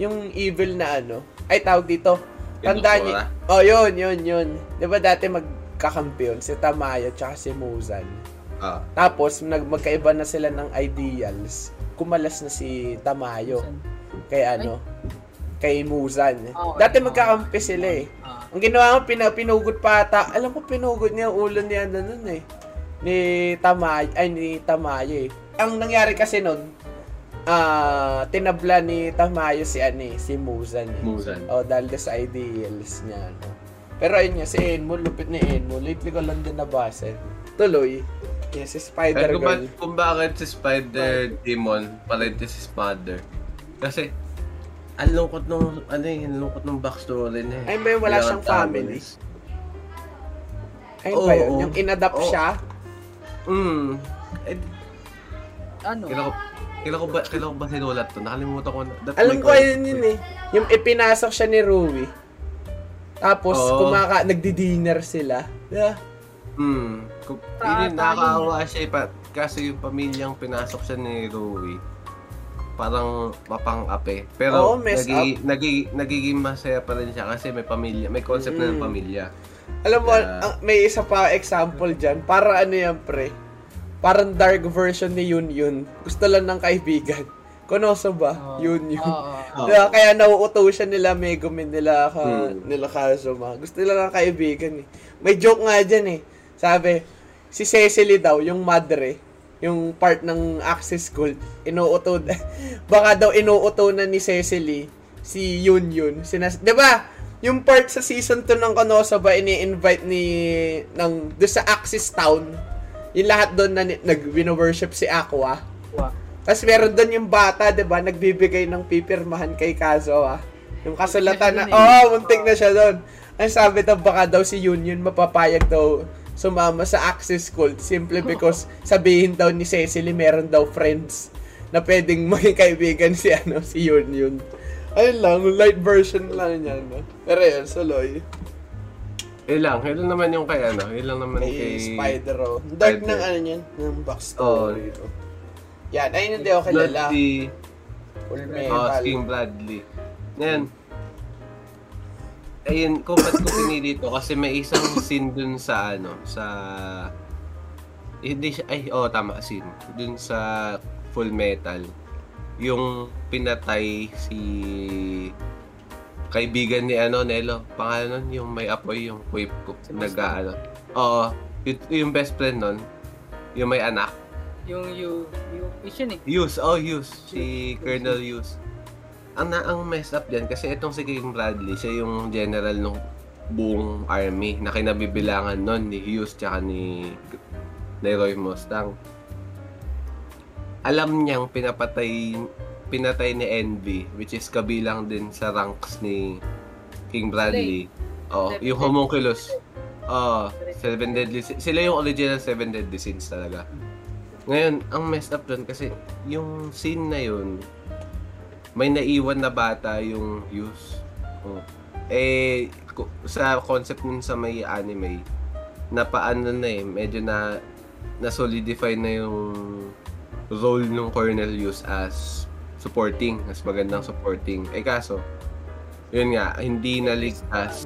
[SPEAKER 1] Yung evil na ano. Ay tawag dito.
[SPEAKER 3] Yung
[SPEAKER 1] Tandaan niyo.
[SPEAKER 3] doktora.
[SPEAKER 1] Oh, yun, yun, yun. 'Di ba dati magkakampi yun, si Tamayo tsaka si Muzan.
[SPEAKER 3] Ah.
[SPEAKER 1] Tapos nag magkaiba na sila ng ideals. Kumalas na si Tamayo kay ano, kay Muzan.
[SPEAKER 4] Oo,
[SPEAKER 1] Dati
[SPEAKER 4] oo.
[SPEAKER 1] magkakampi sila eh.
[SPEAKER 4] Ah,
[SPEAKER 1] Ang ginawa ko, pina, pinugod pa ata. Alam ko, pinugod niya ang ulo niya ano nun eh. Ni Tamay, ay ni Tamayo eh. Ang nangyari kasi nun, ah, tinabla ni Tamayo si ano eh, si Muzan eh.
[SPEAKER 3] Musan.
[SPEAKER 1] O, dahil doon sa ideals niya ano. Pero ayun nga, si Enmo, lupit ni Enmo. Lately ko lang din nabasa. Tuloy. Yes, si
[SPEAKER 3] Pero
[SPEAKER 1] Spider
[SPEAKER 3] kung, ba-
[SPEAKER 1] Girl.
[SPEAKER 3] kung bakit si Spider Demon, parenthesis mother. Kasi, ang lungkot nung, ano eh, ang lungkot nung backstory niya.
[SPEAKER 1] Ay,
[SPEAKER 3] eh.
[SPEAKER 1] may wala
[SPEAKER 3] Bilang
[SPEAKER 1] siyang family.
[SPEAKER 3] antagonist.
[SPEAKER 1] Ayun ba yun?
[SPEAKER 3] Oo.
[SPEAKER 1] Yung inadapt
[SPEAKER 3] Oo.
[SPEAKER 1] siya.
[SPEAKER 3] Mm. Eh,
[SPEAKER 4] ano?
[SPEAKER 3] kinako- Kailan ko ba, kailan ko ba sinulat to? Nakalimutan ko na. That's
[SPEAKER 1] Alam
[SPEAKER 3] my
[SPEAKER 1] ko
[SPEAKER 3] question.
[SPEAKER 1] ayun yun eh. Yung ipinasok siya ni Rui. Tapos,
[SPEAKER 3] Oo.
[SPEAKER 1] kumaka, nagdi-dinner sila. Yeah.
[SPEAKER 3] Hmm. Kung,
[SPEAKER 4] Ta-
[SPEAKER 3] yun, nakakaawa siya eh. Pa, kasi yung pamilyang pinasok siya ni Rui, parang mapang-ape.
[SPEAKER 1] Oo,
[SPEAKER 3] Pero
[SPEAKER 1] Oh, mess
[SPEAKER 3] nagi, nagi, nagiging masaya pa rin siya kasi may pamilya, may concept na ng
[SPEAKER 1] Mm.
[SPEAKER 3] pamilya.
[SPEAKER 1] Alam mo,
[SPEAKER 3] Yeah.
[SPEAKER 1] ang- may isa pa example dyan. Para ano yan, pre? Parang dark version ni Yun Yun. Gusto lang ng kaibigan. Konoso ba?
[SPEAKER 4] Oo.
[SPEAKER 1] Yun Yun.
[SPEAKER 4] Oo, oo.
[SPEAKER 3] Oo.
[SPEAKER 1] Diba, kaya nauuto siya nila Megumin, nila, ka,
[SPEAKER 3] Hmm.
[SPEAKER 1] nila Kazuma. Gusto nila ng kaibigan eh. May joke nga dyan eh. Sabi, si Cecily daw, yung madre, yung part ng Axis Gold, inuuto, *laughs* baka daw inuuto na ni Cecily si Yun Yun. Sinas, 'di ba? Yung part sa season 2 ng Konoha ba ini-invite ni ng do sa Axis Town. Yung lahat doon na ni- nag-worship si Aqua.
[SPEAKER 4] Wa.
[SPEAKER 1] Tapos meron doon yung bata, 'di ba, nagbibigay ng pipirmahan kay Kazawa. Yung kasulatan na,
[SPEAKER 4] Muntik na
[SPEAKER 1] oo,
[SPEAKER 4] siya dun eh.
[SPEAKER 1] oh, muntik na siya doon. Ang sabi daw, baka daw si Union mapapayag daw sumama sa Axis Cult simply because sabihin daw ni Cecily meron daw friends na pwedeng *laughs* maging kaibigan si ano si Union. Ayun lang, light version lang niya, no? Pero yun, saloy.
[SPEAKER 3] Yun Eh lang. Yun lang naman yung kay ano. Yun lang naman
[SPEAKER 1] May
[SPEAKER 3] kay...
[SPEAKER 1] spider oh. Dark
[SPEAKER 3] Spider.
[SPEAKER 1] ng ano yan, ng backstory. Oh. Yan, ayun hindi ako kilala.
[SPEAKER 3] Bloody...
[SPEAKER 1] Full
[SPEAKER 3] Oh,
[SPEAKER 1] metal.
[SPEAKER 3] King Bradley. Ngayon, ayun, kung ba't ko pinili to kasi may isang scene dun sa ano, sa hindi siya, ay, oh, tama, scene. Dun sa Full Metal, yung pinatay si kaibigan ni ano, Nelo, pangalan nun, yung may apoy, yung kuip ko,
[SPEAKER 4] Si Mustang.
[SPEAKER 3] nag-ano. Oo, yun- yung best friend nun, yung may anak,
[SPEAKER 4] Yung you, you fish yun eh.
[SPEAKER 3] Hughes, oh Hughes, si Colonel Hughes. Ang na ang messed up diyan kasi itong si King Bradley, siya yung general ng buong army na kinabibilangan nun ni Hughes tsaka ni, ni Roy Mustang. Alam niyang pinapatay pinatay ni Envy which is kabilang din sa ranks ni King Bradley. Oh,
[SPEAKER 4] Seven
[SPEAKER 3] yung
[SPEAKER 4] Deadly
[SPEAKER 3] homunculus. Oh,
[SPEAKER 4] Sins.
[SPEAKER 3] Seven Deadly Sins. Sila yung original Seven Deadly Sins talaga. Ngayon, ang messed up dun kasi yung scene na yun, may naiwan na bata yung Hughes. Oh. Eh, ku- sa concept nun sa may anime, napaano na eh, medyo na na-solidify na yung role ng Cornel Hughes as supporting, as magandang supporting. Eh kaso, yun nga, hindi naligtas.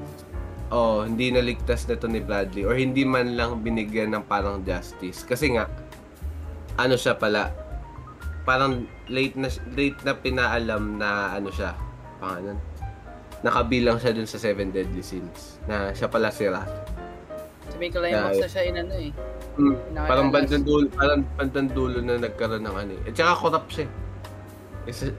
[SPEAKER 3] Oh, hindi naligtas na to ni Bradley or hindi man lang binigyan ng parang justice. Kasi nga, ano siya pala, parang late na late na pinaalam na ano siya, pangalan. Nakabilang siya dun sa Seven Deadly Sins na siya pala si Wrath.
[SPEAKER 4] Sa may climax
[SPEAKER 3] Yeah.
[SPEAKER 4] na siya inano eh.
[SPEAKER 3] Mm.
[SPEAKER 4] Pinakilala
[SPEAKER 3] Parang
[SPEAKER 4] siya.
[SPEAKER 3] bandang dulo, parang bandang dulo na nagkaroon ng ano. eh. At saka corrupt siya. eh. Isa,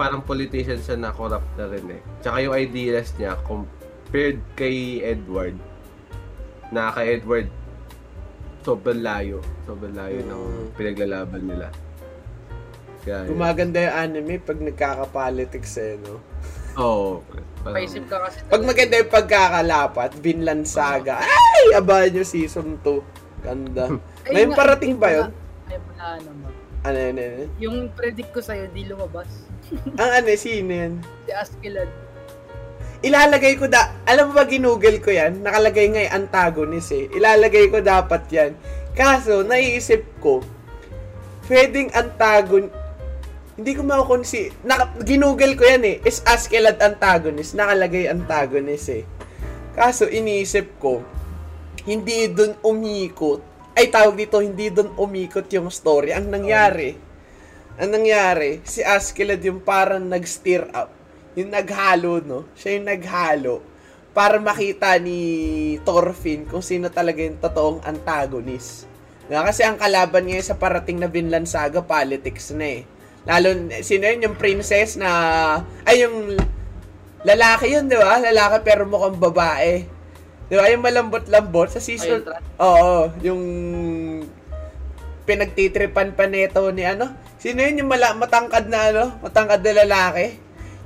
[SPEAKER 3] parang politician siya na corrupt na rin eh. Tsaka yung ideas niya compared kay Edward. Na kay Edward, sobrang layo. Sobrang layo
[SPEAKER 1] Mm.
[SPEAKER 3] ng pinaglalaban nila. Kaya, yun.
[SPEAKER 1] Gumaganda yung anime pag nagkakapolitics eh, no?
[SPEAKER 3] Oo. parang-
[SPEAKER 4] Paisip ka kasi.
[SPEAKER 1] Pag maganda yung pagkakalapat, Vinland Saga, ay! Abahan nyo season 2. Ganda. May parating ba yun?
[SPEAKER 4] Ay, wala naman.
[SPEAKER 1] Ano yun, ano yun?
[SPEAKER 4] Yung predict ko sa'yo, di lumabas.
[SPEAKER 1] Ang ano, sino yun?
[SPEAKER 4] Si Askeladd.
[SPEAKER 1] Ilalagay ko da... Alam mo ba, ginugol ko yan? Nakalagay nga yung antagonist eh. Ilalagay ko dapat yan. Kaso, naiisip ko, pwedeng antagon... Hindi ko makukonsi... Naka... Ginugol ko yan eh. Is Askeladd antagonist. Nakalagay antagonist eh. Kaso, iniisip ko, hindi dun umikot. Ay, tawag dito, hindi dun umikot yung story. Ang nangyari, ang nangyari, si Askeladd yung parang nag-steer up. Yung naghalo, no? Siya yung naghalo para makita ni Thorfinn kung sino talaga yung totoong antagonist. Nga, kasi ang kalaban ngayon sa parating na Vinland Saga, politics na eh. Lalo, sino yun? Yung princess na... Ay, yung lalaki yun, di ba? Lalaki pero mukhang babae. Di ba? Yung malambot-lambot sa season...
[SPEAKER 4] Ayun, trans.
[SPEAKER 1] Oo, yung pinagtitripan pa neto ni ano? Sino yun yung mala- matangkad na ano? Matangkad na lalaki?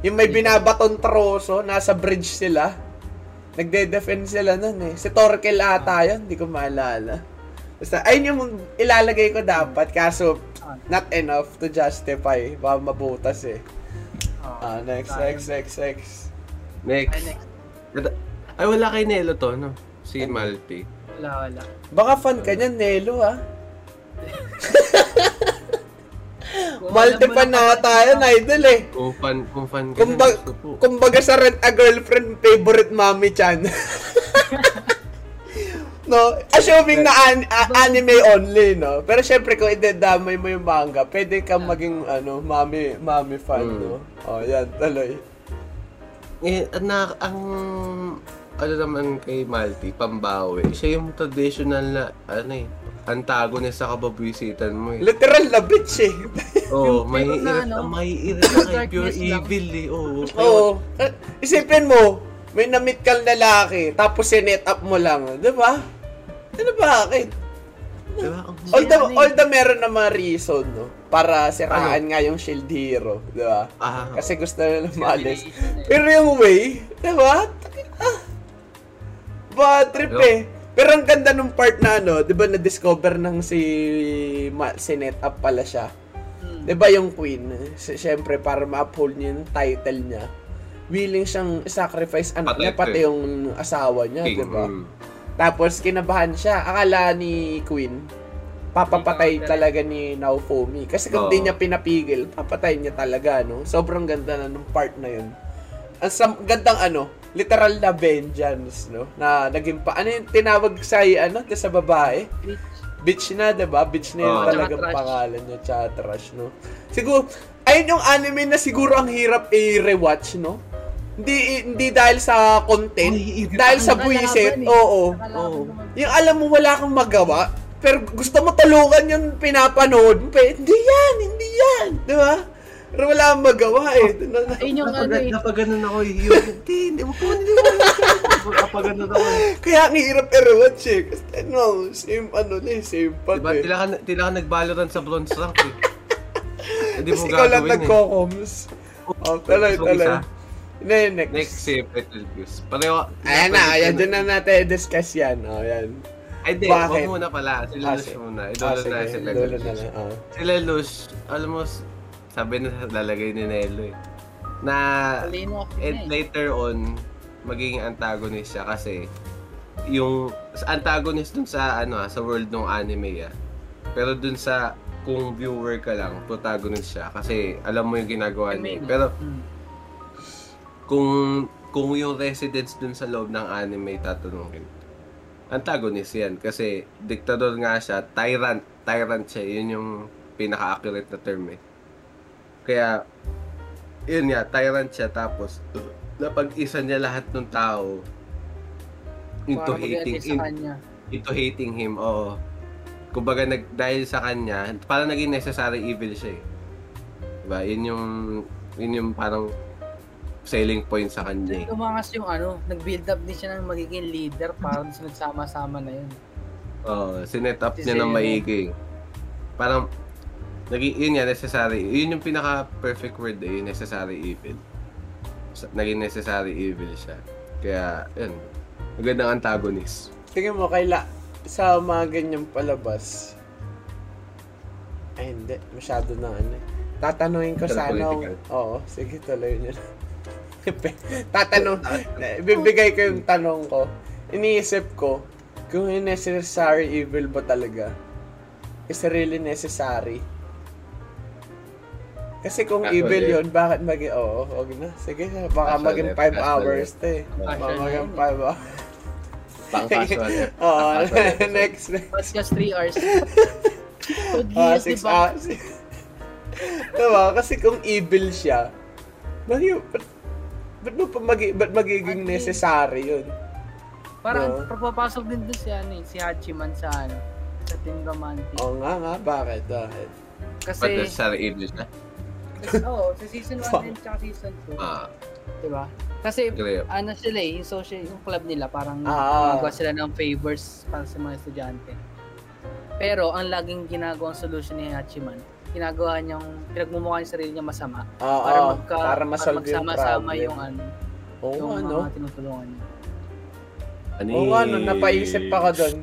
[SPEAKER 1] Yung may binabaton troso, nasa bridge sila. Nagde-defend sila nun eh. Si
[SPEAKER 4] Ah.
[SPEAKER 1] Torkel ata yun, hindi ko maalala. Basta, ayun yung ilalagay ko dapat. Kaso,
[SPEAKER 4] Ah.
[SPEAKER 1] not enough to justify. Baka mabutas eh.
[SPEAKER 4] Oh,
[SPEAKER 1] Ah, next,
[SPEAKER 4] tayo.
[SPEAKER 1] next, next, next.
[SPEAKER 4] Ay,
[SPEAKER 3] Next.
[SPEAKER 4] next.
[SPEAKER 3] Ay, wala kay Nelo to, no? Si Malti.
[SPEAKER 4] Wala, wala.
[SPEAKER 1] Baka fan ka niyan, Nelo ha.
[SPEAKER 4] Kung ano,
[SPEAKER 1] Malte
[SPEAKER 4] alam mo
[SPEAKER 1] pa na tayo,
[SPEAKER 4] na.
[SPEAKER 1] idol eh.
[SPEAKER 3] Kung fan, kung fan ka
[SPEAKER 1] Kumbaga,
[SPEAKER 3] na, gusto po.
[SPEAKER 1] kumbaga sa rent a girlfriend, favorite mommy
[SPEAKER 3] *laughs*
[SPEAKER 1] chan. no, assuming na an- a- anime only, no. Pero syempre kung idedamay mo yung manga, pwede kang maging ano, mommy, mommy fan,
[SPEAKER 3] Mm.
[SPEAKER 1] no. Oh, yan, tuloy.
[SPEAKER 3] Eh, na, ang, ano naman kay Malti, pambawi. Siya yung traditional na, ano eh, antagonist sa kababwisitan mo
[SPEAKER 1] *laughs*
[SPEAKER 3] eh.
[SPEAKER 1] Literal na bitch
[SPEAKER 3] *laughs*
[SPEAKER 1] eh.
[SPEAKER 3] Oo, oh,
[SPEAKER 4] Yung
[SPEAKER 3] may
[SPEAKER 4] pure na
[SPEAKER 3] irit,
[SPEAKER 4] ano,
[SPEAKER 3] may irit na kay
[SPEAKER 4] darkness
[SPEAKER 3] pure
[SPEAKER 4] lang.
[SPEAKER 3] evil eh.
[SPEAKER 1] *laughs*
[SPEAKER 3] Oo,
[SPEAKER 1] Oo. Eh, Isipin mo, may na-meet kang lalaki, tapos sinet up mo lang, di ba? Ano bakit?
[SPEAKER 3] Diba?
[SPEAKER 1] *laughs*
[SPEAKER 3] Ang-
[SPEAKER 1] All the,
[SPEAKER 4] ano eh.
[SPEAKER 1] all the meron na mga reason, no? Para siraan nga yung shield hero, di ba?
[SPEAKER 3] Ah,
[SPEAKER 1] Kasi gusto nila maalis.
[SPEAKER 4] Relation eh.
[SPEAKER 1] Pero yung way, di ba? Ah. Bad trip
[SPEAKER 3] Hello?
[SPEAKER 1] eh. Pero ang ganda nung part na ano, di ba na-discover ng si, ma, si NetApp pala siya.
[SPEAKER 4] Hmm.
[SPEAKER 1] Di ba yung queen, si- syempre para ma-uphold niya yung title niya, willing siyang sacrifice anak niya,
[SPEAKER 3] Pati-
[SPEAKER 1] pati yung asawa niya, diba?
[SPEAKER 3] king.
[SPEAKER 1] di ba?
[SPEAKER 3] Mm.
[SPEAKER 1] Tapos kinabahan siya. Akala ni Queen, papapatay
[SPEAKER 4] Hindi ka-
[SPEAKER 1] talaga ni Naofomi. Kasi kung
[SPEAKER 3] Oo.
[SPEAKER 1] di niya pinapigil, papatay niya talaga, no? Sobrang ganda na nung part na yun. Ang sam- gandang ano, literal na vengeance, no? Na naging pa... Ano yung tinawag sa, ano, sa babae?
[SPEAKER 4] Bitch.
[SPEAKER 1] Bitch na, 'di ba? Bitch na yung
[SPEAKER 3] Oo.
[SPEAKER 1] talagang
[SPEAKER 4] Tsaka trash.
[SPEAKER 1] pangalan niya, tsaka trash, no? Siguro, ayun yung anime na siguro ang hirap i-rewatch, no? Hindi, hindi dahil sa content,
[SPEAKER 3] Uy, iba
[SPEAKER 1] dahil sa
[SPEAKER 4] Nakalaban
[SPEAKER 1] buwisit,
[SPEAKER 4] eh.
[SPEAKER 1] oo.
[SPEAKER 4] Nakalaban
[SPEAKER 3] Oo.
[SPEAKER 4] naman.
[SPEAKER 1] Yung alam mo wala kang magawa, pero gusto mo tulungan yung pinapanood mo. Pero, hindi yan, hindi yan, di ba? Pero wala kang magawa eh.
[SPEAKER 3] Oh,
[SPEAKER 1] Na- na-
[SPEAKER 4] Ayun yung ano
[SPEAKER 3] Napag-
[SPEAKER 4] eh.
[SPEAKER 3] napaganon ako eh. Yun, *laughs* Hindi, hindi mo kunin mo. Napaganon ako eh.
[SPEAKER 1] Kaya ang hirap i-rewatch eh. Kasi ano, same ano na eh, same pag
[SPEAKER 3] Diba,
[SPEAKER 1] eh.
[SPEAKER 3] tila ka, tila ka nag-valorant sa bronze rank
[SPEAKER 1] *laughs*
[SPEAKER 3] eh. Hindi
[SPEAKER 1] Tapos
[SPEAKER 3] mo
[SPEAKER 1] ikaw lang
[SPEAKER 3] gagawin eh.
[SPEAKER 1] nagko-coms. Oh, tuloy,
[SPEAKER 3] So,
[SPEAKER 1] tuloy.
[SPEAKER 3] isa,
[SPEAKER 1] Ne- Next.
[SPEAKER 3] Next eh. si Petal Goose. Pareho.
[SPEAKER 1] Ayan na, ayan, dyan na natin discuss yan. Oh, O, yan.
[SPEAKER 3] Ay, di.
[SPEAKER 1] Bakit?
[SPEAKER 3] Huwag muna pala. Si
[SPEAKER 1] Ah,
[SPEAKER 3] Lelouch
[SPEAKER 1] sige.
[SPEAKER 3] muna.
[SPEAKER 1] Ah,
[SPEAKER 3] Idolo na
[SPEAKER 1] sige,
[SPEAKER 3] si
[SPEAKER 1] dulo na
[SPEAKER 3] Lelouch.
[SPEAKER 1] lang. ah.
[SPEAKER 3] Si Lelouch, almost, sabi na lalagay ni Nelo eh. Na,
[SPEAKER 4] Talino ako na
[SPEAKER 3] and
[SPEAKER 4] eh.
[SPEAKER 3] later on, magiging antagonist siya kasi yung sa antagonist dun sa ano ah, sa world ng anime ah. Pero dun sa kung viewer ka lang, protagonist siya kasi alam mo yung ginagawa niya. eh. Pero
[SPEAKER 4] Hmm.
[SPEAKER 3] kung kung yung residents dun sa loob ng anime tatanungin. Antagonist yan kasi diktador nga siya, tyrant, tyrant siya, yun yung pinaka-accurate na term eh. Kaya, yun nga, tyrant siya tapos napag-isa niya lahat ng tao into
[SPEAKER 4] Para mag-i-adjust
[SPEAKER 3] hating, in-
[SPEAKER 4] sa kanya.
[SPEAKER 3] into hating him, oo. Kumbaga, nag, dahil sa kanya, parang naging necessary evil siya eh. Diba? Yun yung, yun yung parang selling point sa kanya eh.
[SPEAKER 4] Tumangas yung ano, nag-build up din siya ng magiging leader para sa nagsama-sama na yun.
[SPEAKER 3] Oo, sinet up
[SPEAKER 4] Si
[SPEAKER 3] niya ng
[SPEAKER 4] Zeno.
[SPEAKER 3] maigi. eh. Parang, naging, yun nga, necessary. Yun yung pinaka-perfect word eh, yung necessary evil. Sa- Naging necessary evil siya. Kaya, yun. Magandang antagonist.
[SPEAKER 1] Tingin mo, kaila sa mga ganyang palabas, ay hindi, masyado na ano. eh. Tatanungin ko
[SPEAKER 3] Masyado
[SPEAKER 1] sana,
[SPEAKER 3] political.
[SPEAKER 1] oo, sige tuloy nyo na. *laughs* Tatanong, eh, bibigay ko yung tanong ko. Iniisip ko, kung yung necessary evil ba talaga? Is really necessary? Kasi kung
[SPEAKER 3] Ako
[SPEAKER 1] evil
[SPEAKER 3] ulit.
[SPEAKER 1] yun, bakit mag Oo, wag na. Sige, baka
[SPEAKER 3] Ako
[SPEAKER 1] maging
[SPEAKER 3] ulit,
[SPEAKER 1] 5
[SPEAKER 3] ako
[SPEAKER 1] hours to eh.
[SPEAKER 3] Ako
[SPEAKER 1] Baka
[SPEAKER 4] ulit.
[SPEAKER 1] maging 5 hours.
[SPEAKER 3] Pang-casual. eh.
[SPEAKER 1] *laughs* Oo,
[SPEAKER 4] Ah,
[SPEAKER 3] Pang-casual episode.
[SPEAKER 1] next, next.
[SPEAKER 4] Podcast 3 hours.
[SPEAKER 1] *laughs*
[SPEAKER 4] Good
[SPEAKER 1] Ah,
[SPEAKER 4] years, di
[SPEAKER 1] six
[SPEAKER 4] ba?
[SPEAKER 1] hours. *laughs* diba? Kasi kung evil siya, bakit, ba't, ba't, mo pa magi- ba't magiging
[SPEAKER 4] Ano eh?
[SPEAKER 1] necessary yun?
[SPEAKER 4] Parang
[SPEAKER 1] No.
[SPEAKER 4] papapasok din doon si ano eh, si Hachiman sa ano, sa Team Romantic.
[SPEAKER 1] Oo nga nga, bakit? Bakit?
[SPEAKER 3] But
[SPEAKER 4] Kasi,
[SPEAKER 3] necessary evil siya.
[SPEAKER 4] kasi oo, sa season 1 din tsaka season 2,
[SPEAKER 3] Ah,
[SPEAKER 4] di ba? Kasi,
[SPEAKER 3] agree.
[SPEAKER 4] ano sila eh, yung social, yung club nila, parang
[SPEAKER 1] Ah.
[SPEAKER 4] gumagawa sila ng favors para sa mga estudyante. Pero, ang laging ginagawa ang solution ni Hachiman, ginagawa niyang, pinagmumukha niya sarili niya masama.
[SPEAKER 1] Oo,
[SPEAKER 4] para magka,
[SPEAKER 1] Ah, para
[SPEAKER 4] para
[SPEAKER 1] masolve yung
[SPEAKER 4] magsama-sama
[SPEAKER 1] problem.
[SPEAKER 4] yung ano,
[SPEAKER 1] Oo ano?
[SPEAKER 4] yung
[SPEAKER 1] nga,
[SPEAKER 4] mga
[SPEAKER 1] no?
[SPEAKER 4] tinutulungan niya.
[SPEAKER 3] Ani...
[SPEAKER 1] Oo nga, no, napaisip ako doon.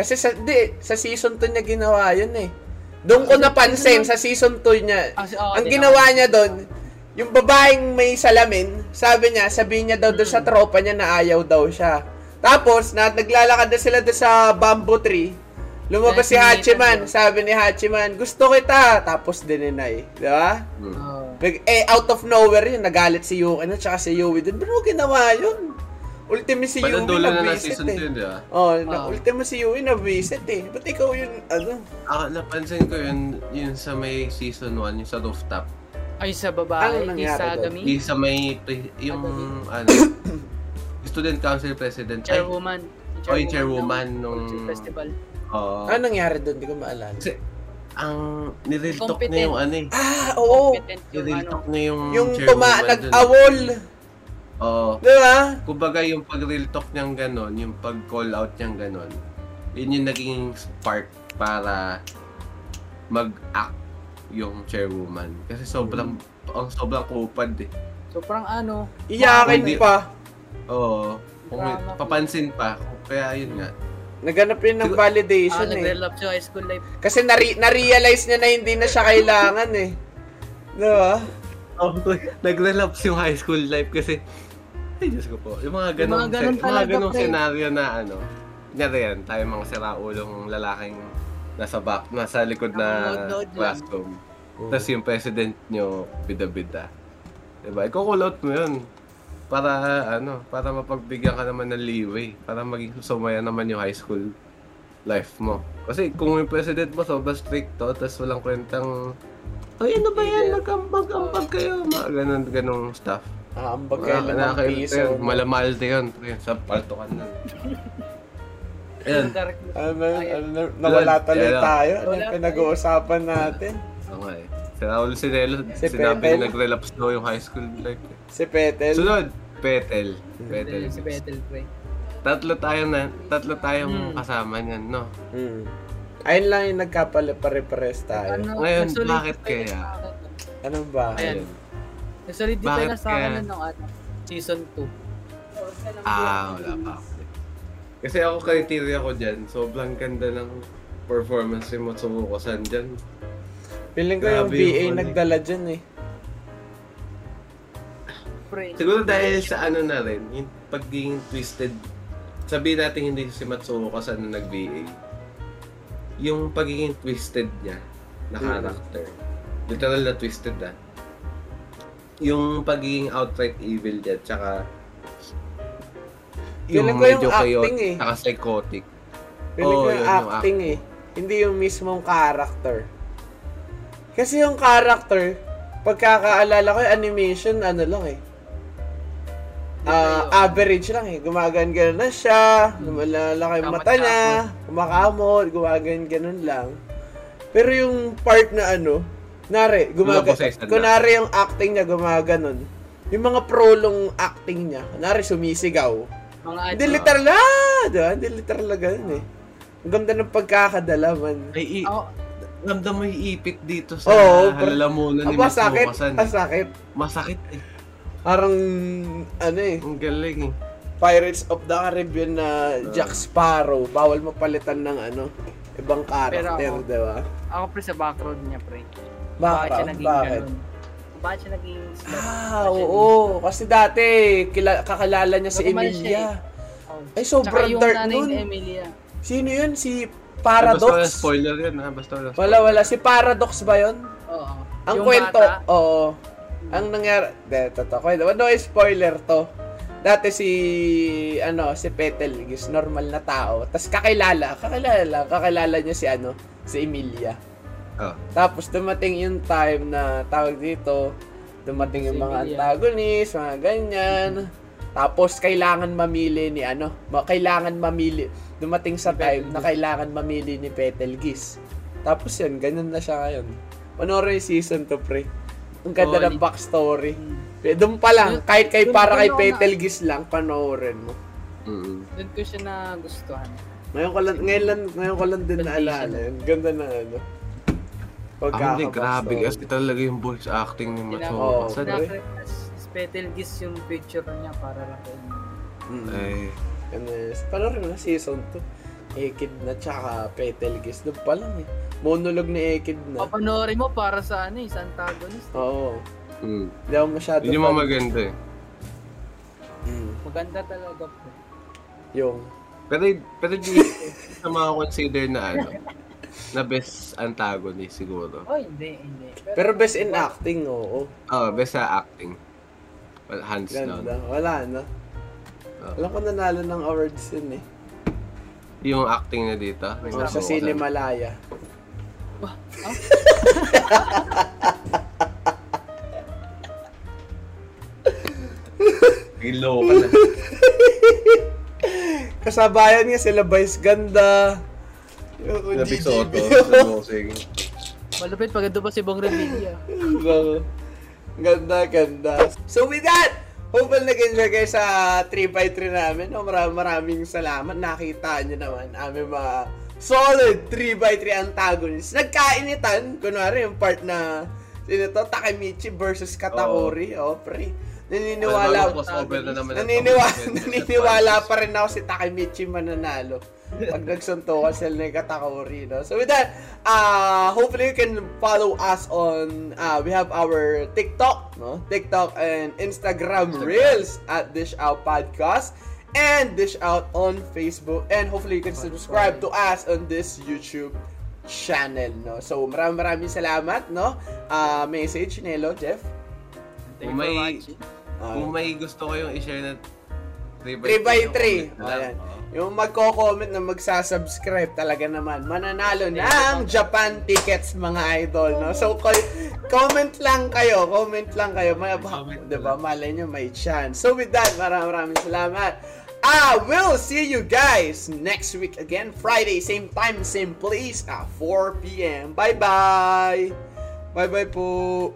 [SPEAKER 1] Kasi sa, di, sa season 2 niya ginawa yun eh. Doon ko napansin sa season 2 niya.
[SPEAKER 4] Ah, si- oo,
[SPEAKER 1] Ang
[SPEAKER 4] di
[SPEAKER 1] ginawa
[SPEAKER 4] naman.
[SPEAKER 1] niya doon, yung babaeng may salamin, sabi niya, sabihin niya daw doon sa tropa niya na ayaw daw siya. Tapos, na, naglalakad na sila doon sa bamboo tree. Lumabas si
[SPEAKER 4] Nakikita
[SPEAKER 1] Hachiman.
[SPEAKER 4] niya.
[SPEAKER 1] Sabi ni Hachiman, gusto kita. Tapos dininay. Di ba?
[SPEAKER 4] Oo.
[SPEAKER 1] Nag, eh, out of nowhere yun, nagalit si Yuki na tsaka si Yui din. Pero ginawa yun. Ultimo si Yui
[SPEAKER 3] Panandulo na
[SPEAKER 1] na
[SPEAKER 3] ng season 2 yun,
[SPEAKER 1] eh.
[SPEAKER 3] di ba?
[SPEAKER 1] Oh, na,
[SPEAKER 4] Oo.
[SPEAKER 1] ultimo si Yui na visit eh. Ba't ikaw yun, ano?
[SPEAKER 3] Ako, Ah, napansin ko yun, yun sa may season 1, yung sa rooftop.
[SPEAKER 4] Ay, sa babae,
[SPEAKER 1] Ano nangyari
[SPEAKER 4] kay Sagami,
[SPEAKER 3] Yung sa may, pre- yung,
[SPEAKER 4] Ano yun?
[SPEAKER 3] ano, *coughs* student council president. Ay,
[SPEAKER 4] chairwoman.
[SPEAKER 3] oh, yung chairwoman nung,
[SPEAKER 4] ng festival.
[SPEAKER 3] oo.
[SPEAKER 1] Ano nangyari doon? Hindi ko maalala.
[SPEAKER 3] Kasi, ang nirel talk na yung ano eh.
[SPEAKER 1] Ah, oo.
[SPEAKER 4] Competent yung
[SPEAKER 3] Nirel
[SPEAKER 4] ano.
[SPEAKER 3] talk na yung
[SPEAKER 1] Yung
[SPEAKER 3] chairwoman
[SPEAKER 1] tuma,
[SPEAKER 3] dun.
[SPEAKER 1] nag-awol.
[SPEAKER 3] Oo.
[SPEAKER 1] Di ba?
[SPEAKER 3] Kumbaga yung pag-real talk niyang ganon, yung pag-call out niyang ganon, yun yung naging spark para mag-act yung chairwoman. Kasi sobrang, ang sobrang kupad eh.
[SPEAKER 4] Sobrang ano,
[SPEAKER 1] Iyakin
[SPEAKER 3] Hindi-
[SPEAKER 1] pa.
[SPEAKER 3] Oo. Kung may-
[SPEAKER 4] Drama.
[SPEAKER 3] papansin pa. Kaya yun nga.
[SPEAKER 1] Naganap yun ng
[SPEAKER 3] Siguro-
[SPEAKER 4] ah,
[SPEAKER 1] validation eh.
[SPEAKER 4] nag-relapse yung high school life.
[SPEAKER 1] Kasi nare- na-realize niya na hindi na siya kailangan eh. Di ba?
[SPEAKER 3] Oh, *laughs* Nag-relapse yung high school life kasi, ay Diyos ko po, yung mga
[SPEAKER 4] Yung
[SPEAKER 3] ganong,
[SPEAKER 4] mga ganon
[SPEAKER 3] sen- mga
[SPEAKER 4] talaga,
[SPEAKER 3] ganong
[SPEAKER 4] pre.
[SPEAKER 3] senaryo na ano, kunyari yan, tayo mga siraulong lalaking nasa back, nasa likod na
[SPEAKER 4] Nanonood lang.
[SPEAKER 3] classroom. Tapos yung president nyo, bida-bida. Diba? I-call out mo yun. Para, ano, para mapagbigyan ka naman ng leeway. Para maging sumaya naman yung high school life mo. Kasi kung yung president mo sobrang stricto, tapos walang kwentang, ay ano ba yan, nagambag-ambag kayo, mga ganun, ganung stuff.
[SPEAKER 1] Aambag kayo
[SPEAKER 3] Wala- Eh,
[SPEAKER 1] lang ng
[SPEAKER 3] nakakail-
[SPEAKER 1] piso.
[SPEAKER 3] yun, Malamalte yun, yun, sa paltokan na. Ayun,
[SPEAKER 4] Yung direct mo.
[SPEAKER 1] Ano, ano, na-
[SPEAKER 3] Wala,
[SPEAKER 1] nawala tuloy
[SPEAKER 3] wala.
[SPEAKER 1] tayo. Ano
[SPEAKER 4] Wala
[SPEAKER 1] yung
[SPEAKER 4] tayo.
[SPEAKER 1] pinag-uusapan natin?
[SPEAKER 3] Oo nga eh. Si Raul Sinelo,
[SPEAKER 1] Si
[SPEAKER 3] sinabi
[SPEAKER 1] Petel.
[SPEAKER 3] na nag-relapse daw yung high school life. eh.
[SPEAKER 1] Si Petel.
[SPEAKER 3] Sunod, Petel. Petel.
[SPEAKER 4] Si Betel, pre.
[SPEAKER 3] Tatlo tayo na, tatlo tayong
[SPEAKER 4] Hmm.
[SPEAKER 3] kasama niyan, no?
[SPEAKER 1] Hmm. Ayun lang yung nagkapala pare-pares tayo.
[SPEAKER 4] Ano,
[SPEAKER 3] Ngayon,
[SPEAKER 4] nag-solidify
[SPEAKER 3] bakit kaya?
[SPEAKER 4] na sa akin.
[SPEAKER 1] Ano ba?
[SPEAKER 4] Ayan. Nag-solidify
[SPEAKER 3] Bakit
[SPEAKER 4] na sa akin
[SPEAKER 3] kaya?
[SPEAKER 4] nun nung ano, season 2.
[SPEAKER 3] Ah, wala pa ako. Kasi ako criteria ko dyan, sobrang ganda ng performance ni Matsuko San dyan.
[SPEAKER 1] Feeling ko yung
[SPEAKER 3] Grabe yung
[SPEAKER 1] BA
[SPEAKER 3] huli.
[SPEAKER 1] nagdala dyan eh.
[SPEAKER 4] Pre,
[SPEAKER 3] Siguro dahil sa ano na rin, yung pagiging twisted, sabihin natin hindi si Matsuko San na nag-VA. Yung pagiging twisted niya na
[SPEAKER 1] Mm.
[SPEAKER 3] character, literal na twisted na, yung pagiging outright evil niya, tsaka
[SPEAKER 1] Feeling ko yung acting eh.
[SPEAKER 3] tsaka psychotic.
[SPEAKER 1] Feeling
[SPEAKER 3] Oo,
[SPEAKER 1] ko
[SPEAKER 3] yun,
[SPEAKER 1] yung
[SPEAKER 3] yung
[SPEAKER 1] acting eh. Hindi yung mismong character. Kasi yung character, pagkakaalala ko yung animation, ano lang eh. Ah,
[SPEAKER 4] Hindi
[SPEAKER 1] average lang eh. Gumagan ganun na siya, lumalalaki yung
[SPEAKER 4] Kamot-kamot.
[SPEAKER 1] mata niya, kumakamot, gumagan ganun lang. Pero yung part na ano, nare, gumaga,
[SPEAKER 3] Lumabosesan na.
[SPEAKER 1] kunwari yung acting niya gumaganon. Yung mga prolong acting niya, kunwari sumisigaw.
[SPEAKER 4] Mga
[SPEAKER 1] Hindi
[SPEAKER 4] ano,
[SPEAKER 1] literal na! Di ba? Hindi literal na ganun eh. Ang ganda ng pagkakadala man.
[SPEAKER 3] Ay, i-
[SPEAKER 4] ako,
[SPEAKER 3] ramdam mo yung ipit dito sa
[SPEAKER 1] Oo, pero-
[SPEAKER 3] halalamunan ni
[SPEAKER 1] Ang
[SPEAKER 3] Mas
[SPEAKER 1] masakit,
[SPEAKER 3] Bukasan. eh.
[SPEAKER 1] ang sakit.
[SPEAKER 3] Masakit eh.
[SPEAKER 1] Parang, ano eh,
[SPEAKER 3] Ang galing eh.
[SPEAKER 1] Pirates of the Caribbean
[SPEAKER 3] Ah.
[SPEAKER 1] na Jack Sparrow. Bawal mapalitan ng ano, ibang
[SPEAKER 4] Pero
[SPEAKER 1] karakter,
[SPEAKER 4] ako-
[SPEAKER 1] di ba?
[SPEAKER 4] ako pre sa background niya, pre. Bakit siya
[SPEAKER 1] Bakit? ah?
[SPEAKER 4] naging
[SPEAKER 1] Bakit?
[SPEAKER 4] ganun? Bakit siya naging
[SPEAKER 1] *gasps* Ah,
[SPEAKER 4] slut? Bakit siya
[SPEAKER 1] oo. Kasi dati, kila- kakalala niya si
[SPEAKER 4] Normal siya
[SPEAKER 1] Emilia.
[SPEAKER 4] naging- oh.
[SPEAKER 1] Ay,
[SPEAKER 4] Tsaka
[SPEAKER 1] sobrang
[SPEAKER 4] yung
[SPEAKER 1] dark
[SPEAKER 4] nanay
[SPEAKER 1] nun.
[SPEAKER 4] ni Emilia.
[SPEAKER 1] Sino yun? Si
[SPEAKER 3] Basta walang
[SPEAKER 1] Paradox?
[SPEAKER 3] spoiler yun ha. Basta walang spoiler.
[SPEAKER 1] Wala, wala. Si Paradox ba yun?
[SPEAKER 4] Oo.
[SPEAKER 1] Ang
[SPEAKER 4] Yung
[SPEAKER 1] kwento,
[SPEAKER 4] bata,
[SPEAKER 1] oo. Ang nangyari, de, totoo, kwento. Ano, spoiler to. Dati si, ano, si Petel, is normal na tao. Tapos kakilala, kakilala, kakilala niya si, ano, si Emilia.
[SPEAKER 3] Oh.
[SPEAKER 1] Tapos dumating yung time na tawag dito, dumating yung
[SPEAKER 4] Si
[SPEAKER 1] mga
[SPEAKER 4] Emilia.
[SPEAKER 1] antagonist, mga ganyan. Tapos kailangan mamili ni ano, ma- kailangan mamili. Dumating sa
[SPEAKER 4] Ni
[SPEAKER 1] time na
[SPEAKER 4] Petelgeuse.
[SPEAKER 1] kailangan mamili ni Petelgis. Tapos yun, ganun na siya ngayon. Panoorin yung season to pre. Ang ganda
[SPEAKER 3] Oh,
[SPEAKER 1] ng
[SPEAKER 3] li-
[SPEAKER 1] backstory. Eh, Doon pa lang, kahit kay
[SPEAKER 4] Doon
[SPEAKER 1] para
[SPEAKER 4] pa
[SPEAKER 1] kay
[SPEAKER 4] lang
[SPEAKER 1] Petelgis lang, panoorin mo.
[SPEAKER 3] Mm-mm.
[SPEAKER 4] Doon ko siya nagustuhan.
[SPEAKER 1] Ngayon ko lang, ngayon, lang, ngayon ko lang din naalala yun. Ganda na ano.
[SPEAKER 3] Ang hindi, grabe.
[SPEAKER 1] pagkaka-backstory.
[SPEAKER 3] Kasi talaga yung voice acting ni Matsuo
[SPEAKER 1] Oo.
[SPEAKER 3] Kasan.
[SPEAKER 1] Saan eh?
[SPEAKER 4] Sinakriptas Betelgeuse yung picture niya para lang kay Emilia.
[SPEAKER 1] Mm.
[SPEAKER 3] Ay,
[SPEAKER 1] Ano yun? Parang rin na season 2. Ekid na tsaka Petelges. Doon pa lang eh. Monologue ni Ekid na.
[SPEAKER 4] Papanoorin mo para sa ano eh, sa antagonist.
[SPEAKER 1] Oo.
[SPEAKER 3] Mm.
[SPEAKER 1] Hindi ako masyado.
[SPEAKER 3] Yun yung mga
[SPEAKER 1] fan.
[SPEAKER 3] maganda eh.
[SPEAKER 1] Mm,
[SPEAKER 4] Maganda talaga po.
[SPEAKER 1] Yung.
[SPEAKER 3] Pero, pero di *laughs* sa mga consider na ano, na best antagonist siguro.
[SPEAKER 4] Oh, hindi, hindi.
[SPEAKER 1] Pero best in acting, oo.
[SPEAKER 3] Oh, best sa acting. Well, hands down.
[SPEAKER 1] Ganda. Wala na.
[SPEAKER 3] Oo.
[SPEAKER 1] Alam ko nanalo ng awards yun eh.
[SPEAKER 3] Yung acting na dito.
[SPEAKER 1] Oh, sa Cinemalaya.
[SPEAKER 3] Hello ka na.
[SPEAKER 1] Kasabayan niya sila Vice Ganda. Yung
[SPEAKER 3] Sinabi
[SPEAKER 1] GGB.
[SPEAKER 3] Soto.
[SPEAKER 1] *laughs*
[SPEAKER 3] Sa Bosing.
[SPEAKER 4] Malupit pag ito pa si Bong Revilla.
[SPEAKER 1] Ang ganda, ganda. So with that, hopefully nag-enjoy kayo sa 3x3 namin. No, maraming, maraming salamat. Nakita nyo naman aming mga solid 3x3 antagonists. Nagkainitan, kunwari yung part na sino to, Takemichi versus Katakuri. Oh, pre. Naniniwala,
[SPEAKER 3] Well, crossover na naman ang
[SPEAKER 1] naniniwala,
[SPEAKER 3] Takemichi.
[SPEAKER 1] naniniwala pa rin ako si Takemichi mananalo pag nagsuntukan sila ng Katakuri, no? So with that, uh, hopefully you can follow us on, uh, we have our TikTok, no? TikTok and Instagram,
[SPEAKER 3] Instagram.
[SPEAKER 1] Reels at Dish Out Podcast and Dish Out on Facebook and hopefully you can subscribe to us on this YouTube channel, no? So maraming maraming salamat, no? Uh, message, Nelo, Jeff.
[SPEAKER 4] Thank you
[SPEAKER 3] May-
[SPEAKER 4] for watching.
[SPEAKER 1] Uh,
[SPEAKER 3] Kung may gusto kayong i-share na
[SPEAKER 1] 3 by 3.
[SPEAKER 3] comment lang.
[SPEAKER 1] Ayan.
[SPEAKER 3] Oo.
[SPEAKER 1] Yung magko-comment na magsasubscribe talaga naman, mananalo ng Japan tickets mga idol, no? So, co- comment lang kayo, comment lang kayo. May,
[SPEAKER 3] Comment
[SPEAKER 1] di ba? diba? Malay nyo, may chance. So, with that, maraming maraming salamat. Ah, we'll see you guys next week again, Friday, same time, same place, at 4 p.m. Bye-bye! Bye-bye po!